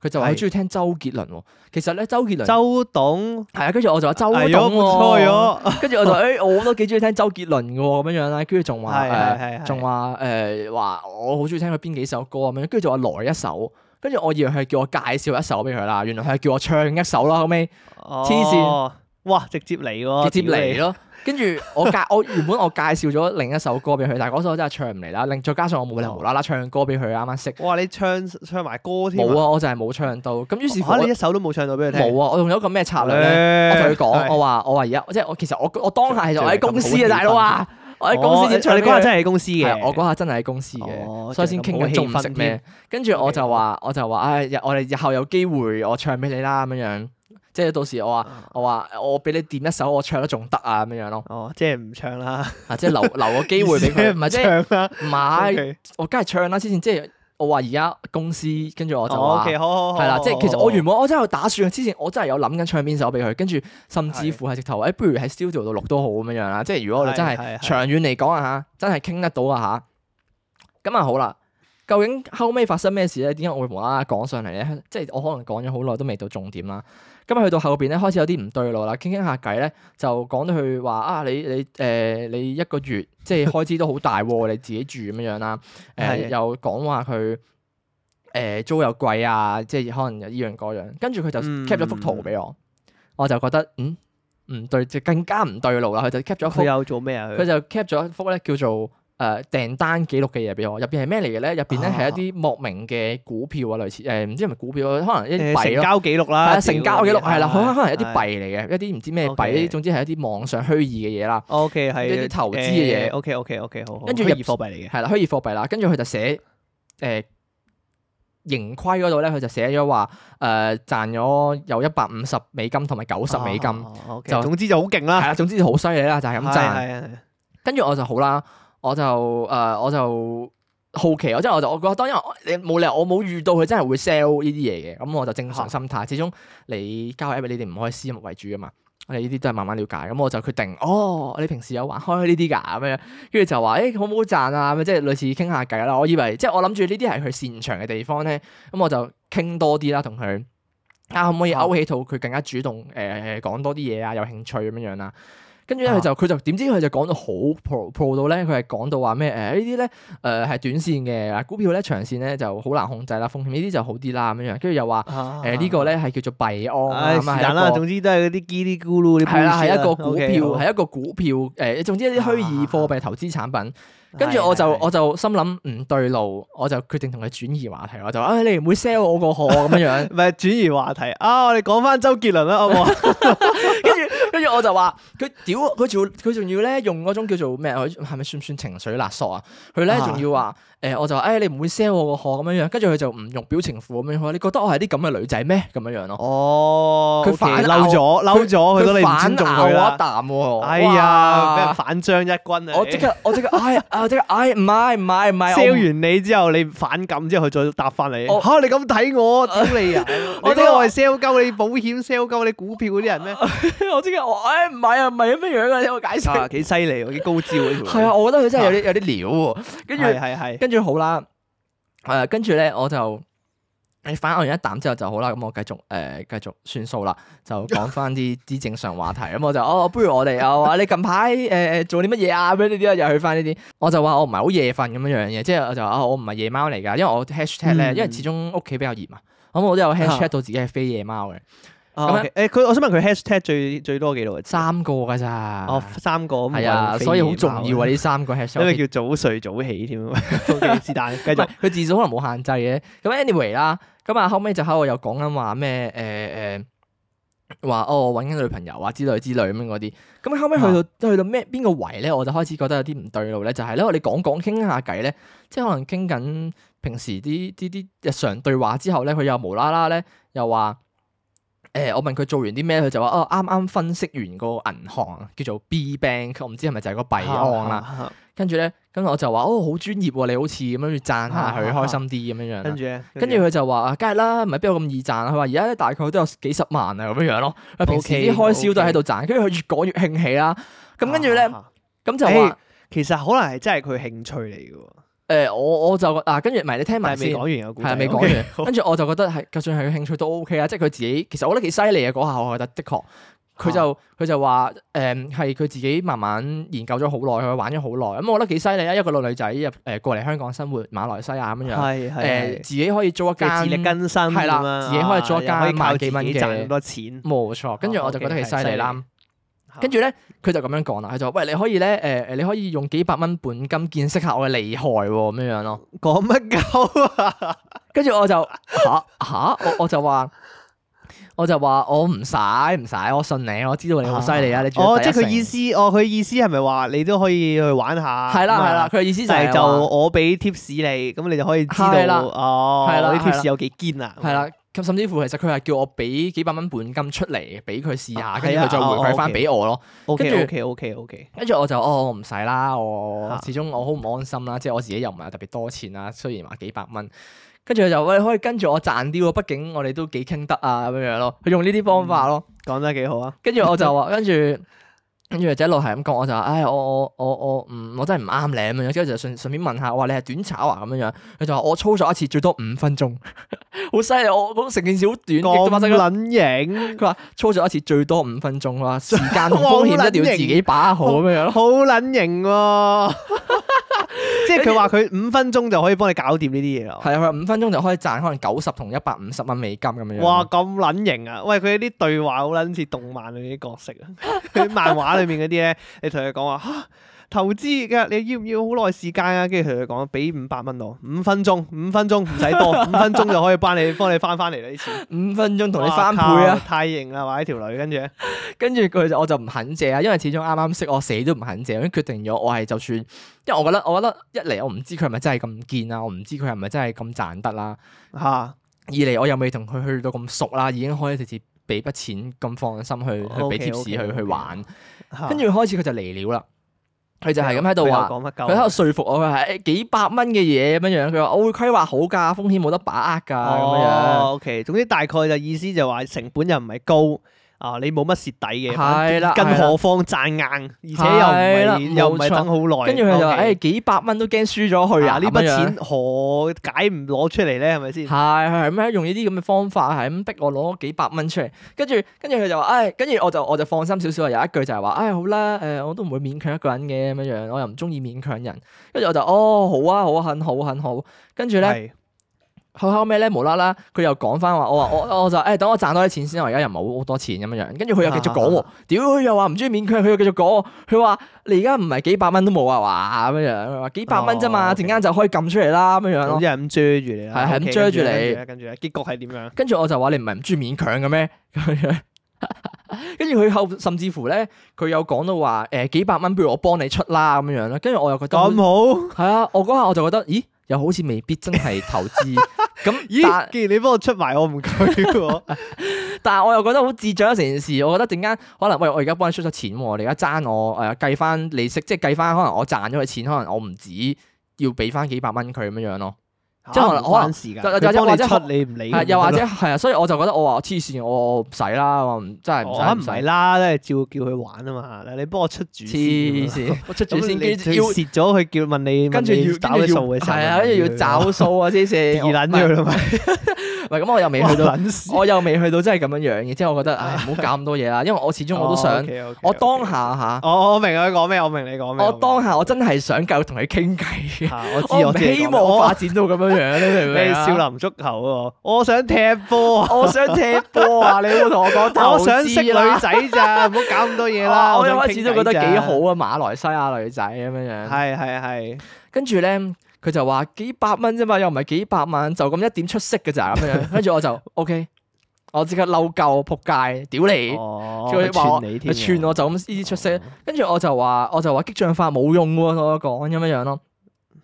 Speaker 2: 佢就話
Speaker 1: 係
Speaker 2: 佢中意聽周杰倫喎。其實咧，周杰倫
Speaker 1: 周董，
Speaker 2: 係啊，跟住我就話周
Speaker 1: 哎
Speaker 2: 董
Speaker 1: 呦錯啊
Speaker 2: 喎，
Speaker 1: 咗，
Speaker 2: 跟住我就 誒我都幾中意聽周杰倫嘅喎，咁樣樣啦，跟住仲話
Speaker 1: 係係
Speaker 2: 誒，
Speaker 1: 係係，
Speaker 2: 仲話誒話我好中意聽佢邊幾首歌咁樣，跟住就話來一首。跟住我以為佢係叫我介紹一首俾佢啦，原來佢係叫我唱一首啦，後尾
Speaker 1: 黐
Speaker 2: 線，
Speaker 1: 哦哇，直接嚟喎，
Speaker 2: 直接
Speaker 1: 哦屌你
Speaker 2: 嚟咯。跟住我 介我原本我介紹咗另一首歌俾佢，但係嗰首真係唱唔嚟啦。另再加上我冇
Speaker 1: 哦
Speaker 2: 理由無啦啦唱歌俾佢，啊啱啱識
Speaker 1: 哇！你唱唱埋歌添，
Speaker 2: 冇！啊，我就係冇唱到。咁於是乎
Speaker 1: 嚇
Speaker 2: 我
Speaker 1: 你一首都冇唱到俾佢聽。哎
Speaker 2: 冇啊，我用咗一個咩策略咧？我同
Speaker 1: 咧
Speaker 2: 佢講，我話我話而家即係我其實我我當下其實我喺公司
Speaker 1: 就係咁好氣
Speaker 2: 啊，
Speaker 1: 憤
Speaker 2: 大佬啊，我喺公司先唱
Speaker 1: 哦你
Speaker 2: 俾佢。
Speaker 1: 嗰日真係喺公司
Speaker 2: 係啊
Speaker 1: 嘅，
Speaker 2: 我嗰下真係喺公司
Speaker 1: 哦
Speaker 2: 嘅，所以先傾緊中午
Speaker 1: 就係
Speaker 2: 食
Speaker 1: 咁好氣氛添
Speaker 2: 咩。跟住我就話我就話唉，日我哋日後有機會我唱俾你啦咁樣樣，即係到時我話我話我俾你點一首我唱得仲得啊咁樣樣咯。
Speaker 1: 哦，即係唔唱啦，
Speaker 2: 啊，即係 留留個機會俾佢，唔係即係
Speaker 1: 係唱啦。
Speaker 2: 唔係，
Speaker 1: OK
Speaker 2: 我梗係唱啦先，即係我話而家公司，跟住我就
Speaker 1: 哦
Speaker 2: 話
Speaker 1: ，OK，好好好，
Speaker 2: 係啦，
Speaker 1: 好
Speaker 2: 即係其實我原
Speaker 1: 好
Speaker 2: 本我真係有打算，之前我真係有諗緊唱邊首俾佢，跟住甚至乎係直頭誒，不如喺 studio 度錄都好咁樣樣啦。即係如果我哋真
Speaker 1: 係係
Speaker 2: 係
Speaker 1: 係
Speaker 2: 長遠嚟講啊嚇，真係傾得到啊嚇，咁啊好啦。究竟後尾發生咩事咧？點解我會無啦啦講上嚟咧？即係我可能講咗好耐都未到重點啦。咁啊去到後邊咧開始有啲唔對路啦，傾傾下偈咧就講到佢話啊，你你誒、呃你一個月即係開支都好大喎， 你自己住咁樣樣啦。誒、
Speaker 1: 係
Speaker 2: 又講話佢誒租又貴啊，即係可能有依樣嗰樣。跟住佢就
Speaker 1: 嗯
Speaker 2: cap 咗幅圖俾我，我就覺得嗯唔對，就更加唔對路啦。佢就 cap 咗幅
Speaker 1: 佢，有做咩啊？
Speaker 2: 佢就 cap 咗一幅咧叫做。誒、訂單記錄嘅嘢俾我，入邊係咩嚟嘅咧？入邊咧係一啲莫名嘅股票啊，類似誒唔、知係咪股票，可能一啲
Speaker 1: 誒
Speaker 2: 幣
Speaker 1: 成
Speaker 2: 咯，
Speaker 1: 交記錄
Speaker 2: 係
Speaker 1: 啦，
Speaker 2: 啊成交記錄係啦，
Speaker 1: 屌
Speaker 2: 佢
Speaker 1: 你
Speaker 2: 可能係一啲
Speaker 1: 係
Speaker 2: 幣嚟嘅，一啲唔知咩
Speaker 1: OK
Speaker 2: 幣，總之係一啲網上虛擬嘅嘢啦。
Speaker 1: OK 係
Speaker 2: 一啲投資嘅嘢
Speaker 1: OK OK OK 好，好
Speaker 2: 跟住
Speaker 1: 虛
Speaker 2: 入
Speaker 1: 擬貨幣嚟嘅，
Speaker 2: 係啦，虛擬貨幣啦，跟住佢就寫誒、呃盈虧嗰度咧，佢就寫咗話誒賺咗有一百五十美金同埋九十美金，係啦、
Speaker 1: 哦哦，OK，
Speaker 2: 就
Speaker 1: 總之就好勁啦，
Speaker 2: 總之就啊好犀利啦，就係咁啊
Speaker 1: 係
Speaker 2: 賺。
Speaker 1: 係係
Speaker 2: 跟住我就好啦，我就誒、呃我就好奇，我即係我就我覺得，當然我你冇理由，我冇遇到佢真係會 sell 呢啲嘢嘅，咁我就正常心態。始終你交友 app 你哋唔可以私密為主噶嘛，我哋呢啲都係慢慢了解。咁我就決定，哦，你平時有玩開呢啲㗎咁樣，跟住就話，誒、好唔好賺啊？咁即係類似傾下偈啦。我以為即係我諗住呢啲係佢擅長嘅地方咧，咁我就傾多啲啦，同佢啊可唔可以勾起到佢更加主動誒誒講多啲嘢啊，有興趣咁樣樣啦。跟住咧，佢
Speaker 1: 啊
Speaker 2: 就佢就點知佢就講到好 pro pro 到咧，佢係講到話咩誒呢啲咧誒係短線嘅，啊嗱股票咧長線咧就好難控制啦，風險呢啲就好啲啦咁樣樣，跟住又話誒呢個咧係叫做幣安
Speaker 1: 啊唉，
Speaker 2: 啊
Speaker 1: 是
Speaker 2: 嘛，
Speaker 1: 但啦，
Speaker 2: 係一個
Speaker 1: 總之都係嗰啲叽哩咕嚕啲
Speaker 2: 係啦，係一個股
Speaker 1: bullshit
Speaker 2: 票
Speaker 1: 啦，OK，好啊
Speaker 2: 係啊一個股票誒，總之一啲虛擬貨幣投資產品。跟住
Speaker 1: 係
Speaker 2: 我就
Speaker 1: 係係
Speaker 2: 我就心諗唔對路，我就決定同佢轉移話題，我就話誒你唔會 sell 我個殼咁樣樣。
Speaker 1: 唔係轉移話題啊！我哋講翻周杰倫啦，好 唔好啊？
Speaker 2: 跟住跟住我就話佢屌佢仲佢仲要咧用嗰種叫做咩？佢係咪算唔算情緒勒索啊？佢咧
Speaker 1: 啊
Speaker 2: 仲要話誒、我就話誒、哎你唔會 sell 我個殼咁樣樣，跟住佢就唔用表情符咁樣，佢話你覺得我係啲咁嘅女仔咩？咁樣樣咯。
Speaker 1: 哦，
Speaker 2: 佢
Speaker 1: OK，
Speaker 2: 反
Speaker 1: 嬲咗，嬲咗，佢都你唔
Speaker 2: 反
Speaker 1: 尊重
Speaker 2: 咬我
Speaker 1: 佢
Speaker 2: 一
Speaker 1: 啦。
Speaker 2: 啖喎！
Speaker 1: 哎呀，俾人
Speaker 2: 哇！
Speaker 1: 反將一軍啊！
Speaker 2: 我即刻我即刻哎呀我即刻哎唔係唔係唔係
Speaker 1: sell
Speaker 2: 我唔
Speaker 1: 完你之後，你反感之後，佢再答翻你。
Speaker 2: 我
Speaker 1: 嚇你咁睇我，屌你啊！
Speaker 2: 我
Speaker 1: 我
Speaker 2: 即
Speaker 1: 覺
Speaker 2: 刻
Speaker 1: 得我係 sell 鳩你保險，sell 鳩你股票嗰啲人
Speaker 2: 啊
Speaker 1: 咩？
Speaker 2: 我即刻我哎唔係啊唔係咁樣樣啊！你聽我解釋。
Speaker 1: 啊，幾犀利喎，幾高招呢條女。
Speaker 2: 係啊，我覺得佢真係有啲有啲料喎。跟住
Speaker 1: 係係係。
Speaker 2: 跟住好啦，誒、跟住咧我就你反咬完一啖之後就好啦，咁我繼續誒、繼續算數啦，就講翻 啲啲正常話題。咁我就哦，不如我哋啊，我話你近排 誒誒做啲乜嘢啊？咁樣呢啲啊，又去翻呢啲。我就話我唔係好夜瞓咁樣樣嘅，即係我就話啊，我唔係夜貓嚟㗎，因為我 hashtag 咧，
Speaker 1: 嗯啊
Speaker 2: 因為始終屋企比較熱嘛，咁我都有 hashtag 到自己係非夜貓嘅，
Speaker 1: 哦
Speaker 2: 啊咁
Speaker 1: OK，誒佢，我想問佢 hashtag 最最多幾多啊？
Speaker 2: 三個㗎咋。
Speaker 1: 哦，三個咁
Speaker 2: 係啊，所以好重要啊！呢三個 hashtag。
Speaker 1: 因為叫早睡早起添 啊。OK，是但，繼
Speaker 2: 唔係
Speaker 1: 續。
Speaker 2: 佢字數可能冇限制嘅。咁 anyway 啦，咁啊後尾就喺度又講緊話咩誒誒話哦我揾緊女朋友啊之類之類咁樣嗰啲。咁後尾去到
Speaker 1: 啊
Speaker 2: 去到咩邊個位咧，我就開始覺得有啲唔對路咧，就係咧我哋講講傾下偈咧，即係可能傾緊平時啲啲啲日常對話之後咧，佢又無啦啦咧又話。誒、我問佢做完啲咩，佢就話哦，啱啱分析完個銀行啊叫做 B Bank，我唔知係咪就 係個幣安啊啦。
Speaker 1: 啦。
Speaker 2: 跟住咧，跟住我就話哦，好專業喎、你好似咁樣要讚下佢，
Speaker 1: 啊啊啊
Speaker 2: 開心啲咁樣樣
Speaker 1: 跟
Speaker 2: 啦。
Speaker 1: 住咧，
Speaker 2: 跟住佢就話啊，梗係啦，唔係邊有咁易賺啊？佢話而家咧大概都有幾十萬啊咁樣樣咯。佢平時啲
Speaker 1: OK，
Speaker 2: 開銷都喺度賺，跟住佢越講越興起啦。咁跟住咧，
Speaker 1: 啊
Speaker 2: 咁就
Speaker 1: 誒
Speaker 2: 話
Speaker 1: 其實可能係真係佢興趣嚟嘅喎，
Speaker 2: 誒，我我就啊，跟住唔係你聽埋
Speaker 1: 哎但係未
Speaker 2: 先
Speaker 1: 講。完有故
Speaker 2: 係啊
Speaker 1: 仔。
Speaker 2: 未講
Speaker 1: OK，
Speaker 2: 完，跟住我就覺得係，就算係佢興趣都 O K 啦，即係佢自己，其實我覺得幾犀利嘅嗰下，我覺得的確，佢
Speaker 1: 啊
Speaker 2: 就佢就話誒係佢自己慢慢研究咗好耐，佢玩咗好耐，咁我覺得幾犀利啊！一個女仔入誒過嚟香港生活，馬來西亞咁樣，
Speaker 1: 係係
Speaker 2: 誒
Speaker 1: 係
Speaker 2: 自己可以租一
Speaker 1: 即係
Speaker 2: 間，
Speaker 1: 自力更生
Speaker 2: 係啦
Speaker 1: 咁樣
Speaker 2: 自己可以做一間
Speaker 1: 啊又可以靠
Speaker 2: 萬
Speaker 1: 自
Speaker 2: 幾蚊
Speaker 1: 己
Speaker 2: 嘅
Speaker 1: 賺咁多錢。
Speaker 2: 冇錯，跟住
Speaker 1: 哦
Speaker 2: 我就覺得佢
Speaker 1: OK，
Speaker 2: 犀
Speaker 1: 係
Speaker 2: 利
Speaker 1: 犀
Speaker 2: 啦。跟住咧，佢就咁樣講啦，佢就話：喂，你可以咧，誒、誒，你可以用幾百蚊本金見識下我嘅厲害喎、咁樣樣咯。
Speaker 1: 講乜鳩啊？
Speaker 2: 跟住我就 吓吓，我我就話，我就話我唔使唔使，我信你，我知道你好犀利啊！你住
Speaker 1: 哦，即係佢意思，哦，佢意思係咪話你都可以去玩下？
Speaker 2: 係啦
Speaker 1: 咁啊
Speaker 2: 係啦，，佢嘅意思就
Speaker 1: 但係就
Speaker 2: 係就
Speaker 1: 我俾 tips 你，咁你就可以知
Speaker 2: 係啦
Speaker 1: 道哦，
Speaker 2: 係啦
Speaker 1: 啲
Speaker 2: 係啦
Speaker 1: tips 有幾堅啊？
Speaker 2: 係啦。咁甚至乎其實佢係叫我俾幾百蚊本金出嚟俾佢試下，
Speaker 1: 啊
Speaker 2: 跟住佢再
Speaker 1: 係啊
Speaker 2: 回
Speaker 1: 哦
Speaker 2: 饋
Speaker 1: ，OK
Speaker 2: 翻俾我咯。
Speaker 1: ，OK
Speaker 2: 跟住
Speaker 1: OK OK OK，
Speaker 2: 跟住我就哦，我唔使啦，我我
Speaker 1: 啊
Speaker 2: 始終我好唔安心啦，即係我自己又唔係特別多錢啦，雖然話幾百蚊。跟住佢就喂，可以跟住我賺啲喎，畢竟我哋都幾傾得啊咁樣樣咯。佢用呢啲方
Speaker 1: 嗯
Speaker 2: 法咯，
Speaker 1: 講得幾好啊！
Speaker 2: 跟住我 就話，跟住跟住就一路係咁講，我就話，唉，我我我我唔，我真係唔啱你咁樣。跟住就順順便問下，我話你係短炒啊咁樣樣。佢就話我操作一次最多五分鐘， 好犀利！我我成件事好短，亦都發
Speaker 1: 咁
Speaker 2: 生咗
Speaker 1: 撚型。
Speaker 2: 佢話操作一次最多五分鐘，佢話時間同
Speaker 1: 哇
Speaker 2: 風險
Speaker 1: 好
Speaker 2: 一定要自
Speaker 1: 撚型
Speaker 2: 己把握好咁樣樣咯。
Speaker 1: 好撚型 喎！即係佢話佢五分鐘就可以幫你搞掂呢啲嘢咯。
Speaker 2: 係啊，佢話五分鐘就可以賺可能九十同一百五十蚊美金咁樣樣。
Speaker 1: 哇，咁撚型啊！喂，佢啲對話好撚似動漫裏面啲角色啊， 佢啲漫畫裏面嗰啲咧，你同佢講話吓投資嘅，你要唔要好耐時間啊？跟住佢就講俾五百蚊我，五分鐘，五分鐘唔使多， 五分鐘就可以幫你幫你翻翻嚟啦啲 錢。
Speaker 2: 五分鐘同你翻倍
Speaker 1: 哇靠
Speaker 2: 啊！
Speaker 1: 太型啦，話呢條女，跟住咧
Speaker 2: 跟住佢就我就唔肯借啊，因為始終啱啱識我死都唔肯借，咁決定咗我係就算，因為我覺得我覺得一嚟我唔知佢係咪真係咁堅啦，我唔知佢係咪真係咁賺得啦，
Speaker 1: 吓
Speaker 2: 二嚟我又未同佢去到咁熟啦，已經可以直接俾筆錢咁放心去去俾
Speaker 1: OK，
Speaker 2: 貼士
Speaker 1: OK，啊
Speaker 2: 去去
Speaker 1: OK
Speaker 2: 玩，
Speaker 1: 吓
Speaker 2: 跟住開始佢就嚟料啦。佢就係咁喺度話。
Speaker 1: 啊講乜鳩
Speaker 2: 佢喺度說服我，佢係誒幾百蚊嘅嘢咁樣樣，佢話哦我會規劃好㗎，風險冇得把握㗎啊咁樣樣。
Speaker 1: 哦，OK，總之大概就意思就話成本又唔係高。啊！你冇乜蝕底嘅，
Speaker 2: 係啦
Speaker 1: 更
Speaker 2: 係啦
Speaker 1: 何況賺硬，而且又唔
Speaker 2: 係啦
Speaker 1: 係又唔係
Speaker 2: 冇錯
Speaker 1: 等好耐。
Speaker 2: 跟住佢就話
Speaker 1: OK
Speaker 2: 誒幾百蚊都驚輸咗佢啊
Speaker 1: 啊呢
Speaker 2: 筆
Speaker 1: 筆
Speaker 2: 錢
Speaker 1: 錢何解唔攞出嚟咧？係咪先？
Speaker 2: 係係咁樣用呢啲咁嘅方法，係咁逼我攞幾百蚊出嚟，跟住跟住佢就話，唉、跟住我就我就放心少少，有一句就係話，唉、好啦，誒、我都唔會勉強一個人嘅咁樣樣，我又唔中意勉強人，跟住我就哦好啊好啊很好很好，跟住咧
Speaker 1: 係
Speaker 2: 佢後尾咧無啦啦佢又講翻話，我話我我就誒、唉等我賺多啲錢先，我而家又唔係好好多錢咁樣樣，跟住佢又繼續講喎，屌佢又話唔中意勉強，佢又繼續講喎，佢話你而家唔係幾百蚊都冇啊話咁樣樣，佢話幾百蚊啫嘛，
Speaker 1: 哦
Speaker 2: 陣間就可以撳出嚟啦咁樣樣咯
Speaker 1: 總。之係咁追住你啦，OK，
Speaker 2: 係係咁追住你
Speaker 1: 跟啦跟住啦，結局係點樣？
Speaker 2: 跟住我就話你唔係唔中意勉強嘅咩？咁樣，跟住佢後甚至乎咧，佢有講到話誒、幾百蚊，不如我幫你出啦咁樣樣啦。跟住我又覺得好
Speaker 1: 咁好？
Speaker 2: 係啊，我嗰下我就覺得，咦，又好似未必真係投資。咁
Speaker 1: 咦？
Speaker 2: 但
Speaker 1: 既然你幫我出埋，我唔拒喎。
Speaker 2: 但係我又覺得好智障一成件事，我覺得陣間可能喂我而家幫你出咗錢喎，你而家爭我誒、計翻利息，即係計翻可能我賺咗嘅錢，可能我唔止要俾翻幾百蚊佢咁樣樣咯。即係可能
Speaker 1: 嚇唔關事
Speaker 2: 可能
Speaker 1: 㗎。
Speaker 2: 就就
Speaker 1: 佢
Speaker 2: 或
Speaker 1: 幫
Speaker 2: 者
Speaker 1: 你出，你唔理
Speaker 2: 係
Speaker 1: 佢。
Speaker 2: 又或者係啊，所以我就覺得我話黐線，我我唔使啦，我唔真係唔
Speaker 1: 我
Speaker 2: 使
Speaker 1: 哦唔
Speaker 2: 唔使
Speaker 1: 係。啦，都係照叫佢玩啊嘛。嗱，你幫我出住先
Speaker 2: 黐
Speaker 1: 咁樣。
Speaker 2: 線，我出
Speaker 1: 咁
Speaker 2: 先，
Speaker 1: 你最
Speaker 2: 跟住要
Speaker 1: 蝕咗佢叫問你，
Speaker 2: 跟住
Speaker 1: 問你
Speaker 2: 要
Speaker 1: 找
Speaker 2: 跟住
Speaker 1: 數
Speaker 2: 要
Speaker 1: 嘅時候，
Speaker 2: 係啊，跟 住要找數
Speaker 1: 二
Speaker 2: 啊，黐線，
Speaker 1: 撚
Speaker 2: 唔
Speaker 1: 咗
Speaker 2: 係
Speaker 1: 啦嘛，
Speaker 2: 唔係咁，我 又未去到，
Speaker 1: 撚事。
Speaker 2: 我又未去到真係咁樣樣嘅，即係我覺得唉，唔好搞咁多嘢啦，因為我始終
Speaker 1: 啊
Speaker 2: 我都
Speaker 1: 哦
Speaker 2: 想，
Speaker 1: ，OK，OK，
Speaker 2: 我當
Speaker 1: OK
Speaker 2: 下吓，
Speaker 1: 我我明你講咩，我明你講咩。
Speaker 2: 我當
Speaker 1: 明
Speaker 2: 下我真係想繼續同佢傾偈嘅，
Speaker 1: 嚇我知
Speaker 2: 我
Speaker 1: 我
Speaker 2: 唔
Speaker 1: 知你
Speaker 2: 希
Speaker 1: 講咩我
Speaker 2: 望發展到咁樣樣，你明唔
Speaker 1: 咩
Speaker 2: 明啊
Speaker 1: 少林足球喎，我想踢波啊，
Speaker 2: 我想踢波啊！你會同我講 投
Speaker 1: 我想識女
Speaker 2: 資啦哦
Speaker 1: 仔咋，唔好搞咁多嘢啦。
Speaker 2: 我一
Speaker 1: 想
Speaker 2: 開始都覺得
Speaker 1: 傾
Speaker 2: 幾
Speaker 1: 偈咋
Speaker 2: 好，啊，馬來西亞女仔咁樣樣。
Speaker 1: 係係係，
Speaker 2: 跟住咧，佢就話幾百蚊啫嘛，又唔係幾百萬，就咁一點出息嘅咋咁 樣。跟住我就 OK，我即刻嬲鳩，仆街，屌你！
Speaker 1: 哦，
Speaker 2: 佢話
Speaker 1: 串
Speaker 2: 我
Speaker 1: 你添喎，
Speaker 2: 佢串我就咁呢啲出息
Speaker 1: 哦，。
Speaker 2: 跟住我就話我就話激將法冇用喎，同我講咁樣樣咯。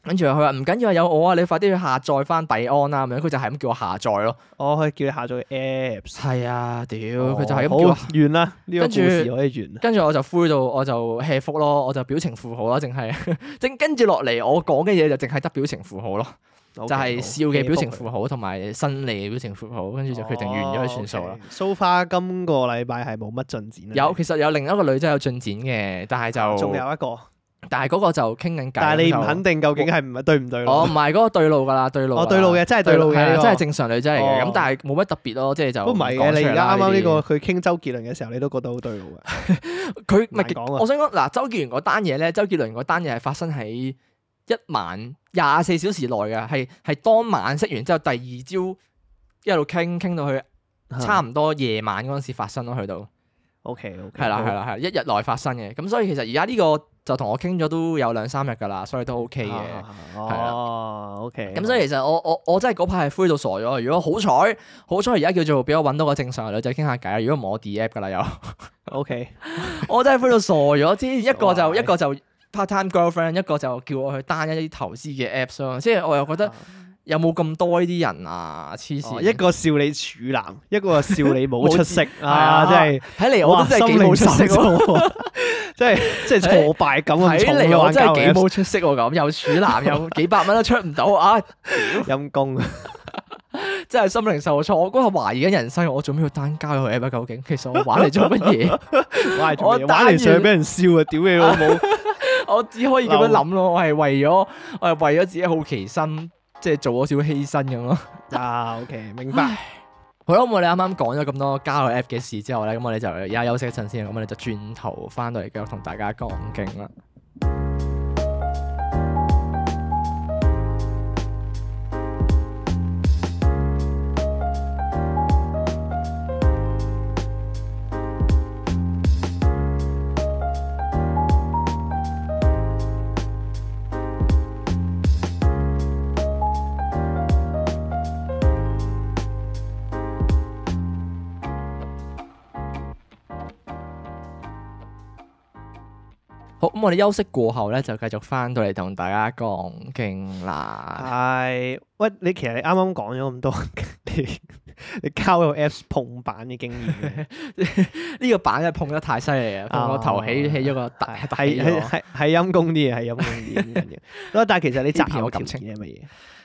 Speaker 2: 跟住佢話唔緊要啊，有我啊，你快啲去下載翻幣安啊啦咁樣。佢就係咁叫我下載咯。
Speaker 1: 我可以叫你下載 Apps。
Speaker 2: 係啊，屌佢就係咁
Speaker 1: 哦好
Speaker 2: 叫我。
Speaker 1: 完啦，呢個
Speaker 2: 跟
Speaker 1: 故
Speaker 2: 住
Speaker 1: 事可以完啦。
Speaker 2: 跟住我就灰到，我就 hea 福咯，我就表情符號啦，淨係 正跟住落嚟，我講嘅嘢就淨係得表情符號咯。就係笑嘅表情符
Speaker 1: 號，
Speaker 2: 號同埋新嚟嘅表情符號，跟
Speaker 1: 哦
Speaker 2: 住就決定完咗佢算數啦。。
Speaker 1: 蘇花今個禮拜係冇乜進展啊。
Speaker 2: 有其實有另一個女仔有進展嘅，但係就
Speaker 1: 啊仲有一個，
Speaker 2: 但係嗰個就傾緊偈。
Speaker 1: 但係你唔肯
Speaker 2: 就
Speaker 1: 定究竟係唔係對唔對
Speaker 2: 啊我唔
Speaker 1: 路？
Speaker 2: 係嗰個對路㗎啦，對路㗎啦。
Speaker 1: 我對路嘅，真係對路
Speaker 2: 係啊
Speaker 1: 嘅，
Speaker 2: 真係正常女仔嚟嘅。
Speaker 1: 哦
Speaker 2: 咁但係冇乜特別咯，即係就
Speaker 1: 都唔係嘅，
Speaker 2: 講
Speaker 1: 你
Speaker 2: 出
Speaker 1: 而
Speaker 2: 嚟啦
Speaker 1: 家啱啱呢
Speaker 2: 啲
Speaker 1: 個佢傾周杰倫嘅時候，你都覺得好對路嘅。
Speaker 2: 佢唔
Speaker 1: 難講
Speaker 2: 係，
Speaker 1: 啊
Speaker 2: 我想講嗱，周杰倫嗰單嘢咧，周杰倫嗰單嘢係發生喺一晚廿四小時內嘅，係係當晚識完之後，第二朝一路傾傾到去 差唔多夜晚嗰陣時發生咯，去到。
Speaker 1: O K O K，
Speaker 2: 係啦係，啦係啦，一日內發生嘅，咁所以其實而家呢個就同我傾咗都有兩三日㗎啦，所以都 OK
Speaker 1: 啊
Speaker 2: 嘅。啦
Speaker 1: 哦，O K，
Speaker 2: 咁所以其實我我我真係嗰排係灰到傻咗。如果好彩，好彩而家叫做俾我揾到個正常嘅女仔傾下偈啦。啊如果唔係我 D app 㗎啦又，
Speaker 1: O K，
Speaker 2: 我真係灰到傻咗。之前一個就
Speaker 1: 哇
Speaker 2: 一個就 part time girlfriend，一個就叫我去 down 一啲投資嘅 apps 咯。即係我又覺得有冇咁多呢啲人啊？黐線！
Speaker 1: 啊哦一個笑你處男，一個笑你冇出息
Speaker 2: 係啊
Speaker 1: 啊，真係
Speaker 2: 睇嚟我都真係幾冇
Speaker 1: 出息
Speaker 2: 心喎。
Speaker 1: 喎， 真係真係挫敗感咁
Speaker 2: 睇
Speaker 1: 重啊
Speaker 2: 嚟我真係幾
Speaker 1: 幾
Speaker 2: 冇出息喎咁，又處男 又幾百蚊都出唔到啊！
Speaker 1: 陰公啊！
Speaker 2: 真係心靈受挫，我嗰下懷疑緊人生，我做咩要單交友 app 啊？究竟其實我玩嚟做乜 嘢？
Speaker 1: 玩嚟做
Speaker 2: 我
Speaker 1: 咩
Speaker 2: 打
Speaker 1: 玩
Speaker 2: 完
Speaker 1: 嚟上俾人笑啊！屌你老母！
Speaker 2: 我只可以咁樣諗咯，我係為咗我係為咗自己好奇心，即係做咗少少犧牲咁咯。
Speaker 1: 啊，OK，明白。
Speaker 2: 好啦，咁我哋啱啱講咗咁多交友 app 嘅事之後咧，咁我哋就而家休息一陣先，咁我哋就轉頭翻到嚟繼續同大家講經啦。好，咁我哋休息過後咧，就繼續翻到嚟同大家講經啦。
Speaker 1: 啊係，喂，你其實你啱啱講咗咁多，你你交友 Apps 碰板嘅經驗，
Speaker 2: 呢個板真係碰得太犀利啊！碰個頭起
Speaker 1: 啊
Speaker 2: 起咗個突
Speaker 1: 係
Speaker 2: 突起
Speaker 1: 係係啊
Speaker 2: 咗。
Speaker 1: 係係陰公啲嘅，係陰公啲唔緊要。但係其實你擇
Speaker 2: 呢邊
Speaker 1: 偶條
Speaker 2: 有感
Speaker 1: 件
Speaker 2: 情
Speaker 1: 係乜嘢？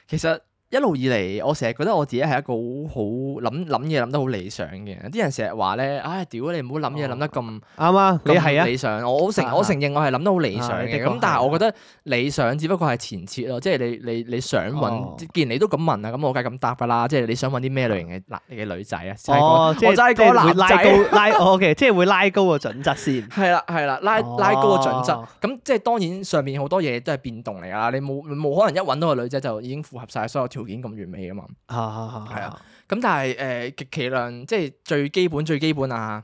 Speaker 2: 其實一路以嚟，我成日覺得我自己係一個好好諗諗嘢諗得好理想嘅人。啲人成日話咧，唉，屌你唔好諗嘢諗得咁
Speaker 1: 啱啊，你
Speaker 2: 咁
Speaker 1: 係啊，
Speaker 2: 理想，我好承
Speaker 1: 啊啊
Speaker 2: 我承認我係諗得好理想
Speaker 1: 啊你
Speaker 2: 嘅，
Speaker 1: 的確
Speaker 2: 咁但
Speaker 1: 係啊
Speaker 2: 係我覺得理想只不過係前設咯，即係你你你想
Speaker 1: 哦
Speaker 2: 揾，既然你都咁問啊，咁我梗係咁答噶啦，即係你想揾啲咩類型嘅男嘅女仔啊？就係講
Speaker 1: 哦，即係
Speaker 2: 我就係
Speaker 1: 即係
Speaker 2: 講
Speaker 1: 會
Speaker 2: 男
Speaker 1: 拉
Speaker 2: 仔啊
Speaker 1: 高拉 OK，即係會拉高個準則先。
Speaker 2: 係啦係啦，拉
Speaker 1: 哦
Speaker 2: 拉高個準則，咁即係當然上面好多嘢都係變動嚟㗎啦，你冇冇可能一揾到個女仔就已經符合晒所有條件咁完美㗎嘛？
Speaker 1: 啊啊
Speaker 2: 係啊，咁但係誒、呃極其量即係最基本最基本啊！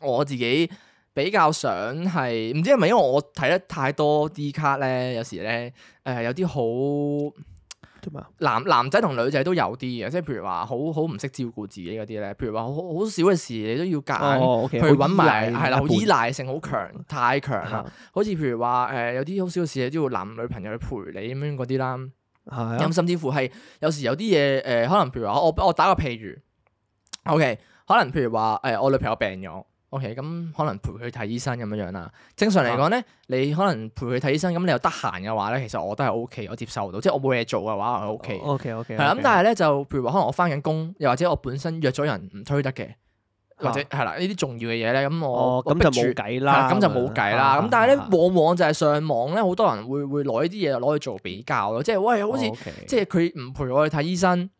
Speaker 2: 我自己比較想係唔知係咪因為我睇得太多 D 卡咧，有時咧誒、呃有啲好
Speaker 1: 點啊？
Speaker 2: 男男仔同女仔都有啲嘅，即係譬如話好好唔識照顧自己嗰啲咧，譬如話好好好少嘅事你都要夾硬
Speaker 1: 哦，OK，
Speaker 2: 去
Speaker 1: 好依
Speaker 2: 揾埋
Speaker 1: 賴
Speaker 2: 係啦，好
Speaker 1: 一
Speaker 2: 依
Speaker 1: 半
Speaker 2: 賴性好強，太強啦。
Speaker 1: 啊
Speaker 2: 好似譬如話誒、呃有啲好少嘅事你都要男女朋友去陪你咁樣嗰啲啦。
Speaker 1: 係啊
Speaker 2: 咁甚至乎係有時有啲嘢誒，呃可能譬如話我我打個譬如，OK，可能譬如話誒、呃我女朋友病咗，OK，咁可能陪佢睇醫生咁樣樣啦。正常嚟
Speaker 1: 啊
Speaker 2: 講咧，你可能陪佢睇醫生，咁你又得閒嘅話咧，其實我都係 OK，我接受到，即係我冇嘢做嘅話，我 OK。
Speaker 1: ，OK 哦 OK，
Speaker 2: 係啦，咁但係咧就譬如話，可能我翻緊工，又或者我本身約咗人唔推得嘅，或者係啦呢啲重要嘅嘢咧，咁我
Speaker 1: 啊哦，咁就冇計
Speaker 2: 係啦
Speaker 1: 啦，啊
Speaker 2: 咁就冇計啦。咁但係咧，往往就係上網咧，好多人會會攞呢啲嘢攞去做比較咯，即係
Speaker 1: 啊
Speaker 2: 喂，好似。即係佢唔陪我去睇醫生，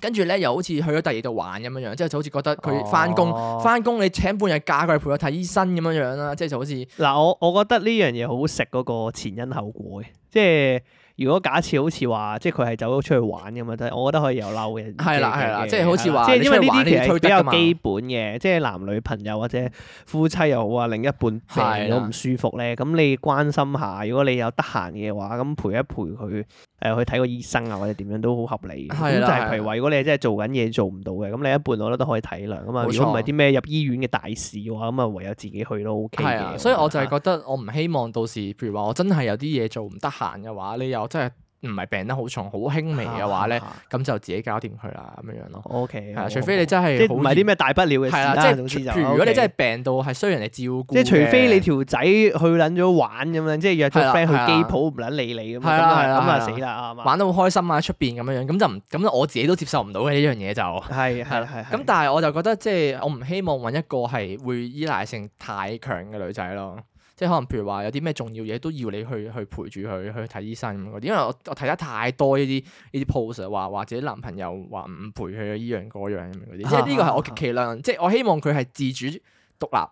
Speaker 2: 跟住咧又好似去咗第二度玩咁樣樣，即係就好似覺得
Speaker 1: 哦
Speaker 2: 佢翻工
Speaker 1: 工
Speaker 2: 翻工你請半日假，佢係陪我睇醫生咁樣樣啦，即係就好似
Speaker 1: 嗱，我我覺得呢樣嘢好食嗰個前因後果嘅，即係如果假設好似話，即係佢係走咗出去玩咁啊，但係我覺得可以有嬲嘅。
Speaker 2: 係啦
Speaker 1: 嘅
Speaker 2: 係啦
Speaker 1: 嘅
Speaker 2: 即係好似話
Speaker 1: 即係因為呢
Speaker 2: 你出
Speaker 1: 啲
Speaker 2: 去玩
Speaker 1: 其實
Speaker 2: 你推
Speaker 1: 比
Speaker 2: 得
Speaker 1: 較
Speaker 2: 㗎嘛
Speaker 1: 基本嘅，即係男女朋友或者夫妻又好啊，另一半病
Speaker 2: 係
Speaker 1: 咗
Speaker 2: 啦
Speaker 1: 唔舒服咧，咁你關心下，如果你有得閒嘅話，咁陪一陪佢。誒去睇個醫生啊，或者點樣都好合理。咁
Speaker 2: 係
Speaker 1: 就
Speaker 2: 啦
Speaker 1: 係
Speaker 2: 係
Speaker 1: 譬如
Speaker 2: 啦
Speaker 1: 話，如果你係真係做緊嘢做唔到嘅，咁你一半我覺得都可以體諒啊嘛。
Speaker 2: 冇
Speaker 1: 如果唔係
Speaker 2: 錯
Speaker 1: 啲咩入醫院嘅大事嘅話，咁啊唯有自己去都 OK
Speaker 2: 係
Speaker 1: 嘅。
Speaker 2: 啊，所以我就
Speaker 1: 覺
Speaker 2: 係
Speaker 1: 得
Speaker 2: 覺得我唔希望到時，譬如話我真係有啲嘢做唔得閒嘅話，你又真係唔係病得好重，好輕微
Speaker 1: 啊
Speaker 2: 嘅話咧，咁就自己搞掂佢啦咁樣樣咯。
Speaker 1: O K，
Speaker 2: 係啊，除非你真
Speaker 1: 哦即
Speaker 2: 係
Speaker 1: 係
Speaker 2: 好
Speaker 1: 唔係啲咩大不了嘅事
Speaker 2: 係啦，
Speaker 1: 啦，
Speaker 2: 即
Speaker 1: 總
Speaker 2: 係
Speaker 1: 之就啊
Speaker 2: 譬如如果你真係
Speaker 1: OK
Speaker 2: 病到係需要人哋照顧
Speaker 1: 即
Speaker 2: 嘅，
Speaker 1: 係除非你條仔去撚咗玩咁樣，即係約咗
Speaker 2: 係啦
Speaker 1: friend 去
Speaker 2: 係啦
Speaker 1: 機鋪唔撚理你咁樣，咁
Speaker 2: 係啦
Speaker 1: 啊
Speaker 2: 係
Speaker 1: 咁
Speaker 2: 啦
Speaker 1: 啊
Speaker 2: 係啦
Speaker 1: 死啦啱啊！
Speaker 2: 玩得好開心啊出邊咁樣樣，咁就唔咁我自己都接受唔到嘅呢樣嘢就。
Speaker 1: 係
Speaker 2: 係
Speaker 1: 係
Speaker 2: 啦
Speaker 1: 係
Speaker 2: 咁但係我就覺得即係我唔希望揾一個係會依賴性太強嘅女仔咯，即係可能譬如話有啲咩重要嘢都要你去去陪住佢去睇醫生咁嗰啲，因為我我睇得太多呢啲呢啲 post 啊話話自己男朋友話唔陪佢啊依樣嗰樣咁 樣嗰啲，即係呢個係我極其量，即係我希望佢係自主獨立，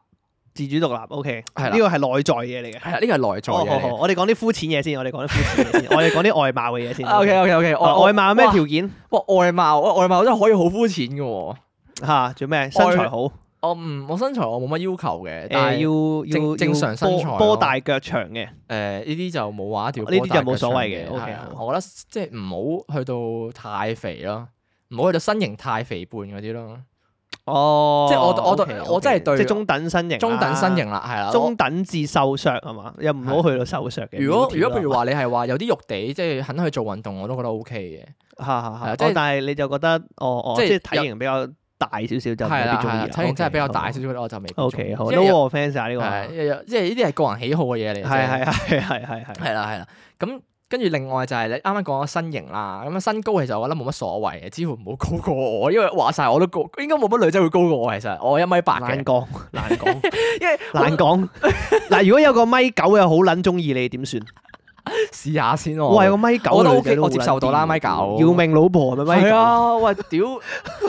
Speaker 1: 自主獨立 O K，
Speaker 2: 係
Speaker 1: 呢
Speaker 2: 啦
Speaker 1: 個係內在嘢嚟嘅。
Speaker 2: 係啊啦，呢個係內在
Speaker 1: 哦好
Speaker 2: 嘅
Speaker 1: 好
Speaker 2: 嚟嘅。
Speaker 1: 我哋講啲膚淺嘢先，我哋講啲膚淺嘢先，我哋講啲外貌嘅嘢先。
Speaker 2: O K O K O K，
Speaker 1: 啊外貌有咩
Speaker 2: 哇
Speaker 1: 條件
Speaker 2: 哦哇外貌，哇外貌真係可以好膚淺嘅喎。
Speaker 1: 嚇？做咩身材好？
Speaker 2: 我唔我身材我冇乜要求嘅，但係
Speaker 1: 誒要
Speaker 2: 正
Speaker 1: 要
Speaker 2: 正常身
Speaker 1: 要波
Speaker 2: 材咯
Speaker 1: 波大腳長嘅。
Speaker 2: 呃誒呢啲就冇話一條，
Speaker 1: 哦呢啲就冇所謂嘅，OK，
Speaker 2: 係啊
Speaker 1: 好
Speaker 2: 我覺得即係唔好去到太肥咯，唔好去到身形太肥胖嗰啲咯。
Speaker 1: 哦，
Speaker 2: 即係我我
Speaker 1: OK，
Speaker 2: 我真係
Speaker 1: OK，
Speaker 2: 對
Speaker 1: 即係中等身形啦，
Speaker 2: 中等身形啦，係啦。
Speaker 1: 中等至瘦削係嘛？又唔好去到瘦削
Speaker 2: 我
Speaker 1: 嘅。
Speaker 2: 如果
Speaker 1: 苗條啦
Speaker 2: 如果譬如話你係話有啲肉地，即係肯去做運動，我都覺得 O K
Speaker 1: 嚇嚇
Speaker 2: 係
Speaker 1: 嚇，
Speaker 2: 啊
Speaker 1: 哦
Speaker 2: 即係
Speaker 1: 但係你就覺得哦哦，
Speaker 2: 即
Speaker 1: 即
Speaker 2: 係
Speaker 1: 係體型比較大少少
Speaker 2: 嘅。
Speaker 1: 就
Speaker 2: 係
Speaker 1: 未
Speaker 2: 啦
Speaker 1: 必中
Speaker 2: 係啦，
Speaker 1: 意。啊
Speaker 2: 體型真係比較大少少，我就未必中意。
Speaker 1: O K 好
Speaker 2: 因
Speaker 1: ，no
Speaker 2: 為有
Speaker 1: offense 啊呢個
Speaker 2: 係
Speaker 1: 係
Speaker 2: 有有即係呢啲係個人喜好嘅嘢嚟嘅啫。
Speaker 1: 係係係係係
Speaker 2: 係啦係啦，咁跟住另外就係你啱啱講咗身形啦，咁啊身高其實我覺得冇乜所謂嘅，只要唔好高過我，因為話晒我都高，應該冇乜女仔會高過我其實，我一米八
Speaker 1: 難
Speaker 2: 嘅，
Speaker 1: 講難講
Speaker 2: 因為
Speaker 1: 難講。嗱，如果有個米九嘅好撚中意你點算？
Speaker 2: 試下先喎。
Speaker 1: 哇，有個米九
Speaker 2: 哦我
Speaker 1: 嘅女仔
Speaker 2: 覺得 OK，
Speaker 1: 都
Speaker 2: 我接
Speaker 1: 好撚
Speaker 2: 受到啦
Speaker 1: 癲
Speaker 2: 米九
Speaker 1: 要命老婆係咪米
Speaker 2: 係
Speaker 1: 九？
Speaker 2: 啊，喂，屌，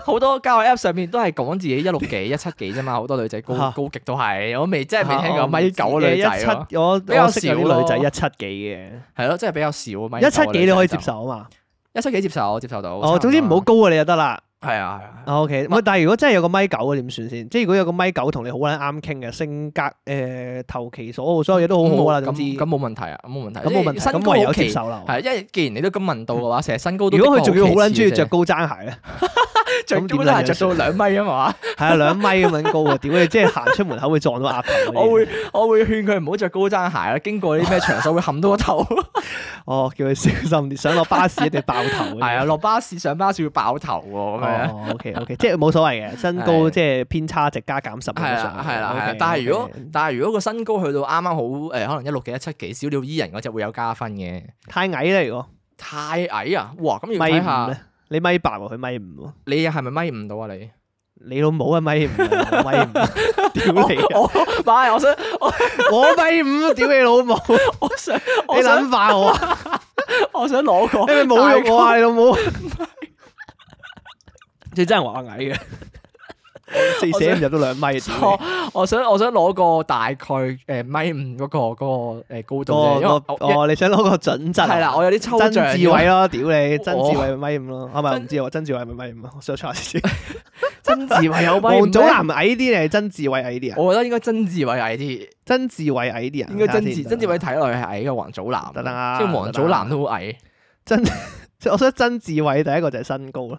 Speaker 2: 好多交友 app 上面都係講自己一 六幾、一七幾啫嘛，好多女仔高
Speaker 1: 嚇
Speaker 2: 高極都係，我未真係未聽過
Speaker 1: 啊
Speaker 2: 米九嘅女仔
Speaker 1: 一
Speaker 2: 咯，
Speaker 1: 七，我
Speaker 2: 比較
Speaker 1: 我識有啲女仔
Speaker 2: 少咯
Speaker 1: 一七幾
Speaker 2: 係咯，真係比較少啊
Speaker 1: 嘅，
Speaker 2: 米
Speaker 1: 一七幾
Speaker 2: 幾
Speaker 1: 你可以接，受啊嘛。
Speaker 2: 一七幾接受我接受到。
Speaker 1: 哦，總之唔好高過你就得啦。
Speaker 2: 差唔多啦。係啊啊係啊，
Speaker 1: O K，唔係，但係如果真係有個米九啊嘅點算先？即係如果有個米九同你好撚啱傾嘅，性格誒投其所好，所有嘢都好好啦，
Speaker 2: 嗯咁
Speaker 1: 總之
Speaker 2: 冇咁
Speaker 1: 咁
Speaker 2: 冇問題啊，冇問題。
Speaker 1: 冇問題，
Speaker 2: 即係身
Speaker 1: 咁
Speaker 2: 高
Speaker 1: 唯有
Speaker 2: 好奇
Speaker 1: 接受啦。嗯
Speaker 2: 係，因為既然你都咁問到嘅話，成日身高都
Speaker 1: 如果
Speaker 2: 的
Speaker 1: 佢
Speaker 2: 確
Speaker 1: 仲要好
Speaker 2: 好
Speaker 1: 撚
Speaker 2: 其
Speaker 1: 中
Speaker 2: 次
Speaker 1: 意
Speaker 2: 嘅
Speaker 1: 着高踭鞋咧，
Speaker 2: 最
Speaker 1: 咁
Speaker 2: 基
Speaker 1: 點
Speaker 2: 本
Speaker 1: 啊
Speaker 2: 係着到兩米啊 嘛，
Speaker 1: 係啊，兩米咁樣高啊！屌你，即係行出門口會撞到額頭嗰啲嘢。
Speaker 2: 我會我會勸佢唔好着高踭鞋啦，經過呢啲咩場所會冚到個頭。
Speaker 1: 哦，叫佢小心啲，想落巴士一定爆頭。
Speaker 2: 係啊，落巴士上巴士會爆頭喎咁樣。
Speaker 1: 哦，OK OK，即係 冇所謂嘅，身高
Speaker 2: 係
Speaker 1: 即係偏差值加減十啊咁
Speaker 2: 係
Speaker 1: 上
Speaker 2: 啦，
Speaker 1: 下。
Speaker 2: 係啦，係啦
Speaker 1: OK，。
Speaker 2: 但係如果
Speaker 1: OK
Speaker 2: 但係如果個身高去到啱啱好誒，可能一六幾一七幾，小鳥依人嗰只會有加分嘅。
Speaker 1: 太矮咧，如果
Speaker 2: 太矮啊！哇，咁
Speaker 1: 米
Speaker 2: 要
Speaker 1: 五
Speaker 2: 睇下
Speaker 1: 咧，你米八喎，佢米五喎，
Speaker 2: 你係咪米五到 啊？你
Speaker 1: 你老母啊米五啊，米五， 屌你啊！
Speaker 2: 我哦唔係，我想
Speaker 1: 我米五，屌你老母！
Speaker 2: 我想
Speaker 1: 你
Speaker 2: 我想
Speaker 1: 諗化我啊！
Speaker 2: 我想攞個
Speaker 1: 你咪侮辱我
Speaker 2: 大
Speaker 1: 啊！你老 母！你真係話我矮嘅，四
Speaker 2: 我
Speaker 1: 舍
Speaker 2: 想
Speaker 1: 唔入到兩米，
Speaker 2: 個
Speaker 1: 屌
Speaker 2: 我 我想我想攞個大概誒米五嗰個嗰個誒高
Speaker 1: 你個
Speaker 2: 度啫，因為
Speaker 1: 個
Speaker 2: 我
Speaker 1: 哦，你想攞個準則啊
Speaker 2: 係啦，我有啲抽象
Speaker 1: 曾志偉
Speaker 2: 嘅。
Speaker 1: 咯，屌你！曾
Speaker 2: 我
Speaker 1: 志偉咪米五咯，啊唔係唔知喎，曾志偉咪米五啊，我 search 下先。
Speaker 2: 曾志偉有米 五
Speaker 1: 黃祖
Speaker 2: 咩？
Speaker 1: 藍矮啲定係曾志偉矮啲啊？
Speaker 2: 啊我覺得應該曾志偉矮啲，
Speaker 1: 曾志偉矮啲啊？
Speaker 2: 應該曾志
Speaker 1: 睇下先
Speaker 2: 曾志偉，睇落去係矮嘅黃祖藍，啊
Speaker 1: 得啦
Speaker 2: 即係黃祖藍都好矮。
Speaker 1: 即係我想曾志偉第一個就係身高啦。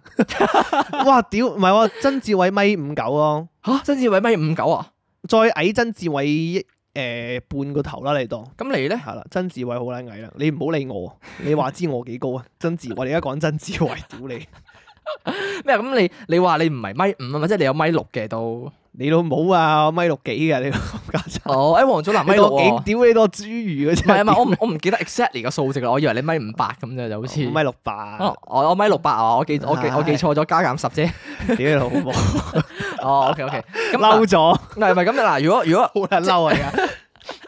Speaker 1: 哇屌，唔係喎，曾志偉米五九咯，
Speaker 2: 吓，曾志偉米五九啊？
Speaker 1: 再矮曾志偉一誒半個頭啦，你當
Speaker 2: 咁你咧？
Speaker 1: 係啦。曾志偉好撚矮啦，你唔好理我，你話知我幾高啊？ 曾志，我哋而家講曾志偉，屌你！
Speaker 2: 咩啊咁你你話你唔係米五啊嘛，即係你有米六嘅都。
Speaker 1: 你老母啊，我米六幾嘅你個家產，
Speaker 2: 哦，誒黃祖 藍米
Speaker 1: 你
Speaker 2: 六
Speaker 1: 當
Speaker 2: 喎
Speaker 1: 幾。屌你當豬魚嗰
Speaker 2: 唔係唔啊係，
Speaker 1: 隻，
Speaker 2: 我唔我唔記得 exactly 個數值啦，我以為你米五八咁啫，就好似。
Speaker 1: 米六八。
Speaker 2: 哦，我我米六八啊，我記我記我記
Speaker 1: 唉
Speaker 2: 錯咗，加減十啫。
Speaker 1: 屌你老 母，
Speaker 2: 哦，OK OK，咁
Speaker 1: 嬲
Speaker 2: 嗱
Speaker 1: 咗，
Speaker 2: 嗱唔係咁嗱，如果如果
Speaker 1: 好撚嬲啊！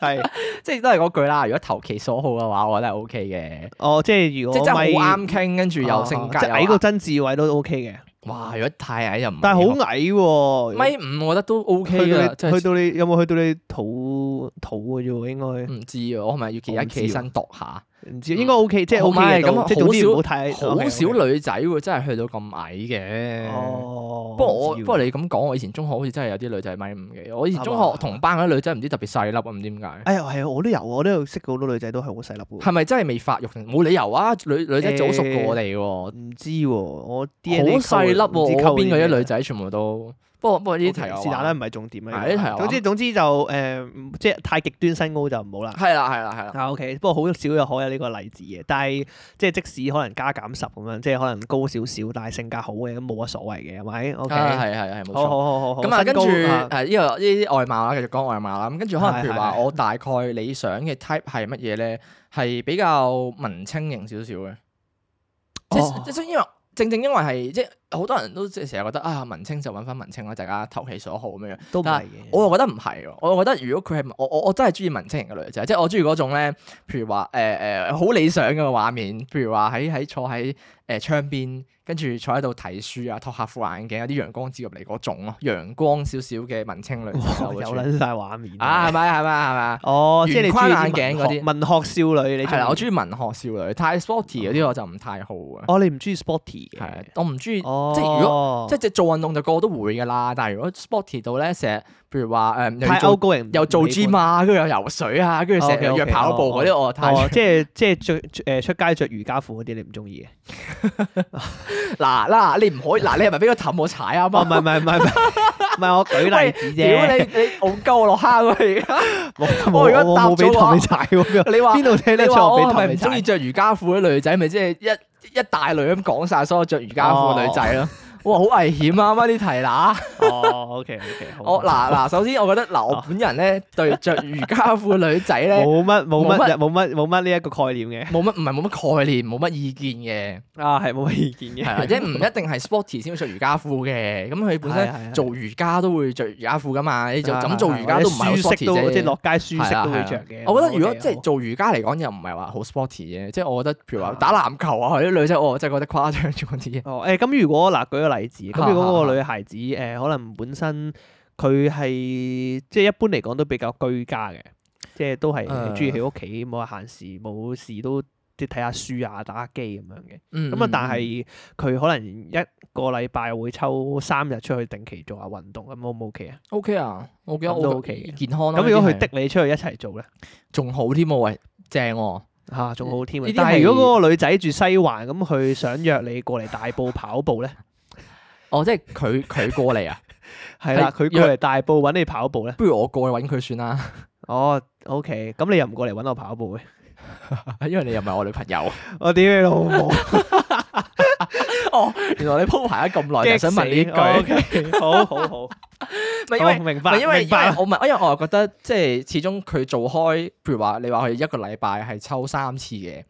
Speaker 1: 而家係，
Speaker 2: 即係都係嗰句啦，如果投其所好嘅話，我覺得係 OK 嘅，
Speaker 1: 哦，即係如
Speaker 2: 即
Speaker 1: 果
Speaker 2: 係真係好
Speaker 1: 咪
Speaker 2: 啱傾，跟住又性格啊
Speaker 1: 哦即係
Speaker 2: 又
Speaker 1: 矮過
Speaker 2: 啱
Speaker 1: 曾志偉都 OK 嘅，
Speaker 2: 哇！如果太矮又唔，
Speaker 1: 但係好矮喎，
Speaker 2: 米五，我覺得都 OK
Speaker 1: 去到
Speaker 2: 嘅，即
Speaker 1: 你去
Speaker 2: 係
Speaker 1: 到你有冇去到你肚肚嘅啫喎，應該
Speaker 2: 唔知啊，我係咪要
Speaker 1: 我
Speaker 2: 企
Speaker 1: 唔
Speaker 2: 一
Speaker 1: 知
Speaker 2: 企身度下？
Speaker 1: 唔知，
Speaker 2: 嗯
Speaker 1: 應該 OK，即係
Speaker 2: 唔
Speaker 1: OK
Speaker 2: 係
Speaker 1: 嘅
Speaker 2: 咁啊
Speaker 1: 都，即係
Speaker 2: 好
Speaker 1: 總之唔好
Speaker 2: 少
Speaker 1: 太
Speaker 2: 好
Speaker 1: OK，OK
Speaker 2: 少女仔會真係去到咁矮嘅。
Speaker 1: 哦，
Speaker 2: 不過我
Speaker 1: 唔知喎
Speaker 2: 不過你咁講，我以前中學好似真係有啲女仔米五嘅。我以前中
Speaker 1: 係嘛
Speaker 2: 學同班嗰啲女仔唔知特別細粒啊，唔知點解。
Speaker 1: 哎呀係啊，我都有，我都有識過好多女仔都係好細粒嘅喎，
Speaker 2: 係咪真係未發育定冇理由啊？女女仔早熟過我哋喎，
Speaker 1: 唔知喎，我 DNA
Speaker 2: 好細粒
Speaker 1: 溝女啊唔知
Speaker 2: 喎，
Speaker 1: 溝
Speaker 2: 我邊
Speaker 1: 啲
Speaker 2: 個
Speaker 1: 咩
Speaker 2: 啲女仔全部都。不過不過呢啲
Speaker 1: OK，
Speaker 2: 題外
Speaker 1: 是但啦，
Speaker 2: 話
Speaker 1: 唔係重點啦。
Speaker 2: 係呢題
Speaker 1: 總
Speaker 2: 我
Speaker 1: 之
Speaker 2: 話
Speaker 1: 總之就誒，即係太極端身高就唔好啦。
Speaker 2: 係啦係啦係啦，
Speaker 1: 啊 OK，不過好少有可有呢個例子嘅，但係即係即使可能加減十咁樣，即係可能高少少，但係性格好嘅咁冇乜所謂嘅，係咪？OK，
Speaker 2: 啊係係係冇
Speaker 1: 好
Speaker 2: 錯。
Speaker 1: 好好好好。
Speaker 2: 咁啊，
Speaker 1: 身
Speaker 2: 跟住
Speaker 1: 高
Speaker 2: 誒呢
Speaker 1: 啊
Speaker 2: 個呢啲外貌啦，繼續講外貌啦。咁跟住可能譬如
Speaker 1: 係
Speaker 2: 話，
Speaker 1: 係
Speaker 2: 我大概理想嘅 type 係乜嘢咧？係比較文青型少少嘅，即
Speaker 1: 哦
Speaker 2: 即即因為正正因為係即係好多人都即係成日覺得啊文青就揾翻文青啦，大家投其所好咁樣樣。
Speaker 1: 都唔係嘅，
Speaker 2: 我又覺得唔係喎，我又覺得如果佢係我我我真係中意文青型嘅女仔，即係我中意嗰種咧，譬如話誒誒好理想嘅畫面，譬如話喺喺坐喺誒、呃窗邊，跟住坐喺度睇書啊，托下副眼鏡，有啲陽光照入嚟嗰種咯，陽光少少嘅文青女仔
Speaker 1: 哇
Speaker 2: 我會
Speaker 1: 有
Speaker 2: 鍾意
Speaker 1: 撚晒畫面
Speaker 2: 啊，係！咪係咪係咪？
Speaker 1: 哦，即係你
Speaker 2: 圓
Speaker 1: 中
Speaker 2: 框啊
Speaker 1: 意
Speaker 2: 眼鏡嗰啲
Speaker 1: 文學文學少女， 你
Speaker 2: 係啦，我
Speaker 1: 中
Speaker 2: 中意文學少女，太 sporty 嗰啲我就唔太好啊
Speaker 1: 意。哦，你唔中意 sporty
Speaker 2: 係啊
Speaker 1: 嘅，
Speaker 2: 我唔中意。
Speaker 1: 哦，
Speaker 2: 即係如
Speaker 1: 果
Speaker 2: 即係做運動就個個都會㗎啦，但係如果 sporty 到咧，成日譬如話誒、呃又要
Speaker 1: 太
Speaker 2: 做
Speaker 1: 歐高人，
Speaker 2: 又做 gym
Speaker 1: 啊，
Speaker 2: 啊，跟住又游水啊，跟住成日
Speaker 1: 哦
Speaker 2: 約
Speaker 1: ，OK，
Speaker 2: 跑步嗰啲，我太
Speaker 1: 哦，即係即係着誒出街着瑜伽褲嗰啲，你唔中意嘅。
Speaker 2: 嗱嗱，你唔可以嗱，你係咪俾個氹我踩啊？
Speaker 1: 哦，唔係
Speaker 2: 嘛，
Speaker 1: 唔係唔係唔係，唔係我舉例子
Speaker 2: 屌
Speaker 1: 啫。
Speaker 2: 你你戇鳩啊我落坑喎 而家！
Speaker 1: 冇
Speaker 2: 我而家
Speaker 1: 冇
Speaker 2: 搭
Speaker 1: 冇
Speaker 2: 咗
Speaker 1: 俾氹
Speaker 2: 話
Speaker 1: 你踩喎，
Speaker 2: 你話
Speaker 1: 邊度聽得
Speaker 2: 你
Speaker 1: 出
Speaker 2: 話
Speaker 1: 我
Speaker 2: 我
Speaker 1: 俾
Speaker 2: 係咪
Speaker 1: 氹你
Speaker 2: 唔中意
Speaker 1: 踩？
Speaker 2: 着瑜伽褲啲女仔，咪即係一一大類咁講晒所有着瑜伽褲嘅女仔咯？ 哇，好危險啊！啱啱啲題嗱，
Speaker 1: 哦，OK OK，
Speaker 2: 我嗱嗱，首先我覺得嗱，我
Speaker 1: 哦
Speaker 2: 本人咧對着瑜伽褲嘅女仔 咧。
Speaker 1: 冇乜冇
Speaker 2: 冇乜
Speaker 1: 乜冇乜冇乜呢一個概念嘅，
Speaker 2: 冇乜唔係冇乜概念，冇乜意見
Speaker 1: 啊係冇乜意見
Speaker 2: 嘅，
Speaker 1: 嘅，
Speaker 2: 係啦，即係唔一定係 sporty 先會着瑜伽褲嘅，咁佢本身
Speaker 1: 身
Speaker 2: 做瑜伽都會着瑜伽褲噶嘛，你就
Speaker 1: 啊係
Speaker 2: 咁做瑜伽都唔係好
Speaker 1: 舒
Speaker 2: sporty
Speaker 1: 適都
Speaker 2: 啫。
Speaker 1: 即係落街舒
Speaker 2: 係啦
Speaker 1: 適都會
Speaker 2: 係啦啊
Speaker 1: 着嘅。
Speaker 2: 我覺得如果
Speaker 1: 好
Speaker 2: 即係做瑜伽嚟講，又唔係話好 sporty 嘅，即係我覺得譬如話
Speaker 1: 啊
Speaker 2: 打籃球啊，啲女仔我真係覺得誇張咗啲嘢。
Speaker 1: 哦誒，咁如果嗱舉個例子，咁
Speaker 2: 啊
Speaker 1: 如果
Speaker 2: 啊
Speaker 1: 個
Speaker 2: 啊
Speaker 1: 女孩子誒可能本身佢係即係一般嚟講都比較居家嘅，即係都係
Speaker 2: 誒
Speaker 1: 中意喺屋企冇話閒事冇事都即係睇下書啊打下機咁樣嘅。
Speaker 2: 嗯
Speaker 1: 咁啊，但係佢可能一個禮拜會抽三日出去定期做下運動，咁 O 唔 O K 啊？
Speaker 2: OK 啊，我覺得
Speaker 1: 咁都
Speaker 2: 我
Speaker 1: OK 嘅
Speaker 2: 健康啦。
Speaker 1: 咁如果佢
Speaker 2: 呢啲係
Speaker 1: 的你出去一齊做咧，
Speaker 2: 仲好添喎，喂，正喎。
Speaker 1: 嚇仲好添啊
Speaker 2: 呢啲！
Speaker 1: 但係
Speaker 2: 係
Speaker 1: 如果嗰個女仔住西環，咁佢想約你過嚟大埔跑步咧，
Speaker 2: 哦，即係佢佢過 嚟啊，
Speaker 1: 係啦，
Speaker 2: 係
Speaker 1: 佢過嚟大埔揾你跑步咧。
Speaker 2: 不如我過去揾佢算啦，
Speaker 1: 哦，OK，咁你又唔過嚟揾我跑步嘅？
Speaker 2: 因為你又唔係我女朋友。
Speaker 1: 我屌你老 母！
Speaker 2: 哦，原來你鋪排咗咁耐，就係想問呢一
Speaker 1: 哦
Speaker 2: 句，
Speaker 1: ，OK，好好好，
Speaker 2: 唔係因為
Speaker 1: 好明
Speaker 2: 唔係
Speaker 1: 白，
Speaker 2: 因為
Speaker 1: 明白
Speaker 2: 因為我唔係，因為我又覺得即係始終佢做開，譬如話你話佢一個禮拜係抽三次嘅，誒、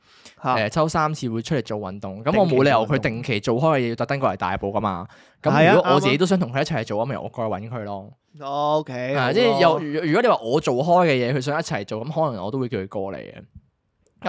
Speaker 1: 嚇
Speaker 2: 抽三次會出嚟做運動，咁
Speaker 1: 啊定
Speaker 2: 我
Speaker 1: 期
Speaker 2: 冇理
Speaker 1: 做
Speaker 2: 由
Speaker 1: 運動
Speaker 2: 佢定期做開嘅嘢要特登過嚟大埔噶嘛。
Speaker 1: 係
Speaker 2: 咁
Speaker 1: 啊
Speaker 2: 如果
Speaker 1: 啱啊
Speaker 2: 我自己都想同佢一齊做，咁咪我過去揾佢咯。
Speaker 1: OK，
Speaker 2: 係啊
Speaker 1: 好
Speaker 2: 即係
Speaker 1: 咯
Speaker 2: 有如如果你話我做開嘅嘢，佢想一齊做，咁可能我都會叫佢過嚟嘅。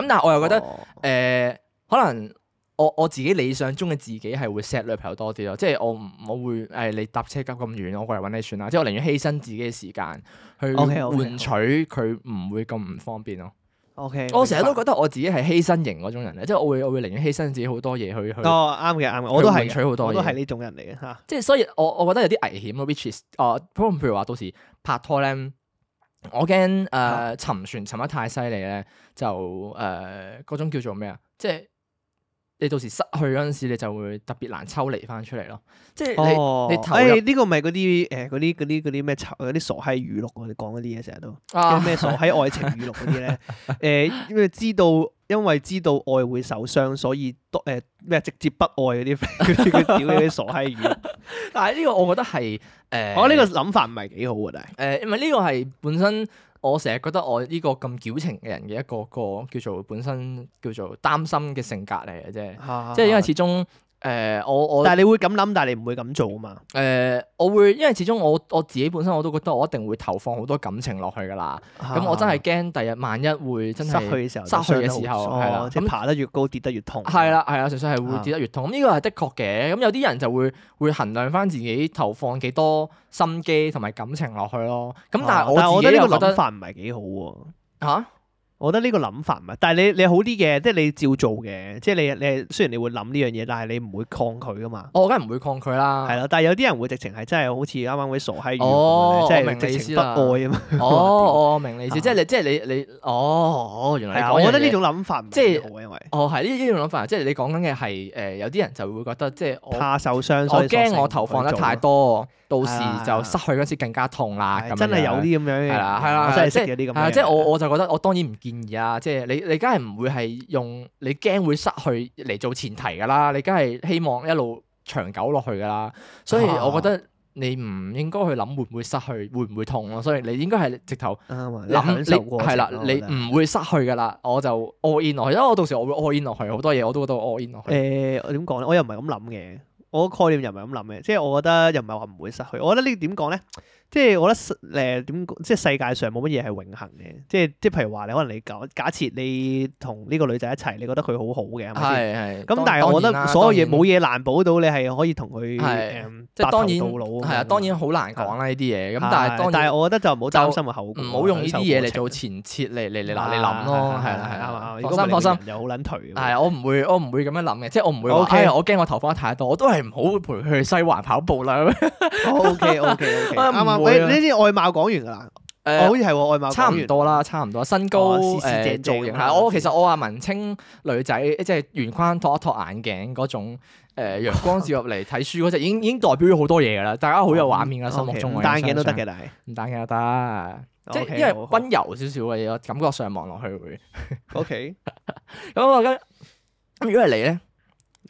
Speaker 2: 咁但係我又覺得。
Speaker 1: 哦
Speaker 2: 誒、呃可能我我自己理想中嘅自己係會錫女朋友多啲咯，即係我唔我會誒、你搭車急咁遠，我過嚟揾你算啦，即係我寧願犧牲自己嘅時間去
Speaker 1: OK，OK，
Speaker 2: 換取佢唔會咁唔方便咯。
Speaker 1: OK，
Speaker 2: 我成日都
Speaker 1: 明
Speaker 2: 覺得我自己係犧牲型嗰種人啊咧，即係我會我會寧願犧牲自己好多嘢去去
Speaker 1: 白，，哦，啱嘅，啱嘅，我都
Speaker 2: 去
Speaker 1: 係
Speaker 2: 換取
Speaker 1: 嘅，
Speaker 2: 好多
Speaker 1: 我都係
Speaker 2: 嘢。
Speaker 1: 呢種人嚟嘅嚇。
Speaker 2: 即係所以我我覺得有啲危險咯，which is 哦，譬如話到時拍拖咧。我驚誒、
Speaker 1: 啊
Speaker 2: 沉船沉得太犀利咧，就誒嗰、種叫做咩啊？即係你到時失去嗰陣時，你就會特別難抽離翻出嚟咯。即係 你、
Speaker 1: 哦，
Speaker 2: 你投入
Speaker 1: 誒呢個咪嗰啲誒嗰啲嗰啲嗰啲咩臭嗰啲傻閪語錄喎，你講嗰啲嘢成日都。
Speaker 2: 啊
Speaker 1: 啲咩傻喺愛情語錄嗰啲 咧？誒、因為知道因為知道愛會受傷，所以多誒咩啊直接不愛嗰啲 嗰啲嗰啲屌你啲傻閪 語錄。哦
Speaker 2: 但係呢個我覺得係呃誒，
Speaker 1: 我呢個諗法唔係幾好喎，但係
Speaker 2: 誒，唔係呢個係本身我成日覺得我呢個咁矯情嘅人嘅一個個叫做本身叫做擔心嘅性格嚟嘅啫。
Speaker 1: 啊
Speaker 2: 即係因為始終誒、呃我我
Speaker 1: 但係你會咁諗，但係你唔會咁做啊嘛。
Speaker 2: 誒、呃我會因為始終我我自己本身我都覺得我一定會投放好多感情落去㗎啦。咁、我真係驚第日萬一會真係
Speaker 1: 啊失去嘅時候，
Speaker 2: 失去嘅時候
Speaker 1: 哦
Speaker 2: 係啦
Speaker 1: 即係
Speaker 2: 咁
Speaker 1: 爬得越高，跌得越痛。
Speaker 2: 係，啦係啦，純粹係
Speaker 1: 啊
Speaker 2: 會跌得越痛。咁呢個係的確嘅。咁有啲人就會會衡量翻自己投放幾多心機同埋感情落去咯。咁但
Speaker 1: 啊
Speaker 2: 係我
Speaker 1: 覺
Speaker 2: 自
Speaker 1: 得呢
Speaker 2: 己又
Speaker 1: 個
Speaker 2: 覺
Speaker 1: 諗
Speaker 2: 得
Speaker 1: 法唔係幾好喎。
Speaker 2: 嚇
Speaker 1: 我覺得呢個諗法唔係，但係你你好啲嘅，即係你照做嘅，即係你你雖然你會諗呢樣嘢，但係你唔會抗拒噶嘛。
Speaker 2: 我梗係唔會抗拒啦。
Speaker 1: 係啦，但係有啲人會直情係真係好似啱啱嗰啲傻閪語
Speaker 2: 哦
Speaker 1: 咁樣
Speaker 2: 我
Speaker 1: 咧
Speaker 2: 明
Speaker 1: 即係直
Speaker 2: 你意
Speaker 1: 情
Speaker 2: 思
Speaker 1: 不
Speaker 2: 啦
Speaker 1: 愛啊嘛。
Speaker 2: 哦，我明你意思，
Speaker 1: 啊
Speaker 2: 即係你，即係你，你，哦，哦，原來
Speaker 1: 係
Speaker 2: 你
Speaker 1: 啊，
Speaker 2: 講
Speaker 1: 我覺得
Speaker 2: 樣
Speaker 1: 呢
Speaker 2: 嘢，
Speaker 1: 種諗法唔
Speaker 2: 即
Speaker 1: 係
Speaker 2: 係
Speaker 1: 幾好啊，因為
Speaker 2: 哦，係呢呢種諗法，即係你講緊嘅係，誒，有啲人就會覺得，即係我
Speaker 1: 怕受傷，所
Speaker 2: 我
Speaker 1: 以索性
Speaker 2: 驚我
Speaker 1: 唔
Speaker 2: 投放得
Speaker 1: 去做
Speaker 2: 太
Speaker 1: 咯，
Speaker 2: 多，到時
Speaker 1: 係啊
Speaker 2: 就失去嗰時更加痛啦，咁
Speaker 1: 係
Speaker 2: 樣
Speaker 1: 真係有啲咁樣嘅
Speaker 2: 係
Speaker 1: 人，
Speaker 2: 啦，係啦，
Speaker 1: 我
Speaker 2: 係
Speaker 1: 真
Speaker 2: 啦
Speaker 1: 係
Speaker 2: 即
Speaker 1: 識
Speaker 2: 係
Speaker 1: 有啲咁
Speaker 2: 係啦
Speaker 1: 嘅。
Speaker 2: 即係我我就覺得我當然唔建議啦，即係你你梗係唔會係用你驚會失去嚟做前提㗎啦，你梗係希望一路長久落去㗎啦，所以
Speaker 1: 啊
Speaker 2: 我覺得你唔應該去諗會唔會失去，會唔會痛咯，所以你應該係直頭。
Speaker 1: 啱啊，你
Speaker 2: 諗
Speaker 1: 享受
Speaker 2: 你
Speaker 1: 過
Speaker 2: 係啦
Speaker 1: 程咯，我覺得
Speaker 2: 你唔會失去噶啦，我就 all in 落去，因為我到時我會 all in 落去，好多嘢我都覺得我 all in 落去。
Speaker 1: 誒，我點講咧？我又唔係咁諗嘅，我概念又唔係咁諗嘅，即係我覺得又唔係話唔會失去。我覺得呢點講咧，即係我覺得世誒點講即係世界上冇乜嘢係永恆嘅，即係即係譬如話你可能你假假設你同呢個女仔一齊，你覺得佢好好嘅，係咪先？
Speaker 2: 係係。
Speaker 1: 咁
Speaker 2: 當
Speaker 1: 但係我覺
Speaker 2: 當然
Speaker 1: 得
Speaker 2: 啦
Speaker 1: 所有嘢
Speaker 2: 當然
Speaker 1: 冇嘢難保到你係可以同佢
Speaker 2: 係
Speaker 1: 誒
Speaker 2: 即係
Speaker 1: 白頭
Speaker 2: 當
Speaker 1: 到
Speaker 2: 然
Speaker 1: 老咁樣
Speaker 2: 係啊，當然好難講啦呢啲嘢。咁但係
Speaker 1: 係
Speaker 2: 當
Speaker 1: 但
Speaker 2: 然
Speaker 1: 係我覺得就唔好擔心個後果，
Speaker 2: 唔好用呢啲嘢嚟做
Speaker 1: 錢
Speaker 2: 前設嚟嚟嚟嗱你諗咯，係啦係
Speaker 1: 啱
Speaker 2: 啦
Speaker 1: 啊，，
Speaker 2: 放心放心。，
Speaker 1: 又好撚頹。
Speaker 2: 係啊，我唔會，我唔會咁樣諗嘅，即係我唔會話
Speaker 1: OK
Speaker 2: 哎呀我驚我投放得太多，我都係唔好陪佢去西環跑步啦。咁樣
Speaker 1: O K O K O K，
Speaker 2: 啊
Speaker 1: 啱啱
Speaker 2: 唔會
Speaker 1: 喂，
Speaker 2: 啊
Speaker 1: 呢啲外貌講完㗎啦，我好
Speaker 2: 誒，
Speaker 1: 似係喎外貌講
Speaker 2: 差
Speaker 1: 完
Speaker 2: 唔多啦，差唔多。身高
Speaker 1: 哦斯
Speaker 2: 誒
Speaker 1: 斯正
Speaker 2: 造
Speaker 1: 正
Speaker 2: 型
Speaker 1: 啦
Speaker 2: 係，我其實我話文青女仔，即係圓框托一托眼鏡嗰種誒陽光照入嚟睇書嗰隻，已經已經代表咗好多嘢㗎啦。大家好有畫面㗎，心目
Speaker 1: OK，
Speaker 2: 中
Speaker 1: 唔
Speaker 2: 我
Speaker 1: 單
Speaker 2: 相
Speaker 1: 鏡都得
Speaker 2: 信
Speaker 1: 嘅，但係
Speaker 2: 唔單鏡都得。即係
Speaker 1: OK，
Speaker 2: 因為
Speaker 1: 好好
Speaker 2: 温柔少少嘅嘢，我感覺上望落去會
Speaker 1: O K
Speaker 2: 咁我跟咁如果係你咧，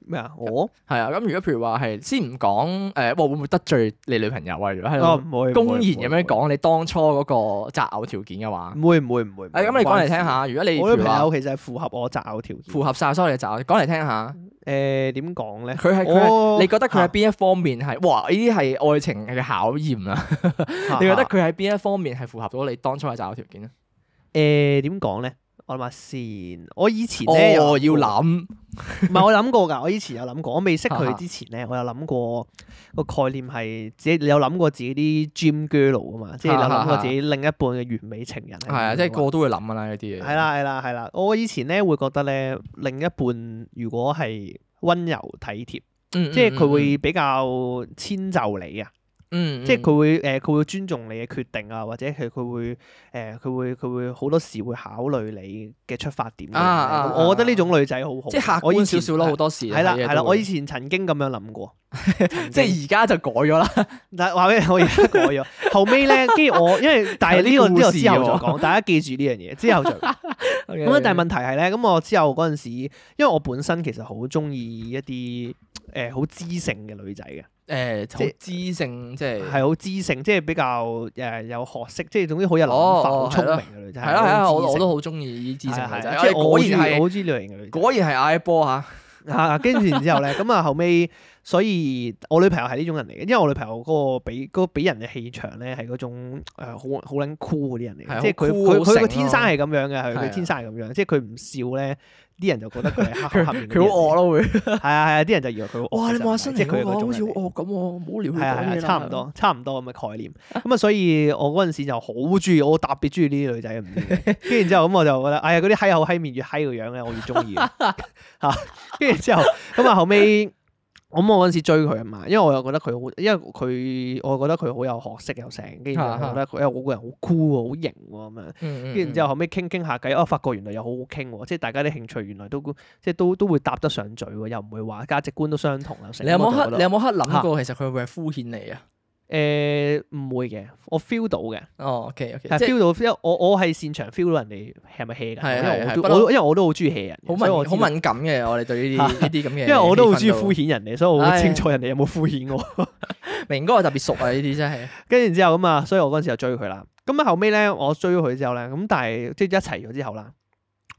Speaker 1: 咩啊？我
Speaker 2: 係啊咁如果譬如話係先唔講誒，哇會唔會得罪你女朋友啊？如果喺
Speaker 1: 哦
Speaker 2: 度
Speaker 1: 唔會唔會
Speaker 2: 公
Speaker 1: 唔
Speaker 2: 然
Speaker 1: 會
Speaker 2: 咁樣講你當初嗰個擇偶條件嘅話，
Speaker 1: 唔會唔會唔會。
Speaker 2: 誒咁你講嚟聽。下，如果你
Speaker 1: 我
Speaker 2: 譬
Speaker 1: 女
Speaker 2: 如
Speaker 1: 朋
Speaker 2: 話
Speaker 1: 友其實係符合我擇偶條件。
Speaker 2: 符合晒所有嘅擇偶，講嚟聽下，
Speaker 1: 誒點講咧？
Speaker 2: 佢係佢係
Speaker 1: 我
Speaker 2: 你覺得佢
Speaker 1: 哦
Speaker 2: 喺
Speaker 1: 嚇
Speaker 2: 邊一方面係哇呢啲係愛情嘅考驗啊？
Speaker 1: 嚇
Speaker 2: 你覺
Speaker 1: 嚇
Speaker 2: 得佢喺邊一方面係符合到你當初嘅擇偶條件啊咧？
Speaker 1: 誒點講咧？我諗下先。我以前
Speaker 2: 哦，
Speaker 1: 咧有
Speaker 2: 要
Speaker 1: 過
Speaker 2: 諗
Speaker 1: 唔係我諗過㗎，我以前有諗過，我未識
Speaker 2: 啊
Speaker 1: 佢之前咧，我有諗過個概念係自己你有諗過自己啲 dream girl 啊嘛，即係有諗過自己另一半嘅完美情人
Speaker 2: 係啊，即係個個都會諗㗎啦呢啲嘢。
Speaker 1: 係啦係啦係啦，我以前咧會覺得咧另一半如果係温柔體貼，
Speaker 2: 嗯，嗯
Speaker 1: 即係佢
Speaker 2: 嗯嗯
Speaker 1: 會比較遷就你啊，
Speaker 2: 嗯，
Speaker 1: 即係佢會誒，佢、會尊重你嘅決定啊，或者佢佢會誒，佢、會佢會好多時會考慮你嘅出發點嘅。
Speaker 2: 啊啊啊
Speaker 1: 我覺得呢種女仔好好，
Speaker 2: 即係客
Speaker 1: 我以
Speaker 2: 觀
Speaker 1: 前
Speaker 2: 少少咯，好多時
Speaker 1: 係啦
Speaker 2: 睇嘢
Speaker 1: 係啦，
Speaker 2: 都
Speaker 1: 我
Speaker 2: 會
Speaker 1: 以前曾經咁樣諗過，
Speaker 2: 即係而家就改咗啦。
Speaker 1: 但係話俾你聽我而家改咗。 後尾咧，跟住我因為但係呢個
Speaker 2: 有啲
Speaker 1: 呢個
Speaker 2: 故事
Speaker 1: 之後再
Speaker 2: 喎
Speaker 1: 講，大家記住呢樣嘢，之後再 講。咁咧，但係問題係咧，咁我之後嗰陣時，因為我本身其實好中意一啲誒好知性嘅女仔嘅，
Speaker 2: 誒
Speaker 1: 即
Speaker 2: 好
Speaker 1: 係
Speaker 2: 知性，即係
Speaker 1: 係好知性，即係比較誒有學識，即係總之好有諗法、好
Speaker 2: 哦哦
Speaker 1: 聰明嘅女仔。
Speaker 2: 係啦係啦，我我都
Speaker 1: 好
Speaker 2: 好中意呢啲知
Speaker 1: 知性
Speaker 2: 性
Speaker 1: 係係
Speaker 2: 女
Speaker 1: 係
Speaker 2: 仔，哎
Speaker 1: 即係我
Speaker 2: 果
Speaker 1: 好
Speaker 2: 然
Speaker 1: 中意我
Speaker 2: 係
Speaker 1: 好中意呢類型嘅女仔。
Speaker 2: 果然係嗌 波嚇。
Speaker 1: 嚇，啊跟住然之後 咧，咁啊後尾，所以我女朋友係呢種人嚟嘅，因為我女朋友嗰個俾嗰個俾人嘅氣場咧係嗰種誒好好撚酷嗰啲人嚟
Speaker 2: 係
Speaker 1: 嘅，即係佢
Speaker 2: 好酷
Speaker 1: 佢佢
Speaker 2: 好
Speaker 1: 個
Speaker 2: 醒
Speaker 1: 天生係咁樣嘅，佢
Speaker 2: 係啊
Speaker 1: 佢天生係咁樣，即係佢唔笑咧，啲人就覺得佢係黑口黑面嗰啲人嚟
Speaker 2: 佢
Speaker 1: 嘅。
Speaker 2: 好惡咯會，
Speaker 1: 係啊係啊，啲人就以為佢好惡
Speaker 2: 哇！你
Speaker 1: 其實唔
Speaker 2: 話
Speaker 1: 係
Speaker 2: 新
Speaker 1: 即
Speaker 2: 嚟
Speaker 1: 係佢
Speaker 2: 嗰個
Speaker 1: 嗰種
Speaker 2: 好似好
Speaker 1: 嚟嘅
Speaker 2: 惡咁喎，唔好撩佢
Speaker 1: 係啊係
Speaker 2: 講
Speaker 1: 啊，
Speaker 2: 嘢啦
Speaker 1: 差唔多差唔多咁嘅概念。咁啊，所以我嗰陣時就好中意，我特別中意呢啲女仔嘅唔知 點解。跟住然之後咁我就覺得，哎呀嗰啲閪口閪面越閪個樣咧，我越中意嘅 嚇。跟住之後咁啊，後尾。咁我嗰陣時追佢啊嘛，因為我又覺得佢好，因為佢我覺得佢好有學識又成，跟住
Speaker 2: 啊
Speaker 1: 我覺得佢，哎呀我個人好酷喎，好型喎咁樣。
Speaker 2: 跟
Speaker 1: 跟住然之後後尾傾傾下偈，哦，發覺原來又好好傾喎，即係大家啲興趣原來都即係都都會搭得上嘴喎，又唔會話價值觀都相同啊。成
Speaker 2: 你有
Speaker 1: 咁我
Speaker 2: 冇
Speaker 1: 就
Speaker 2: 刻
Speaker 1: 覺
Speaker 2: 你
Speaker 1: 得
Speaker 2: 有冇刻諗過其實佢會係敷衍你啊？
Speaker 1: 誒呃唔會嘅，我 feel 到嘅，
Speaker 2: 哦，OK OK，
Speaker 1: 但
Speaker 2: 即
Speaker 1: 係
Speaker 2: 係
Speaker 1: feel 到，因為我我係擅長 feel 到人哋係咪 hea
Speaker 2: 係
Speaker 1: 㗎，因為
Speaker 2: 係
Speaker 1: 我
Speaker 2: 係
Speaker 1: 都
Speaker 2: 不嬲
Speaker 1: 我因為我都好中意 hea 人嘅，
Speaker 2: 好
Speaker 1: 所以我
Speaker 2: 敏
Speaker 1: 知道
Speaker 2: 好敏感嘅，我哋對呢啲呢啲咁嘅，
Speaker 1: 因為我都好中意敷。衍人哋，所以我好
Speaker 2: 唉
Speaker 1: 清楚人哋有冇敷衍我。
Speaker 2: 明哥我特別熟啊，呢啲真係。
Speaker 1: 跟住然之後咁啊，所以我嗰陣時就追佢啦。咁啊後尾咧，我追咗佢之後咧，咁但係即係一齊咗之後啦，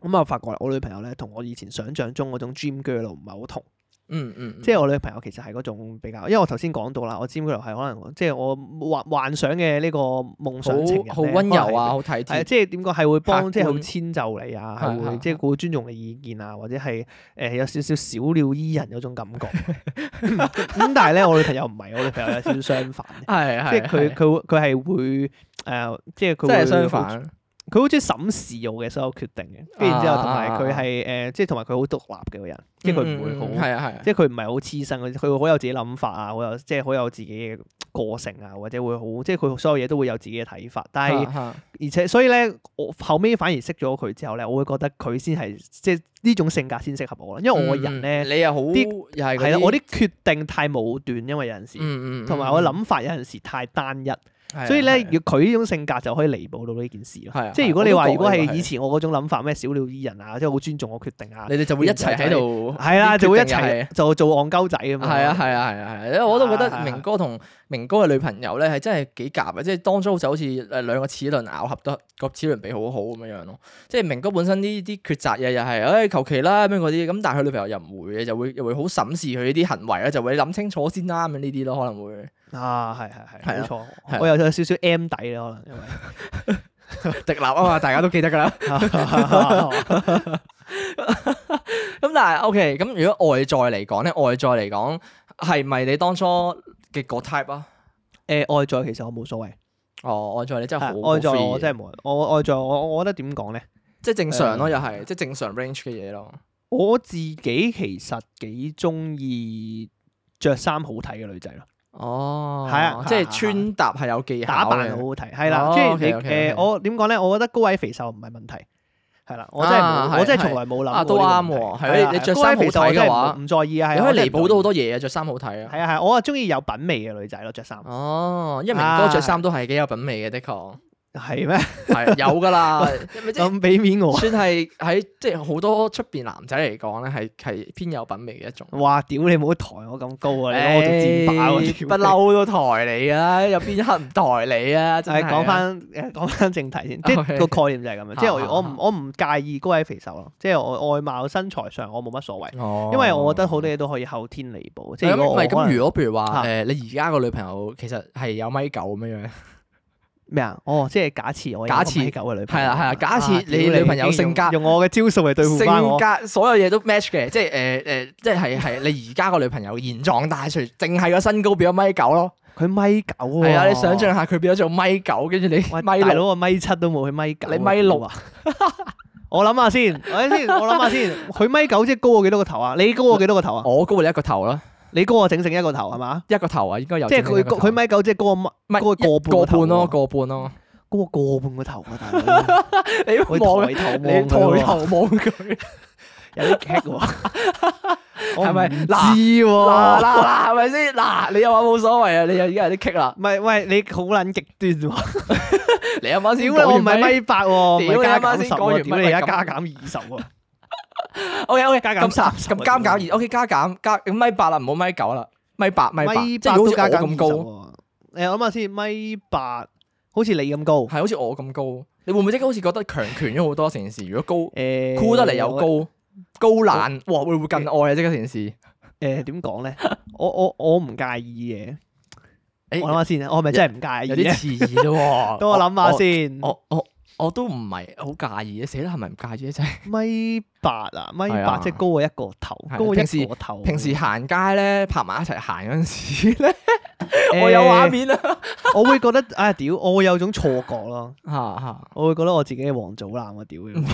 Speaker 1: 咁啊發覺我女朋友咧同我以前想像中嗰種 dream girl 唔係好同。
Speaker 2: 嗯嗯，
Speaker 1: 即係我女朋友其實係嗰種比較，因為我頭先講到啦，我尖佢頭係可能即係我幻幻想嘅呢個夢想情人
Speaker 2: 好好温柔啊，，好體
Speaker 1: 可能係係
Speaker 2: 貼。
Speaker 1: 即係點講係會
Speaker 2: 客
Speaker 1: 幫，
Speaker 2: 觀
Speaker 1: 即係會遷就你啊，係
Speaker 2: 係
Speaker 1: 會
Speaker 2: 係
Speaker 1: 即係會尊重你意見啊，或者係誒、呃有少少小鳥依人嗰種感 覺。 咁但係咧，我女朋友唔係，我女朋友有少少相反嘅，
Speaker 2: 係係，
Speaker 1: 即係佢
Speaker 2: 係
Speaker 1: 佢佢係會誒、呃即係佢
Speaker 2: 真係
Speaker 1: 會
Speaker 2: 相
Speaker 1: 好
Speaker 2: 反。
Speaker 1: 佢好中意審視我嘅所有決定嘅，跟住然之後同埋佢
Speaker 2: 啊嗯
Speaker 1: 係誒，即係同埋佢好獨立嘅個人，即係佢唔會好。
Speaker 2: 係啊係啊，
Speaker 1: 即係佢唔係好黐身嗰啲，佢會好有自己諗法啊，好有即係好有自己嘅個性啊，或者會好即係佢所有嘢都會有自己嘅睇法。但係、
Speaker 2: 係
Speaker 1: 而且所以咧，我後尾反而識咗佢之後咧，我會覺得佢先係即係呢種性格先適合我啦，因為我個人咧
Speaker 2: 你又好
Speaker 1: 啲
Speaker 2: 又嗯係嗰
Speaker 1: 係啦，我啲決定太武斷，因為有陣時。
Speaker 2: 嗯嗯，
Speaker 1: 同埋我諗法有陣時太單一，
Speaker 2: 係啊，
Speaker 1: 所以咧，
Speaker 2: 係啊
Speaker 1: 要佢呢種性格就可以彌補到呢件事
Speaker 2: 係
Speaker 1: 咯
Speaker 2: 啊。
Speaker 1: 即
Speaker 2: 係
Speaker 1: 係
Speaker 2: 啊
Speaker 1: 如果你
Speaker 2: 我都
Speaker 1: 話
Speaker 2: 覺
Speaker 1: 如果
Speaker 2: 我
Speaker 1: 係
Speaker 2: 係
Speaker 1: 以前我嗰種諗法，咩小鳥依人啊，即係好尊重我決定啊，
Speaker 2: 你哋就會一齊喺度，
Speaker 1: 係啦，就會一
Speaker 2: 係
Speaker 1: 齊就做戇鳩仔咁樣。
Speaker 2: 係啊，係啊，係啊，係啊！因為我都覺
Speaker 1: 係啊係
Speaker 2: 得
Speaker 1: 啊
Speaker 2: 明哥同明哥嘅女朋友咧係真係幾夾嘅，啊即係當初就好似誒兩個齒輪咬合得個齒輪比好好咁樣樣咯。即係明哥本身呢啲抉擇嘢又係誒求其啦咁樣嗰啲，咁但係佢女朋友又唔會嘅，就會又會好審視佢呢啲行為咧，啊就會諗清楚先啦咁樣呢啲咯，可能會
Speaker 1: 啊，係係
Speaker 2: 係
Speaker 1: 係，
Speaker 2: 啊
Speaker 1: 冇
Speaker 2: 係啊
Speaker 1: 錯，我有有少少 M 底啦，可能因 為
Speaker 2: 直立啊嘛，大家都記得㗎啦。 咁但係 OK，咁如果外在嚟講咧，外在嚟講係咪你當初嘅個 type 啊？
Speaker 1: 誒外在其實我冇所謂，
Speaker 2: 哦，外在你真係好
Speaker 1: 係啊外在
Speaker 2: free
Speaker 1: 我真係冇，我外在我我覺得點講咧？
Speaker 2: 即係正常咯，又係啊即係正常 range 嘅嘢咯。
Speaker 1: 我自己其實幾中意着衫好睇嘅女仔咯，
Speaker 2: 哦，
Speaker 1: 係啊
Speaker 2: 即係穿搭係有技巧
Speaker 1: 打扮
Speaker 2: 嘅
Speaker 1: 好好睇，係啦，
Speaker 2: 哦
Speaker 1: 即係你
Speaker 2: OK，OK，OK
Speaker 1: 誒我點講咧？我覺得高矮肥瘦唔係問題。係啦，我真係
Speaker 2: 啊
Speaker 1: 冇，
Speaker 2: 係
Speaker 1: 我真係
Speaker 2: 係
Speaker 1: 從來冇諗過
Speaker 2: 啊都
Speaker 1: 呢個問
Speaker 2: 啱
Speaker 1: 題
Speaker 2: 喎係
Speaker 1: 係啦
Speaker 2: 你你着
Speaker 1: 高矮
Speaker 2: 衫好
Speaker 1: 肥瘦
Speaker 2: 睇
Speaker 1: 我
Speaker 2: 嘅
Speaker 1: 真係
Speaker 2: 話
Speaker 1: 唔唔在意啊，係啊
Speaker 2: 你可
Speaker 1: 我真
Speaker 2: 以
Speaker 1: 係
Speaker 2: 彌
Speaker 1: 唔在
Speaker 2: 補到
Speaker 1: 意
Speaker 2: 好多嘢啊！着衫好睇啊。
Speaker 1: 係啊係，我啊中意有品味嘅女仔咯，着衫
Speaker 2: 哦，因為明哥着衫都係幾有品味嘅，的確
Speaker 1: 係咩？
Speaker 2: 係啊 有噶啦，咪即係
Speaker 1: 咁俾面我。
Speaker 2: 算係喺即係好多出邊男仔嚟講咧，係係偏有品味嘅一種。
Speaker 1: 哇！屌你冇抬我咁高啊！你攞我做箭靶
Speaker 2: 唉
Speaker 1: 喎！
Speaker 2: 不嬲都抬你啊！有邊一刻唔抬你啊？真
Speaker 1: 係
Speaker 2: 係啊
Speaker 1: 講翻 誒講翻正題先，即 係
Speaker 2: OK
Speaker 1: 個概念就係咁樣，即係我我唔
Speaker 2: 啊
Speaker 1: 我唔介意高矮肥瘦咯，即係我外貌身材上我冇乜所謂，
Speaker 2: 哦
Speaker 1: 因為我覺得好多嘢都可以後天彌補。即係
Speaker 2: 咁
Speaker 1: 如果
Speaker 2: 唔
Speaker 1: 我
Speaker 2: 係
Speaker 1: 可
Speaker 2: 咁，
Speaker 1: 能
Speaker 2: 如果譬如
Speaker 1: 嚇
Speaker 2: 話誒，你而家個女朋友其實係有米九咁樣樣，
Speaker 1: 咩啊？哦，即係假設我有
Speaker 2: 假
Speaker 1: 一個米
Speaker 2: 設
Speaker 1: 九嘅女朋
Speaker 2: 係
Speaker 1: 友
Speaker 2: 啦係啦，假設
Speaker 1: 啊
Speaker 2: 你
Speaker 1: 屌
Speaker 2: 女朋友性格
Speaker 1: 用用我嘅招數 嚟對付翻我，
Speaker 2: 性格所有嘢都 match 嘅，即係誒誒，即 係係你而家個女朋友現狀，但係除淨係個身高變咗米九咯，
Speaker 1: 佢米九喎。
Speaker 2: 係啊，你想象下佢變咗做米九，跟住你
Speaker 1: 喂
Speaker 2: 米
Speaker 1: 大
Speaker 2: 六，
Speaker 1: 佬我米七都冇，佢米九啊。
Speaker 2: 你米六
Speaker 1: 啊？我諗
Speaker 2: 哦
Speaker 1: 下先，我諗先，我諗下先，佢米九即係高我幾多個頭啊？你高我幾多個頭啊？
Speaker 2: 我高你一個頭啦，
Speaker 1: 你高我整整一個頭係嘛？
Speaker 2: 一個頭啊，應該有
Speaker 1: 即係
Speaker 2: 整整一
Speaker 1: 佢
Speaker 2: 個頭。
Speaker 1: 佢米九即係高我乜？
Speaker 2: 唔
Speaker 1: 高
Speaker 2: 係一
Speaker 1: 我個半個頭
Speaker 2: 半咯，
Speaker 1: 喎
Speaker 2: 個半咯。
Speaker 1: 高我個半個頭啊，大佬！
Speaker 2: 你
Speaker 1: 我
Speaker 2: 望啊
Speaker 1: 抬頭
Speaker 2: 你
Speaker 1: 望啊
Speaker 2: 抬
Speaker 1: 佢
Speaker 2: 頭
Speaker 1: 喎，
Speaker 2: 望佢，啊
Speaker 1: 有啲棘喎。 我
Speaker 2: 係咪
Speaker 1: 唔知
Speaker 2: 嗱嗱嗱
Speaker 1: 喎？
Speaker 2: 嗱，係咪先？嗱，你又話冇所謂啊，你又而家有啲棘啦，
Speaker 1: 唔係，喂，你好撚極端喎！
Speaker 2: 你阿媽
Speaker 1: 屌
Speaker 2: 先講
Speaker 1: 你，我唔
Speaker 2: 完
Speaker 1: 係
Speaker 2: 咪
Speaker 1: 米八喎，唔係
Speaker 2: 屌你
Speaker 1: 加
Speaker 2: 阿媽
Speaker 1: 減
Speaker 2: 先
Speaker 1: 十
Speaker 2: 講完
Speaker 1: 喎，屌你
Speaker 2: 咪
Speaker 1: 而家
Speaker 2: 咁
Speaker 1: 加減二十喎。
Speaker 2: ？OK OK，
Speaker 1: 加減
Speaker 2: 咁啊
Speaker 1: 三十
Speaker 2: 咁加減二，OK 加減加咁米八啦，唔好米九啦，米八米八，即
Speaker 1: 米
Speaker 2: 係
Speaker 1: 八
Speaker 2: 好
Speaker 1: 都
Speaker 2: 似
Speaker 1: 加
Speaker 2: 我
Speaker 1: 緊
Speaker 2: 咁
Speaker 1: 咁
Speaker 2: 高，
Speaker 1: 高。誒，我諗下先，米八好似你咁高。
Speaker 2: 係好似我咁高，你會唔會即係好似覺得強權咗好多成件事？如果
Speaker 1: 誒
Speaker 2: 高，酷得嚟又高，高冷，哇會唔會更愛啊？即係嗰件事，
Speaker 1: 誒點講咧？我我我唔介意嘅。
Speaker 2: 誒
Speaker 1: 我諗下先，啊我係咪真係唔
Speaker 2: 有
Speaker 1: 介意
Speaker 2: 啲哦
Speaker 1: 咧？
Speaker 2: 遲疑 咯喎。
Speaker 1: 等我諗下先。
Speaker 2: 我我我都唔係好介意嘅，死啦係咪唔介意啫？真係
Speaker 1: 米八啊，米
Speaker 2: 係
Speaker 1: 八
Speaker 2: 啊
Speaker 1: 即係高過一個頭，
Speaker 2: 係
Speaker 1: 高過
Speaker 2: 平時
Speaker 1: 一個頭。
Speaker 2: 平時行街咧，拍埋一齊行嗰陣時咧，
Speaker 1: 誒
Speaker 2: 我有畫，面啊啦。
Speaker 1: 我會覺得啊屌，我會有種錯覺咯，
Speaker 2: 嚇嚇，
Speaker 1: 我會覺得我自己係王祖藍啊屌你老母，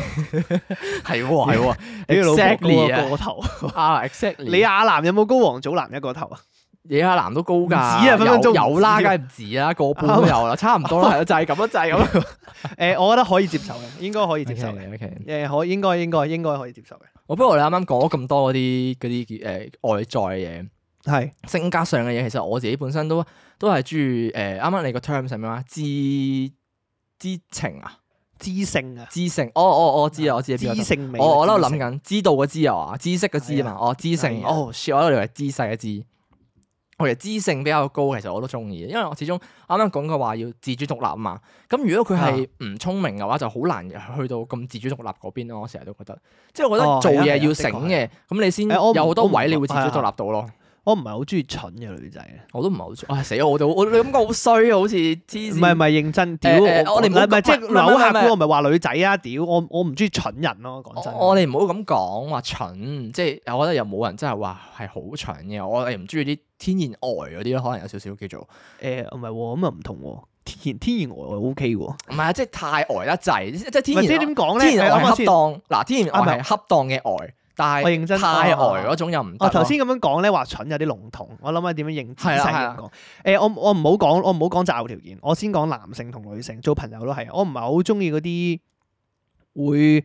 Speaker 2: 係喎係 喎
Speaker 1: 你老婆高過一
Speaker 2: ，exactly
Speaker 1: 個頭。
Speaker 2: 啊啊，exactly。
Speaker 1: 李亞男有冇高王祖藍一個頭啊？
Speaker 2: 野下男都高㗎，
Speaker 1: 唔止啊分分鐘唔止啊
Speaker 2: 有有啦，梗係唔止啦，個半都 有啦，差唔多啦，係咯就係咁咯，就係咁咯。
Speaker 1: 誒，我覺得可以接受嘅，應該可以接受嘅。
Speaker 2: OK，OK
Speaker 1: 誒，可應該應該應該可以接受嘅。
Speaker 2: 我不過你啱啱講咗咁多嗰啲嗰啲誒外在嘅
Speaker 1: 係
Speaker 2: 嘢，性格上嘅嘢，其實我自己本身都都係中意誒，啱啱你個 term 係咩話？知知情啊，
Speaker 1: 知性啊，
Speaker 2: 知性。哦哦，我知啊，我知啊，邊個
Speaker 1: 知性美啊。
Speaker 2: 我我喺度
Speaker 1: 知
Speaker 2: 諗
Speaker 1: 性
Speaker 2: 緊，知道嘅知啊，知識嘅知啊嘛，哦知性，
Speaker 1: 係啊
Speaker 2: 哦 shit，我喺度以為知勢嘅知。我其實知性比較高，其實我都中意嘅，因為我始終啱啱講過話要自主獨立啊嘛。咁如果佢
Speaker 1: 啊
Speaker 2: 係唔聰明嘅話，就好難去到咁自主獨立嗰邊咯。我成日都覺得，即係我覺
Speaker 1: 哦
Speaker 2: 得
Speaker 1: 係
Speaker 2: 做
Speaker 1: 啊係
Speaker 2: 嘢
Speaker 1: 啊
Speaker 2: 要
Speaker 1: 的確
Speaker 2: 醒
Speaker 1: 係
Speaker 2: 嘅，咁你先
Speaker 1: 誒我唔
Speaker 2: 有好多
Speaker 1: 我唔
Speaker 2: 位你會自主
Speaker 1: 係啊
Speaker 2: 獨立到咯。
Speaker 1: 我唔係好中意蠢嘅女仔啊。
Speaker 2: 我都唔係好中，唉死我都我你感覺好衰啊，好似黐線。
Speaker 1: 唔係唔係認真，屌
Speaker 2: 誒我哋唔
Speaker 1: 唔
Speaker 2: 好
Speaker 1: 係
Speaker 2: 講
Speaker 1: 即係
Speaker 2: 唔係唔係
Speaker 1: 扭
Speaker 2: 唔係
Speaker 1: 下
Speaker 2: 唔係
Speaker 1: 估，我唔係話女仔啊，屌我我唔中意蠢人咯，講真。啊
Speaker 2: 我我哋唔好咁講話蠢，即係我覺得又冇人真係話係好蠢嘅。我哋唔中意啲天然呆嗰啲咯，可能有少少叫做
Speaker 1: 誒呃唔係喎，咁又唔同喎。天然天然呆我 O K 喎，
Speaker 2: 唔係啊，即係太呆得滯，即即係
Speaker 1: 唔係
Speaker 2: 天
Speaker 1: 即係
Speaker 2: 然
Speaker 1: 點講咧？
Speaker 2: 天然
Speaker 1: 誒
Speaker 2: 呆
Speaker 1: 諗下
Speaker 2: 係恰
Speaker 1: 先
Speaker 2: 當嗱，天然呆
Speaker 1: 啊唔
Speaker 2: 係恰當嘅呆，但
Speaker 1: 我
Speaker 2: 係
Speaker 1: 認真
Speaker 2: 太呆
Speaker 1: 啊啊啊
Speaker 2: 嗰種又唔得
Speaker 1: 我
Speaker 2: 咯。
Speaker 1: 頭先咁樣講咧，話蠢有啲籠統，我諗下點樣認仔
Speaker 2: 係啊
Speaker 1: 細
Speaker 2: 係啊
Speaker 1: 咁講。誒，我我唔好講，我唔好講擇偶條件，我先講男性同女性做朋友都係，我唔係好中意嗰啲會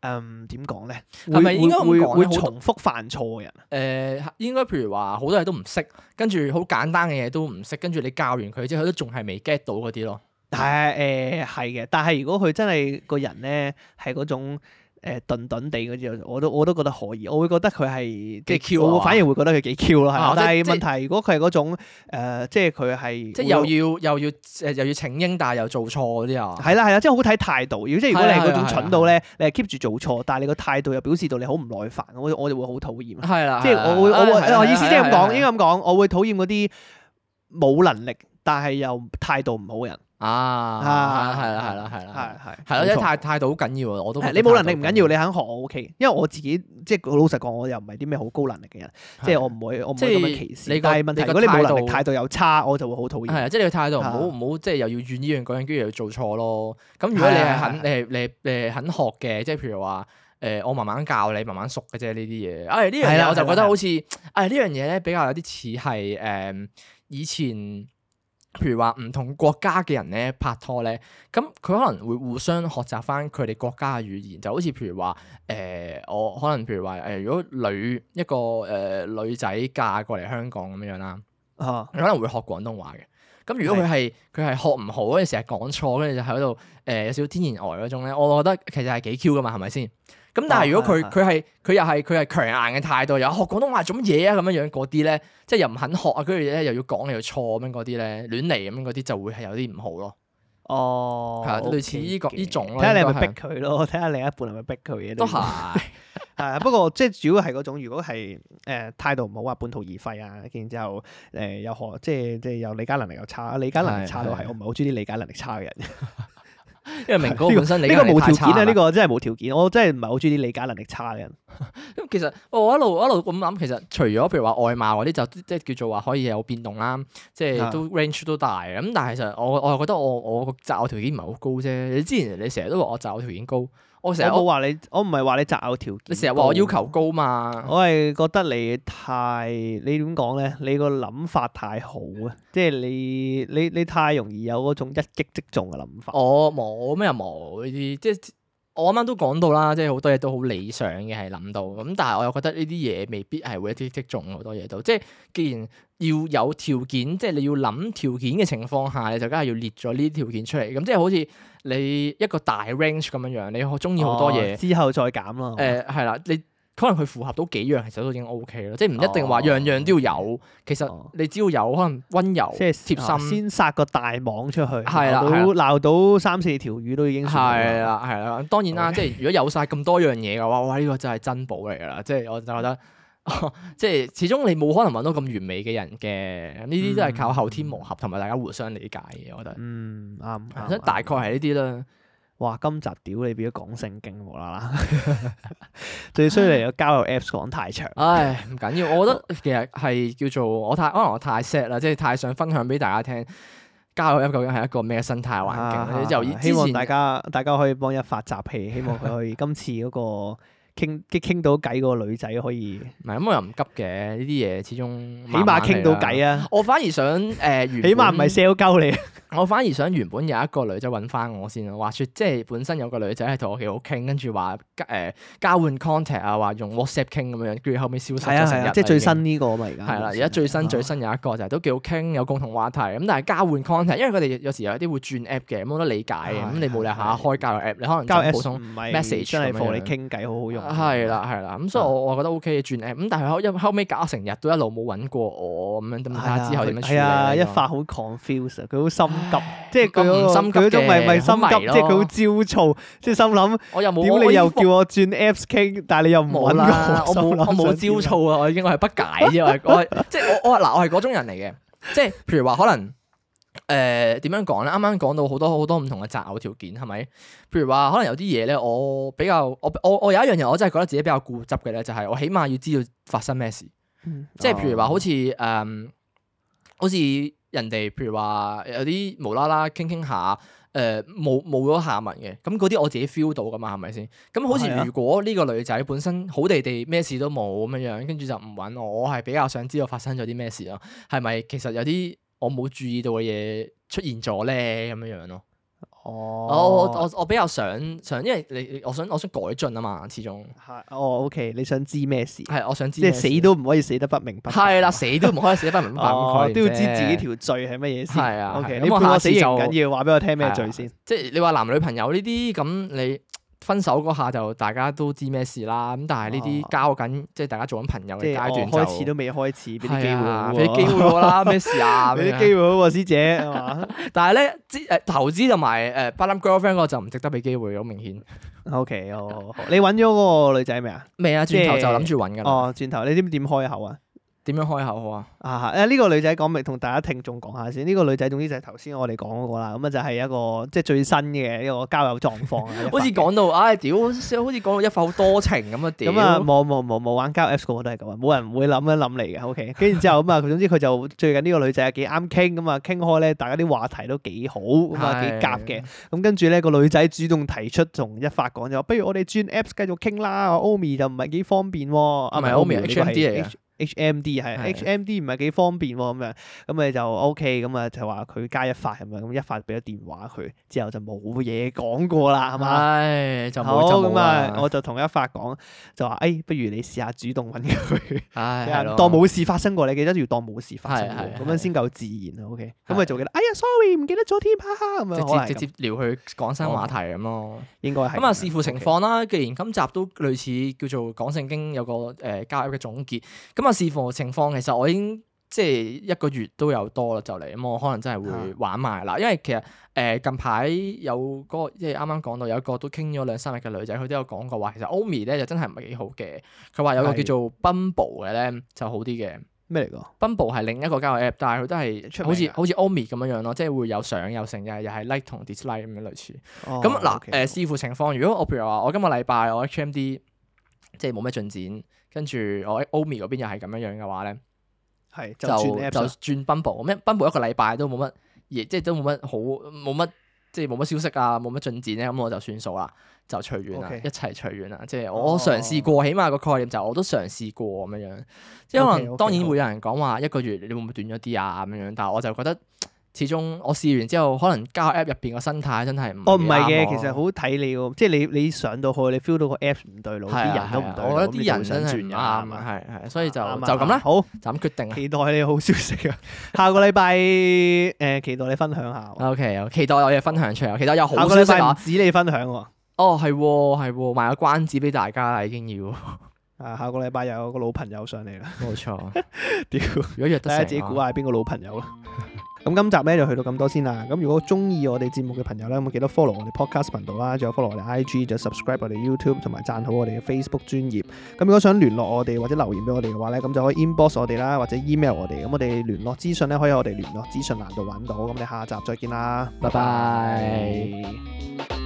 Speaker 1: 誒點講咧，
Speaker 2: 係咪
Speaker 1: 會
Speaker 2: 應該咁
Speaker 1: 會
Speaker 2: 講
Speaker 1: 會
Speaker 2: 咧好多
Speaker 1: 重複犯錯嘅人？
Speaker 2: 誒應該譬如話好多嘢都唔識，跟住好簡單嘅嘢都唔識，跟住你教完佢之後，佢都仲係未 get 到嗰啲咯。
Speaker 1: 係誒呃係嘅，但係如果佢真係個人咧係嗰種誒頓頓地嗰啲，我都我都覺得可以，我會覺得佢係即係
Speaker 2: 幾 Q 啊
Speaker 1: 我反而會覺得佢幾 Q 咯，係
Speaker 2: 啊
Speaker 1: 啦。但係
Speaker 2: 即係
Speaker 1: 問題如果佢係嗰種誒，即係佢係
Speaker 2: 即係
Speaker 1: 會
Speaker 2: 又要又要誒又要請纓，但係又做錯嗰啲啊。
Speaker 1: 係啦係啦，即係好睇態度。如果即係如果你係嗰
Speaker 2: 係啊係
Speaker 1: 種
Speaker 2: 啊
Speaker 1: 蠢到咧，你係 keep 住做錯，但係你個態度又表示到你好唔耐煩，我我就會好討厭。啊
Speaker 2: 係啦，
Speaker 1: 即係我會
Speaker 2: 啊係啦
Speaker 1: 我
Speaker 2: 係啦
Speaker 1: 會我意思即係咁
Speaker 2: 係啦係啊
Speaker 1: 講，
Speaker 2: 啦
Speaker 1: 應該咁講，我會討厭嗰啲冇能力但係又態度唔好嘅人。
Speaker 2: 啊，
Speaker 1: 啊
Speaker 2: 係啦，係啦，係啦，
Speaker 1: 係係
Speaker 2: 係啦，即
Speaker 1: 冇
Speaker 2: 係
Speaker 1: 錯
Speaker 2: 態態度好緊要啊！我都覺
Speaker 1: 係
Speaker 2: 得
Speaker 1: 你冇能力唔緊要，
Speaker 2: 態度好緊
Speaker 1: 你肯學我 OK。因為我自己即係老實講，我又唔係啲咩好高能力嘅人，即係我唔會我唔會咁樣歧
Speaker 2: 嗯即係
Speaker 1: 視。
Speaker 2: 你個
Speaker 1: 但係問題
Speaker 2: 你個
Speaker 1: 如果你冇能
Speaker 2: 態
Speaker 1: 力，
Speaker 2: 度
Speaker 1: 態度又差，我就會好討
Speaker 2: 係
Speaker 1: 厭。
Speaker 2: 啊，即係你個態度唔好
Speaker 1: 啊
Speaker 2: 唔好，即係又要怨呢樣嗰樣，跟住又要做錯咯。咁如果你係肯
Speaker 1: 係係啊
Speaker 2: 你係你係你係肯學嘅，即係譬如話誒，我慢慢教你，慢慢熟嘅啫呢啲嘢。唉，呢
Speaker 1: 係
Speaker 2: 樣
Speaker 1: 啦
Speaker 2: 嘢我就覺
Speaker 1: 係啦
Speaker 2: 得好似唉呢樣嘢咧比較有啲似係誒以前。譬如話唔同國家嘅人咧拍拖咧，咁佢可能會互相學習翻佢哋國家嘅語言，就好似譬如話誒、我可能譬如話誒、如果女一個誒、女仔嫁過嚟香港咁樣樣啦，
Speaker 1: 啊
Speaker 2: 你可能會學廣東話嘅。咁如果佢係佢係學唔好，跟住成日講錯，跟住就喺度誒有少少天然呆嗰種咧，我覺得其實係幾 Q 噶嘛，係咪先？咁但係如果佢
Speaker 1: 啊
Speaker 2: 佢哦係佢又係佢係強硬嘅態度，又學廣東話做乜嘢啊咁樣樣嗰啲咧，即係又唔肯學啊，跟住咧又要講又要錯咁樣嗰啲咧，亂嚟咁樣嗰啲就會係有啲唔好咯。
Speaker 1: 哦，
Speaker 2: 係啊類似
Speaker 1: OK
Speaker 2: 呢個
Speaker 1: 嘅
Speaker 2: 呢種咯
Speaker 1: 睇下你係
Speaker 2: 應
Speaker 1: 咪逼
Speaker 2: 該係
Speaker 1: 佢咯， 睇下另一半係咪逼佢嘅。
Speaker 2: 都係
Speaker 1: 係啊，不過即係主要係嗰種，如果係誒、呃、態度唔好啊，半途而廢啊，然之後誒又學即係即係又理解能力又差，理解能力差到係
Speaker 2: 係係
Speaker 1: 我唔係好中意啲理解能力差嘅人。
Speaker 2: 因為明哥本身你
Speaker 1: 呢個冇條件啊，呢
Speaker 2: 個
Speaker 1: 個真係冇條件，我真係唔係好中意啲理解能力差嘅人。
Speaker 2: 咁其實我一路一路咁諗，其實除咗譬如話外貌嗰啲，就即係叫做話可以有變動啦，即
Speaker 1: 啊
Speaker 2: 係都 range 都大嘅。咁但係其實我我又覺得我我個擇偶條件唔係好高啫。你之前你成日都話我擇偶條件高，我成日
Speaker 1: 我冇
Speaker 2: 我
Speaker 1: 話你，我唔係話你擇偶條件，
Speaker 2: 你成日話我要求，高嘛。
Speaker 1: 我係覺得你太你點講咧？你個諗法太好啊，即係你你你太容易有嗰種一擊即中嘅諗法。
Speaker 2: 我哦冇咩又冇呢啲，即係我啱啱都講到啦，即係好多嘢都好理想嘅，係諗到咁，但係我又覺得呢啲嘢未必係會一啲即中好多嘢到，即係既然要有條件，即係你要諗條件嘅情況下，你就梗係要列咗呢啲條件出嚟，咁即係好似你一個大 range 咁樣樣，你可中意好多嘢
Speaker 1: 哦，之後再減咯。
Speaker 2: 誒係啦，你。可能佢符合到幾樣，其實都已經 O K 咯，即係唔一定話樣樣都要有。其實
Speaker 1: 哦
Speaker 2: 你只要有可能温柔、
Speaker 1: 即係啊
Speaker 2: 貼心，
Speaker 1: 先撒個大網出去，
Speaker 2: 係啦
Speaker 1: 鬧
Speaker 2: 係
Speaker 1: 到鬧到三四條魚都已經算好
Speaker 2: 係啦，係啦，當然啦，即係如果有晒咁多樣嘢嘅話，哇，呢、個真係珍寶嚟㗎啦！即係我就覺得， 哦即係始終你冇可能揾到咁完美嘅人嘅，呢啲都係靠後天磨合同埋大家互相理解嘅，我覺得。
Speaker 1: 嗯，啱啱。
Speaker 2: 所以
Speaker 1: 啱
Speaker 2: 大概係呢啲啦，
Speaker 1: 哇！今集屌你變咗講聖經無啦啦， 最衰嚟個交友 Apps 講太長。
Speaker 2: 唉，唔緊要，我覺得其實係叫做我太可能我太 sad 啦，即係太想分享俾大家聽，交友 app 究竟係一個咩嘅生態環境？
Speaker 1: 啊
Speaker 2: 由
Speaker 1: 希
Speaker 2: 之
Speaker 1: 望
Speaker 2: 前
Speaker 1: 大家大家可以幫一發集氣，希望佢可以今次嗰個傾傾到偈嗰個女仔可以
Speaker 2: 唔係咁，我又唔急嘅，呢啲嘢始終
Speaker 1: 起碼傾到
Speaker 2: 啊！
Speaker 1: 偈啊！
Speaker 2: 我反而想誒，呃原
Speaker 1: 起碼唔
Speaker 2: 本
Speaker 1: 係 sell 鳩你。
Speaker 2: 我反而想原本有一個女仔揾翻我先啊，話説即係本身有個女仔係同我幾好傾，跟住話誒交換 contact 啊，話用 WhatsApp 傾咁樣，跟住後尾消失
Speaker 1: 係啊
Speaker 2: 咗成
Speaker 1: 係
Speaker 2: 日啦
Speaker 1: 啊，
Speaker 2: 已經，
Speaker 1: 即係最新呢個啊嘛而家。
Speaker 2: 係啦，而家最新最新有一個就係都幾好傾，有共同話題咁，但係交換 contact，因為佢哋有時有啲會轉 app 嘅，咁我都理解嘅，
Speaker 1: 係
Speaker 2: 咁你冇理由下下
Speaker 1: 啊係啊
Speaker 2: 開交友 app，你可能
Speaker 1: 交友
Speaker 2: 就
Speaker 1: Apps
Speaker 2: 普通。
Speaker 1: 唔係
Speaker 2: message
Speaker 1: 真係
Speaker 2: 咁樣
Speaker 1: for 你
Speaker 2: 樣
Speaker 1: 傾偈好好用。啊
Speaker 2: 係啦，係啦，咁所以我我覺得 O K 嘅轉 app，咁但係後因為後尾搞成日都一路冇揾過我咁樣，咁睇下之後點樣處理
Speaker 1: 係啊，
Speaker 2: 啦
Speaker 1: 一
Speaker 2: 呢個
Speaker 1: 發好 confuse 啊，佢好心急
Speaker 2: 唉，
Speaker 1: 即係佢嗰
Speaker 2: 唔
Speaker 1: 個
Speaker 2: 心急
Speaker 1: 佢嗰種咪
Speaker 2: 嘅
Speaker 1: 咪心
Speaker 2: 好迷
Speaker 1: 急，即係
Speaker 2: 咯
Speaker 1: 佢好焦躁，即係心諗
Speaker 2: 我又冇我
Speaker 1: 屌
Speaker 2: 我
Speaker 1: 你
Speaker 2: 已經
Speaker 1: 又
Speaker 2: 放
Speaker 1: 叫我轉 apps 傾，但係你又唔
Speaker 2: 冇
Speaker 1: 揾
Speaker 2: 啦， 我
Speaker 1: 心
Speaker 2: 冇
Speaker 1: 諗
Speaker 2: 我冇
Speaker 1: 想點
Speaker 2: 焦躁啊！我已經我係不解 啫，我係我係即係我我嗱，我係嗰種人嚟嘅，即係譬如話可能。誒點、樣講咧？啱啱講到好多好多唔同嘅擇偶條件係咪？譬如話，可能有啲嘢咧，我比較我我我有一樣嘢，我真係覺得自己比較固執嘅咧，就係、我起碼要知道發生咩事。
Speaker 1: 嗯
Speaker 2: 即係譬如話，好似誒、嗯好似人哋譬如話呃有啲無啦啦傾傾下，誒冇冇咗下文嘅，咁嗰啲我自己 feel 到噶哦嘛，係咪先？咁好
Speaker 1: 係啊
Speaker 2: 似如果呢個女仔本身好地地咩事都冇咁樣樣，跟住就唔揾我，我係比較想知道發生咗啲咩事咯，係咪其實有啲我冇注意到嘅嘢出現咗咧咁樣樣咯？我我
Speaker 1: 哦，
Speaker 2: 我我比較想想，因為你你我想我想改進啊嘛，始終
Speaker 1: 係哦，OK，你想知咩事？
Speaker 2: 係我想知
Speaker 1: 即係
Speaker 2: 咩事
Speaker 1: 死都唔可以死得不明不白。
Speaker 2: 係啦，死都唔可以死得不 明不白咁
Speaker 1: 哦
Speaker 2: 嘅概念啫
Speaker 1: 都要知自己條罪係乜嘢先。
Speaker 2: 係啊
Speaker 1: o k
Speaker 2: 係
Speaker 1: 你
Speaker 2: 咁我
Speaker 1: 判我
Speaker 2: 下
Speaker 1: 死
Speaker 2: 次
Speaker 1: 刑
Speaker 2: 就
Speaker 1: 唔緊要，話俾我聽咩
Speaker 2: 係啊
Speaker 1: 罪先。
Speaker 2: 即係你話男女朋友呢啲咁，你分手嗰下就大家都知咩事啦。咁但係呢
Speaker 1: 哦
Speaker 2: 啲交緊，即係大家做緊朋友
Speaker 1: 即
Speaker 2: 嘅
Speaker 1: 係
Speaker 2: 啊階
Speaker 1: 我
Speaker 2: 段就
Speaker 1: 開始都未開始，俾啲機會
Speaker 2: 係啊
Speaker 1: 好喎，
Speaker 2: 俾啲 機會我啦，咩事啊？
Speaker 1: 俾
Speaker 2: 咁
Speaker 1: 啲
Speaker 2: 樣
Speaker 1: 機會好喎，師姐係嘛
Speaker 2: 但係咧，知誒投資同埋誒呃不冧 girlfriend 嗰個就唔值得俾機會，好明顯。
Speaker 1: ？OK，好好好，你揾咗嗰個女仔未啊？
Speaker 2: 未啊，
Speaker 1: 即
Speaker 2: 轉
Speaker 1: 係
Speaker 2: 頭就諗住揾㗎啦。
Speaker 1: 哦，轉頭你知唔知點開口啊？
Speaker 2: 點樣開口好啊？
Speaker 1: 啊，誒呢個女仔講明同大家聽眾講下先。呢個女仔總之就係頭先我哋講嗰個啦，咁啊就係一個即係最新嘅一個交友狀況啊。
Speaker 2: 好似講到，唉，屌，好似講到一發好多情咁啊，屌。
Speaker 1: 咁啊，冇冇冇冇玩交友 Apps 個個都係咁啊，冇人會諗一諗嚟嘅。OK，跟住之後咁啊， 佢總之佢就最近呢個女仔幾啱傾咁啊，傾開咧，大家啲話題都幾好咁啊，幾
Speaker 2: 係
Speaker 1: 夾嘅。咁跟住咧，個女仔主動提出同一發講就話，不如我哋轉 Apps 繼續傾啦。Omi 就唔係幾方便喎，啊
Speaker 2: 唔係
Speaker 1: 呢
Speaker 2: Omi，
Speaker 1: 個係
Speaker 2: HMD
Speaker 1: H- HMD
Speaker 2: 嚟嘅
Speaker 1: 啊係
Speaker 2: 係
Speaker 1: HMD 唔係幾方便喎咁樣，咁你就 OK 咁啊就話佢加一發咁樣，咁一發俾咗電話佢，之後就冇嘢講過啦，係嘛？
Speaker 2: 唉，就
Speaker 1: 好
Speaker 2: 冇就冇
Speaker 1: 咁啊，
Speaker 2: 啦。
Speaker 1: 我就同一發講，就話誒、哎不如你試下主動揾佢，
Speaker 2: 唉， 係咯
Speaker 1: 當冇事發生過。你記得要當冇事發生
Speaker 2: 係係
Speaker 1: 過，咁
Speaker 2: 係
Speaker 1: 樣先夠自然啊。OK，咁
Speaker 2: 係
Speaker 1: 咪就記得，哎呀，sorry，唔記得咗添，哈哈，咁樣可能
Speaker 2: 直接
Speaker 1: 係咁
Speaker 2: 直接聊佢講新話題咁咯。
Speaker 1: 應該係
Speaker 2: 咁啊，
Speaker 1: 樣
Speaker 2: 視乎情
Speaker 1: OK
Speaker 2: 況啦。既然今集都類似叫做講聖經有個誒交友嘅總結，咁啊視乎情況，其實我已經即係一個月都有多啦，就嚟咁我可能真係會
Speaker 1: 啊
Speaker 2: 玩埋啦。因為其實誒、呃近排有嗰、個即係啱啱講到有一個都傾咗兩三日嘅女仔，佢都有講過話，其實 Omi 咧就真係唔係幾好嘅。佢話有個
Speaker 1: 係
Speaker 2: 叫做 Bumble 嘅咧就好啲嘅。
Speaker 1: 咩嚟㗎？
Speaker 2: Bumble 係另一個交友 app，但係佢都係
Speaker 1: 出
Speaker 2: 好
Speaker 1: 名
Speaker 2: 似
Speaker 1: 㗎
Speaker 2: 好似 Omi 咁樣樣咯，即係會有相有成，又係又係 like 同 dislike 咁樣類似。
Speaker 1: 哦
Speaker 2: 咁嗱，呃
Speaker 1: OK，
Speaker 2: 誒視乎情況。如果我譬如話，我今個禮拜我 HMD 即係冇咩進展。跟住我喺 Omi 嗰邊又係咁樣樣嘅話咧，
Speaker 1: 係
Speaker 2: 就
Speaker 1: 就
Speaker 2: 就
Speaker 1: 轉啊 app 啦
Speaker 2: 轉 Bumble，咩 Bumble 一個禮拜都冇乜嘢，即係都冇乜好冇乜即係冇乜消息啊，冇乜進展咧，咁我就算數啦，就隨緣啦
Speaker 1: OK
Speaker 2: 一齊隨緣啦。即係
Speaker 1: 哦
Speaker 2: 我嘗試過，起碼個概念就係我都嘗試過咁樣樣。即係可
Speaker 1: OK，OK，
Speaker 2: 能當然
Speaker 1: 好
Speaker 2: 會有人講話一個月你會唔會短咗啲啊咁樣樣，但係我就覺得。始終我試完之後，可能交友 app 入邊個生態真係唔
Speaker 1: 哦，唔係
Speaker 2: 嗯啱
Speaker 1: 嘅，
Speaker 2: 我
Speaker 1: 其實好睇你喎，即係你你上到去，你 feel 到個 app 唔對路，
Speaker 2: 係
Speaker 1: 啲
Speaker 2: 啊
Speaker 1: 人都
Speaker 2: 係
Speaker 1: 唔
Speaker 2: 啊
Speaker 1: 對路，
Speaker 2: 我覺
Speaker 1: 咁
Speaker 2: 得
Speaker 1: 你就
Speaker 2: 啲
Speaker 1: 會
Speaker 2: 人
Speaker 1: 想
Speaker 2: 真係
Speaker 1: 轉
Speaker 2: 唔
Speaker 1: 㗎係
Speaker 2: 啱啊，
Speaker 1: 嘛
Speaker 2: 係係，所以就就
Speaker 1: 啱啊
Speaker 2: 咁啦，
Speaker 1: 好
Speaker 2: 就咁決定啦。
Speaker 1: 期待你好消息 啊！下個禮拜誒，期待你分享下喎。
Speaker 2: O K，期待有嘢分享出嚟，期待有好
Speaker 1: 下個
Speaker 2: 消
Speaker 1: 禮
Speaker 2: 息
Speaker 1: 拜唔
Speaker 2: 啊！
Speaker 1: 止你分享喎，
Speaker 2: 哦，係喎係喎，賣個關子俾大家啦，已經要
Speaker 1: 啊，下個禮拜又有個老朋友上嚟啦，
Speaker 2: 冇錯。
Speaker 1: 屌！
Speaker 2: 如果約 得
Speaker 1: 大家
Speaker 2: 成，啊
Speaker 1: 自己估，啊下係邊個老朋友啦。 咁今集咧就去到咁多先啦。咁如果中意我哋節目嘅朋友咧，咁記得 follow 我哋 podcast 頻道啦，仲有 follow 我哋 IG，就 subscribe 我哋 YouTube 同埋讚好我哋嘅 Facebook 專頁。咁如果想聯絡我哋或者留言俾我哋嘅話咧，咁就可以 inbox 我哋啦，或者 email 我哋。咁我哋聯絡資訊咧可以喺我哋聯絡資訊欄度揾到。咁我哋下集再見啦，
Speaker 2: 哦拜拜